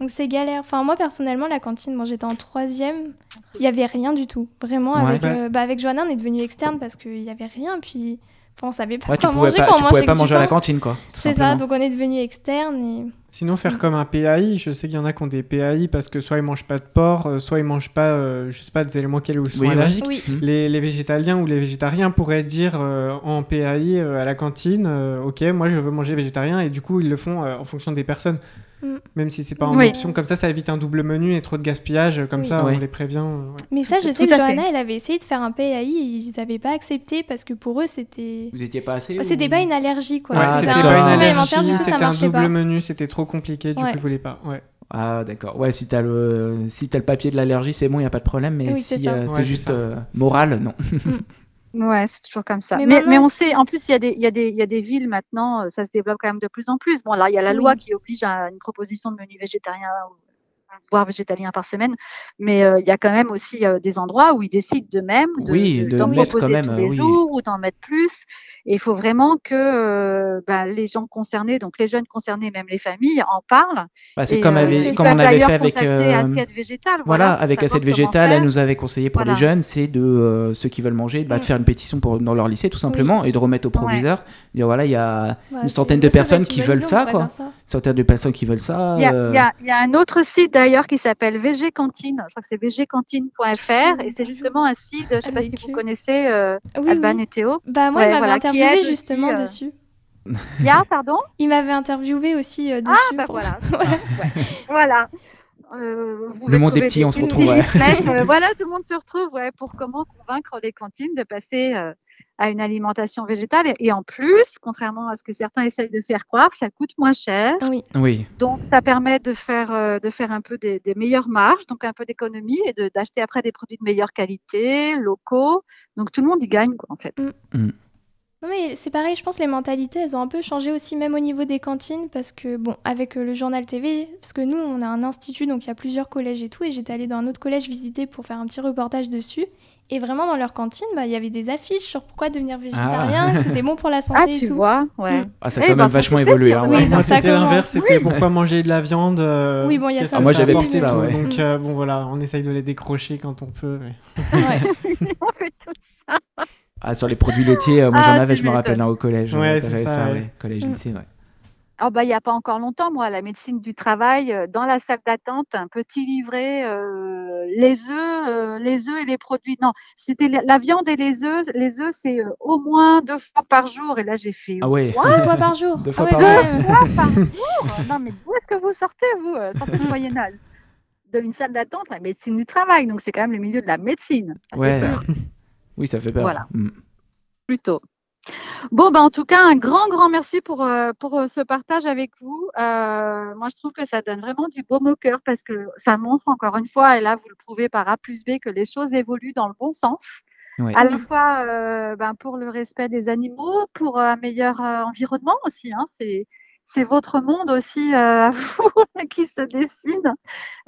[SPEAKER 4] Donc c'est galère. Enfin, moi personnellement, la cantine, moi j'étais en troisième, il y avait rien du tout. Vraiment,
[SPEAKER 1] Ouais.
[SPEAKER 4] avec,
[SPEAKER 3] Ouais.
[SPEAKER 4] euh, bah, avec Johanna, on est devenu externe parce qu'il y avait rien. Puis enfin, on savait pas
[SPEAKER 1] Ouais, tu
[SPEAKER 4] quoi
[SPEAKER 1] pouvais
[SPEAKER 4] manger
[SPEAKER 1] pas,
[SPEAKER 4] quand
[SPEAKER 1] tu
[SPEAKER 4] on
[SPEAKER 1] pouvais
[SPEAKER 4] mangeait
[SPEAKER 1] pas
[SPEAKER 4] que du
[SPEAKER 1] manger à la
[SPEAKER 4] pain.
[SPEAKER 1] cantine, quoi. tout
[SPEAKER 4] C'est
[SPEAKER 1] simplement.
[SPEAKER 4] ça, donc on est devenu externe. Et...
[SPEAKER 3] Sinon, faire comme un PAI, je sais qu'il y en a qui ont des PAI parce que soit ils mangent pas de porc, euh, soit ils mangent pas, euh, je sais pas, des éléments qui sont
[SPEAKER 1] Oui, ouais.
[SPEAKER 3] allergiques.
[SPEAKER 4] Oui,
[SPEAKER 3] Les, les végétaliens ou les végétariens pourraient dire euh, en PAI euh, à la cantine, euh, ok, moi je veux manger végétarien et du coup ils le font euh, en fonction des personnes.
[SPEAKER 4] Mm.
[SPEAKER 3] Même si c'est pas en
[SPEAKER 2] Oui.
[SPEAKER 3] option, comme ça ça évite un double menu et trop de gaspillage, euh, comme
[SPEAKER 4] Oui.
[SPEAKER 3] ça
[SPEAKER 1] Ouais.
[SPEAKER 3] on les prévient. euh, ouais.
[SPEAKER 4] mais ça,
[SPEAKER 2] Tout-
[SPEAKER 4] je sais
[SPEAKER 2] tout
[SPEAKER 4] que
[SPEAKER 2] à fait.
[SPEAKER 4] Johanna, elle avait essayé de faire un PAI, et ils n'avaient pas accepté parce que pour eux, c'était.
[SPEAKER 1] Vous étiez pas assez
[SPEAKER 4] Oh, C'était
[SPEAKER 1] ou-
[SPEAKER 4] pas une allergie, quoi.
[SPEAKER 1] Ouais,
[SPEAKER 3] Ouais,
[SPEAKER 1] Ah,
[SPEAKER 3] c'était
[SPEAKER 4] un
[SPEAKER 1] d'accord.
[SPEAKER 3] pas une
[SPEAKER 4] régime alimentaire, du
[SPEAKER 3] allergie,
[SPEAKER 4] coup, ça
[SPEAKER 3] c'était un
[SPEAKER 4] marchait
[SPEAKER 3] double
[SPEAKER 4] pas.
[SPEAKER 3] menu, c'était trop compliqué, du
[SPEAKER 4] Ouais.
[SPEAKER 3] coup ils voulaient pas. Ouais.
[SPEAKER 1] Ah, d'accord. Ouais, si t'as le, si t'as le papier de l'allergie, c'est bon, il n'y a pas de problème. Mais
[SPEAKER 4] Oui, c'est
[SPEAKER 1] si
[SPEAKER 4] ça.
[SPEAKER 1] euh,
[SPEAKER 3] Ouais,
[SPEAKER 1] c'est
[SPEAKER 3] c'est
[SPEAKER 1] juste
[SPEAKER 3] ça.
[SPEAKER 1] euh, moral, non.
[SPEAKER 2] Ouais, c'est toujours comme ça.
[SPEAKER 4] Mais
[SPEAKER 2] Mais, mais,
[SPEAKER 4] maintenant,
[SPEAKER 2] on
[SPEAKER 4] c'est-
[SPEAKER 2] sait, en plus, il y, a des- il y, a des- il y a des villes maintenant, euh, ça se développe quand même de plus en plus. Bon, là, il y a la loi
[SPEAKER 4] Oui.
[SPEAKER 2] qui oblige à une proposition de menu végétarien, ou- voire végétalien par semaine, mais euh, il y a quand même aussi euh, des endroits où ils décident de même de,
[SPEAKER 1] Oui,
[SPEAKER 2] de-
[SPEAKER 1] de
[SPEAKER 2] d'en
[SPEAKER 1] mettre quand
[SPEAKER 2] proposer
[SPEAKER 1] même,
[SPEAKER 2] tous
[SPEAKER 1] euh,
[SPEAKER 2] les
[SPEAKER 1] oui.
[SPEAKER 2] jours ou d'en mettre plus. Et il faut vraiment que euh, bah, les gens concernés, donc les jeunes concernés, même les familles, en parlent.
[SPEAKER 1] Bah, c'est
[SPEAKER 2] Et,
[SPEAKER 1] comme,
[SPEAKER 2] euh,
[SPEAKER 1] avait-
[SPEAKER 2] c'est
[SPEAKER 1] comme
[SPEAKER 2] ça,
[SPEAKER 1] on avait
[SPEAKER 2] d'ailleurs,
[SPEAKER 1] fait avec.
[SPEAKER 2] contacter
[SPEAKER 1] euh,
[SPEAKER 2] Assiette végétale.
[SPEAKER 1] Voilà,
[SPEAKER 2] pour
[SPEAKER 1] avec
[SPEAKER 2] savoir
[SPEAKER 1] Assiette
[SPEAKER 2] comment
[SPEAKER 1] Végétale,
[SPEAKER 2] faire.
[SPEAKER 1] elle nous avait conseillé pour les
[SPEAKER 2] Voilà.
[SPEAKER 1] jeunes, c'est de euh, ceux qui veulent manger, bah, de
[SPEAKER 4] Mm.
[SPEAKER 1] faire une pétition pour, dans leur lycée tout simplement et de remettre au
[SPEAKER 2] Ouais.
[SPEAKER 1] proviseur. Dire voilà, il y a
[SPEAKER 4] Ouais,
[SPEAKER 1] une
[SPEAKER 4] c'est-
[SPEAKER 1] centaine de
[SPEAKER 4] ça doit
[SPEAKER 1] personnes
[SPEAKER 4] être une
[SPEAKER 1] qui
[SPEAKER 4] bonne
[SPEAKER 1] veulent
[SPEAKER 4] idée, on
[SPEAKER 1] ça,
[SPEAKER 4] pourrait
[SPEAKER 1] quoi.
[SPEAKER 4] faire ça.
[SPEAKER 1] certaines des personnes qui veulent ça.
[SPEAKER 2] Il y, a,
[SPEAKER 1] euh,
[SPEAKER 2] il y a- il y a un autre site d'ailleurs qui s'appelle VG Cantine. Je crois que c'est vgcantine.fr et c'est justement un site, je ne sais pas si
[SPEAKER 4] Avec
[SPEAKER 2] vous
[SPEAKER 4] eux.
[SPEAKER 2] connaissez euh,
[SPEAKER 4] Oui, oui.
[SPEAKER 2] Alban et Théo.
[SPEAKER 4] Bah moi,
[SPEAKER 2] Ouais,
[SPEAKER 4] il m'avait
[SPEAKER 2] voilà, qui aide
[SPEAKER 4] interviewé
[SPEAKER 2] aussi,
[SPEAKER 4] justement
[SPEAKER 2] euh,
[SPEAKER 4] dessus.
[SPEAKER 2] Il y a, pardon
[SPEAKER 4] Il m'avait interviewé aussi euh, dessus.
[SPEAKER 2] Ah, bah
[SPEAKER 4] pour-
[SPEAKER 2] voilà.
[SPEAKER 4] Voilà.
[SPEAKER 2] Ouais. voilà. Euh, vous pouvez
[SPEAKER 1] monde est
[SPEAKER 2] trouver
[SPEAKER 1] petit, on se
[SPEAKER 2] films,
[SPEAKER 1] retrouve,
[SPEAKER 2] des
[SPEAKER 1] ouais.
[SPEAKER 2] leaflets, euh, voilà, tout le monde se retrouve ouais, pour comment convaincre les cantines de passer euh, à une alimentation végétale. Et, et en plus, contrairement à ce que certains essayent de faire croire, ça coûte moins cher.
[SPEAKER 4] Oui.
[SPEAKER 1] Oui,
[SPEAKER 2] Donc, ça permet de faire, euh, de faire un peu des, des meilleures marges, donc un peu d'économie et de- d'acheter après des produits de meilleure qualité, locaux. Donc, tout le monde y gagne, quoi, en fait.
[SPEAKER 4] Non mais c'est pareil, je pense que les mentalités, elles ont un peu changé aussi, même au niveau des cantines, parce que, bon, avec euh, le journal TV, parce que nous, on a un institut, donc il y a plusieurs collèges et tout, et j'étais allée dans un autre collège visiter pour faire un petit reportage dessus, et vraiment, dans leur cantine, bah, il y avait des affiches sur pourquoi devenir végétarien, que c'était bon pour la santé
[SPEAKER 2] Ah,
[SPEAKER 4] et
[SPEAKER 2] tu
[SPEAKER 4] tout.
[SPEAKER 2] vois, ouais.
[SPEAKER 4] Mm.
[SPEAKER 1] ah, ça a
[SPEAKER 2] Eh
[SPEAKER 1] quand
[SPEAKER 2] ben,
[SPEAKER 1] même
[SPEAKER 2] ça
[SPEAKER 1] vachement
[SPEAKER 2] fait
[SPEAKER 1] évolué.
[SPEAKER 2] plaisir,
[SPEAKER 1] hein,
[SPEAKER 4] oui.
[SPEAKER 1] ouais.
[SPEAKER 4] dans
[SPEAKER 3] Moi,
[SPEAKER 4] sa
[SPEAKER 3] c'était l'inverse,
[SPEAKER 4] commande.
[SPEAKER 3] c'était pourquoi manger de la viande. euh,
[SPEAKER 4] Oui, bon, il y a
[SPEAKER 3] qu'est-ce
[SPEAKER 4] ça
[SPEAKER 3] que
[SPEAKER 1] Moi,
[SPEAKER 3] ça
[SPEAKER 1] j'avais
[SPEAKER 3] apporte
[SPEAKER 1] vu
[SPEAKER 3] et
[SPEAKER 1] ça,
[SPEAKER 3] tout.
[SPEAKER 1] ouais.
[SPEAKER 3] Donc
[SPEAKER 4] Mm.
[SPEAKER 3] euh, bon voilà, on essaye de les décrocher quand on peut. mais-
[SPEAKER 4] Ouais.
[SPEAKER 2] On fait tout ça.
[SPEAKER 1] Ah, sur les produits laitiers, euh, moi
[SPEAKER 2] Ah,
[SPEAKER 1] j'en
[SPEAKER 2] tu
[SPEAKER 1] avais, je me
[SPEAKER 2] m'étonnes.
[SPEAKER 1] rappelle, hein, au collège.
[SPEAKER 3] Ouais,
[SPEAKER 1] euh,
[SPEAKER 3] c'est
[SPEAKER 1] j'avais
[SPEAKER 3] ça, ouais.
[SPEAKER 1] Collège,
[SPEAKER 4] Mm.
[SPEAKER 1] lycée, ouais.
[SPEAKER 2] Ah bah, il n'y a pas encore longtemps, moi, à la médecine du travail, euh, dans la salle d'attente, un petit livret, euh, les œufs, euh, les œufs et les produits. Non, c'était la, la viande et les œufs. Les œufs, c'est euh, au moins deux fois par jour. Et là, j'ai fait.
[SPEAKER 1] Ah ouais.
[SPEAKER 4] Deux fois par jour.
[SPEAKER 1] Deux fois
[SPEAKER 4] Ah
[SPEAKER 1] par
[SPEAKER 4] ouais, quand
[SPEAKER 1] jour.
[SPEAKER 4] même.
[SPEAKER 2] fois par jour Non, mais d'où est-ce que vous sortez, vous, euh, sortie du Moyen-Âge D'une salle d'attente à la médecine du travail. Donc, c'est quand même le milieu de la médecine. Ça fait
[SPEAKER 1] Ah Ouais.
[SPEAKER 2] peur,
[SPEAKER 1] Oui, ça fait peur.
[SPEAKER 2] Voilà.
[SPEAKER 1] Mm.
[SPEAKER 2] Plutôt. Bon, ben, en tout cas, un grand, grand merci pour, euh, pour euh, ce partage avec vous. Euh, moi, je trouve que ça donne vraiment du baume au cœur parce que ça montre encore une fois, et là, vous le prouvez par A plus B, que les choses évoluent dans le bon sens.
[SPEAKER 1] Ouais.
[SPEAKER 2] À la fois euh, ben, pour le respect des animaux, pour un meilleur euh, environnement euh, aussi. Hein, c'est c'est votre monde aussi euh, à vous qui se dessine.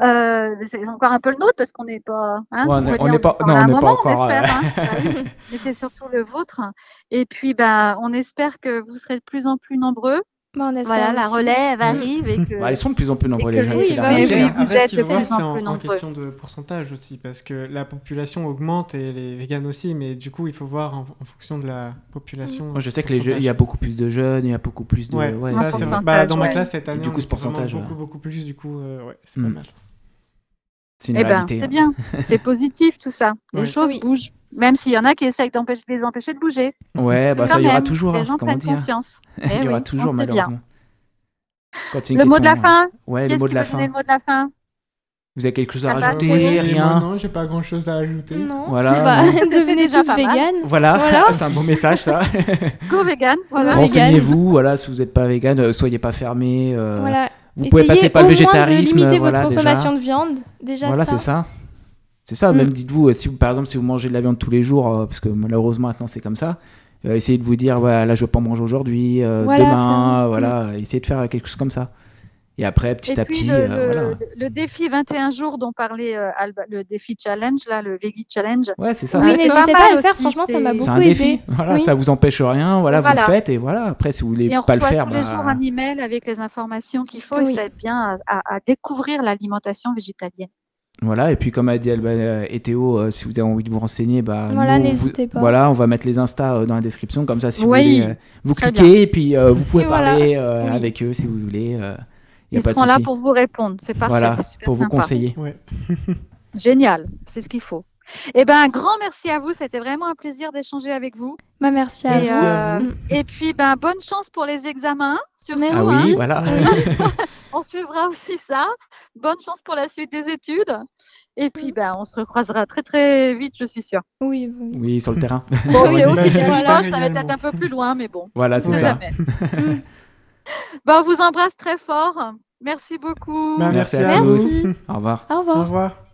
[SPEAKER 2] Euh, c'est encore un peu le nôtre parce qu'on n'est pas. hein,
[SPEAKER 1] Ouais, on
[SPEAKER 2] je
[SPEAKER 1] est-
[SPEAKER 2] veux
[SPEAKER 1] on
[SPEAKER 2] dire,
[SPEAKER 1] n'est pas-
[SPEAKER 2] en
[SPEAKER 1] non, on
[SPEAKER 2] a un
[SPEAKER 1] n'est pas
[SPEAKER 2] moment,
[SPEAKER 1] encore, euh,
[SPEAKER 2] espère, hein. Mais c'est surtout le vôtre. Et puis, ben, on espère que vous serez de plus en plus nombreux.
[SPEAKER 4] Bah, on espère
[SPEAKER 2] Voilà, la
[SPEAKER 4] aussi.
[SPEAKER 2] relève arrive et que.
[SPEAKER 1] Bah, ils sont de plus en plus nombreux,
[SPEAKER 2] Et
[SPEAKER 1] les
[SPEAKER 2] que
[SPEAKER 1] jeunes.
[SPEAKER 4] oui,
[SPEAKER 1] c'est la
[SPEAKER 4] bah
[SPEAKER 1] réalité,
[SPEAKER 2] oui,
[SPEAKER 1] hein.
[SPEAKER 2] vous
[SPEAKER 3] Après,
[SPEAKER 2] êtes
[SPEAKER 3] ce
[SPEAKER 2] de
[SPEAKER 3] qu'il faut voir,
[SPEAKER 2] plus en
[SPEAKER 3] c'est en,
[SPEAKER 2] plus
[SPEAKER 3] en
[SPEAKER 2] nombreux.
[SPEAKER 3] question de pourcentage aussi, parce que la population augmente et les véganes aussi, mais du coup, il faut voir en, en fonction de la population.
[SPEAKER 1] Moi, je sais que les jeux- il y a beaucoup plus de jeunes, il y a beaucoup plus de.
[SPEAKER 3] Ouais,
[SPEAKER 1] ouais,
[SPEAKER 2] En
[SPEAKER 3] ça,
[SPEAKER 1] c'est-
[SPEAKER 3] c'est vrai.
[SPEAKER 2] pourcentage,
[SPEAKER 3] Bah, dans ma
[SPEAKER 2] ouais.
[SPEAKER 3] classe cette année,
[SPEAKER 1] Du coup,
[SPEAKER 3] on
[SPEAKER 1] ce
[SPEAKER 3] est vraiment
[SPEAKER 1] pourcentage,
[SPEAKER 3] beaucoup,
[SPEAKER 1] ouais.
[SPEAKER 3] beaucoup plus. Du coup, euh, ouais, c'est
[SPEAKER 1] Mm.
[SPEAKER 3] pas mal.
[SPEAKER 1] c'est une
[SPEAKER 2] Eh ben,
[SPEAKER 1] réalité. hein.
[SPEAKER 2] c'est bien, c'est positif tout ça. Les
[SPEAKER 3] Oui.
[SPEAKER 2] choses
[SPEAKER 4] Oui.
[SPEAKER 2] bougent, même s'il y en a qui essayent d'empêcher- de les empêcher de bouger.
[SPEAKER 1] Ouais, bah,
[SPEAKER 2] Quand
[SPEAKER 1] ça, il y aura
[SPEAKER 2] même,
[SPEAKER 1] toujours,
[SPEAKER 2] les
[SPEAKER 1] hein,
[SPEAKER 2] gens
[SPEAKER 1] comment
[SPEAKER 2] prennent
[SPEAKER 1] dire.
[SPEAKER 2] conscience. Eh
[SPEAKER 1] Il y aura
[SPEAKER 2] oui,
[SPEAKER 1] toujours,
[SPEAKER 2] on sait bien.
[SPEAKER 1] malheureusement. Quand c'est une
[SPEAKER 2] Le mot de la
[SPEAKER 1] question, ouais.
[SPEAKER 2] fin,
[SPEAKER 1] Ouais,
[SPEAKER 2] qu'est-ce
[SPEAKER 1] Eh, le mot
[SPEAKER 2] qui
[SPEAKER 1] de la
[SPEAKER 2] peut donner
[SPEAKER 1] fin.
[SPEAKER 2] le mot de la fin
[SPEAKER 1] Vous avez quelque chose
[SPEAKER 2] Ah
[SPEAKER 1] à
[SPEAKER 2] bah,
[SPEAKER 1] rajouter
[SPEAKER 2] oui.
[SPEAKER 3] Et Euh, moi,
[SPEAKER 1] Rien
[SPEAKER 3] non, j'ai pas grand chose à ajouter.
[SPEAKER 4] Non.
[SPEAKER 1] Voilà,
[SPEAKER 4] Bah,
[SPEAKER 1] Ah, non.
[SPEAKER 2] C'était
[SPEAKER 4] devenez
[SPEAKER 2] déjà
[SPEAKER 4] tous
[SPEAKER 2] pas mal.
[SPEAKER 4] véganes.
[SPEAKER 1] Voilà,
[SPEAKER 4] Voilà.
[SPEAKER 1] c'est un bon message, ça.
[SPEAKER 2] Go vegan, voilà.
[SPEAKER 4] Bon.
[SPEAKER 1] Renseignez-vous, voilà, si vous n'êtes pas vegan, euh, soyez pas fermé. euh,
[SPEAKER 4] Voilà.
[SPEAKER 1] Vous pouvez
[SPEAKER 4] Essayez
[SPEAKER 1] passer par le
[SPEAKER 4] au moins
[SPEAKER 1] végétarisme.
[SPEAKER 4] de limiter
[SPEAKER 1] voilà,
[SPEAKER 4] votre
[SPEAKER 1] déjà.
[SPEAKER 4] consommation de viande. Déjà
[SPEAKER 1] Voilà,
[SPEAKER 4] ça.
[SPEAKER 1] c'est ça. C'est ça,
[SPEAKER 4] Mm.
[SPEAKER 1] même dites-vous, euh, si vous, par exemple, si vous mangez de la viande tous les jours, euh, parce que malheureusement maintenant c'est comme ça, euh, essayez de vous dire, ouais, là je vais pas en manger aujourd'hui, euh,
[SPEAKER 4] Voilà,
[SPEAKER 1] demain,
[SPEAKER 4] faire-
[SPEAKER 1] euh, voilà, euh, essayez de faire quelque chose comme ça. Et après, petit
[SPEAKER 2] Et
[SPEAKER 1] à
[SPEAKER 2] puis
[SPEAKER 1] petit,
[SPEAKER 2] le,
[SPEAKER 1] euh,
[SPEAKER 2] le-
[SPEAKER 1] voilà.
[SPEAKER 2] le défi 21 jours dont parlait euh, Alba- le défi challenge, là, le Veggie Challenge.
[SPEAKER 1] Ouais, c'est ça.
[SPEAKER 4] Oui,
[SPEAKER 2] Ah, c'est
[SPEAKER 4] n'hésitez
[SPEAKER 2] pas
[SPEAKER 4] pas à
[SPEAKER 2] mal
[SPEAKER 4] le faire.
[SPEAKER 2] aussi,
[SPEAKER 4] Franchement, ça
[SPEAKER 2] c'est-
[SPEAKER 4] m'a
[SPEAKER 1] C'est
[SPEAKER 4] beaucoup
[SPEAKER 1] un défi,
[SPEAKER 4] aidé.
[SPEAKER 1] voilà,
[SPEAKER 4] Oui.
[SPEAKER 1] ça vous empêche rien, voilà,
[SPEAKER 2] Voilà.
[SPEAKER 1] vous le faites et voilà. Après, si vous voulez
[SPEAKER 2] Et on
[SPEAKER 1] pas le
[SPEAKER 2] reçoit
[SPEAKER 1] faire,
[SPEAKER 2] tous les
[SPEAKER 1] bah,
[SPEAKER 2] jours un email avec les informations qu'il faut
[SPEAKER 4] Oui.
[SPEAKER 2] et ça aide bien à, à- à découvrir l'alimentation végétalienne.
[SPEAKER 1] Voilà, et puis comme a dit Alba euh, et Théo, euh, si vous avez envie de vous renseigner, bah,
[SPEAKER 4] Voilà,
[SPEAKER 1] nous, vous-
[SPEAKER 4] n'hésitez pas.
[SPEAKER 1] Voilà, on va mettre les Insta euh, dans la description, comme ça, si vous
[SPEAKER 2] Oui,
[SPEAKER 1] voulez, euh, vous
[SPEAKER 2] très
[SPEAKER 1] cliquez et puis euh, vous pouvez
[SPEAKER 4] Et voilà.
[SPEAKER 1] parler euh,
[SPEAKER 2] Oui.
[SPEAKER 1] avec eux si vous voulez. euh, y a
[SPEAKER 2] Ils
[SPEAKER 1] pas de
[SPEAKER 2] seront là
[SPEAKER 1] souci.
[SPEAKER 2] pour vous répondre. C'est parfait,
[SPEAKER 1] voilà,
[SPEAKER 2] c'est super
[SPEAKER 1] pour vous
[SPEAKER 2] sympa.
[SPEAKER 1] conseiller.
[SPEAKER 3] Ouais.
[SPEAKER 2] Génial, c'est ce qu'il faut. Eh ben, un grand merci à vous. C'était vraiment un plaisir d'échanger avec vous.
[SPEAKER 4] Bah, merci à
[SPEAKER 2] Et,
[SPEAKER 3] Merci
[SPEAKER 4] vous.
[SPEAKER 3] à
[SPEAKER 2] euh,
[SPEAKER 4] vous.
[SPEAKER 2] et puis, ben, bonne chance pour les examens. Surtout,
[SPEAKER 4] Merci.
[SPEAKER 1] Ah
[SPEAKER 4] Merci.
[SPEAKER 1] oui,
[SPEAKER 2] hein.
[SPEAKER 3] Bah,
[SPEAKER 1] voilà.
[SPEAKER 2] on suivra aussi ça. Bonne chance pour la suite des études. Et puis, ben, on se recroisera très très vite, je suis sûre.
[SPEAKER 4] Oui, oui.
[SPEAKER 1] Oui, sur le terrain.
[SPEAKER 2] Bon,
[SPEAKER 3] Oui,
[SPEAKER 2] Théo,
[SPEAKER 3] bah,
[SPEAKER 2] si tu
[SPEAKER 4] voilà.
[SPEAKER 2] proche, ça va
[SPEAKER 3] Également.
[SPEAKER 2] être un peu plus loin, mais bon,
[SPEAKER 1] Voilà,
[SPEAKER 2] on
[SPEAKER 1] c'est
[SPEAKER 2] sait
[SPEAKER 3] Ouais.
[SPEAKER 1] ça.
[SPEAKER 2] jamais. Bon, on vous embrasse très fort. Merci beaucoup.
[SPEAKER 3] Bah,
[SPEAKER 1] Merci
[SPEAKER 3] merci,
[SPEAKER 1] à
[SPEAKER 3] à, vous.
[SPEAKER 4] tous.
[SPEAKER 1] Au revoir.
[SPEAKER 4] Au
[SPEAKER 3] Au
[SPEAKER 4] revoir.
[SPEAKER 3] revoir.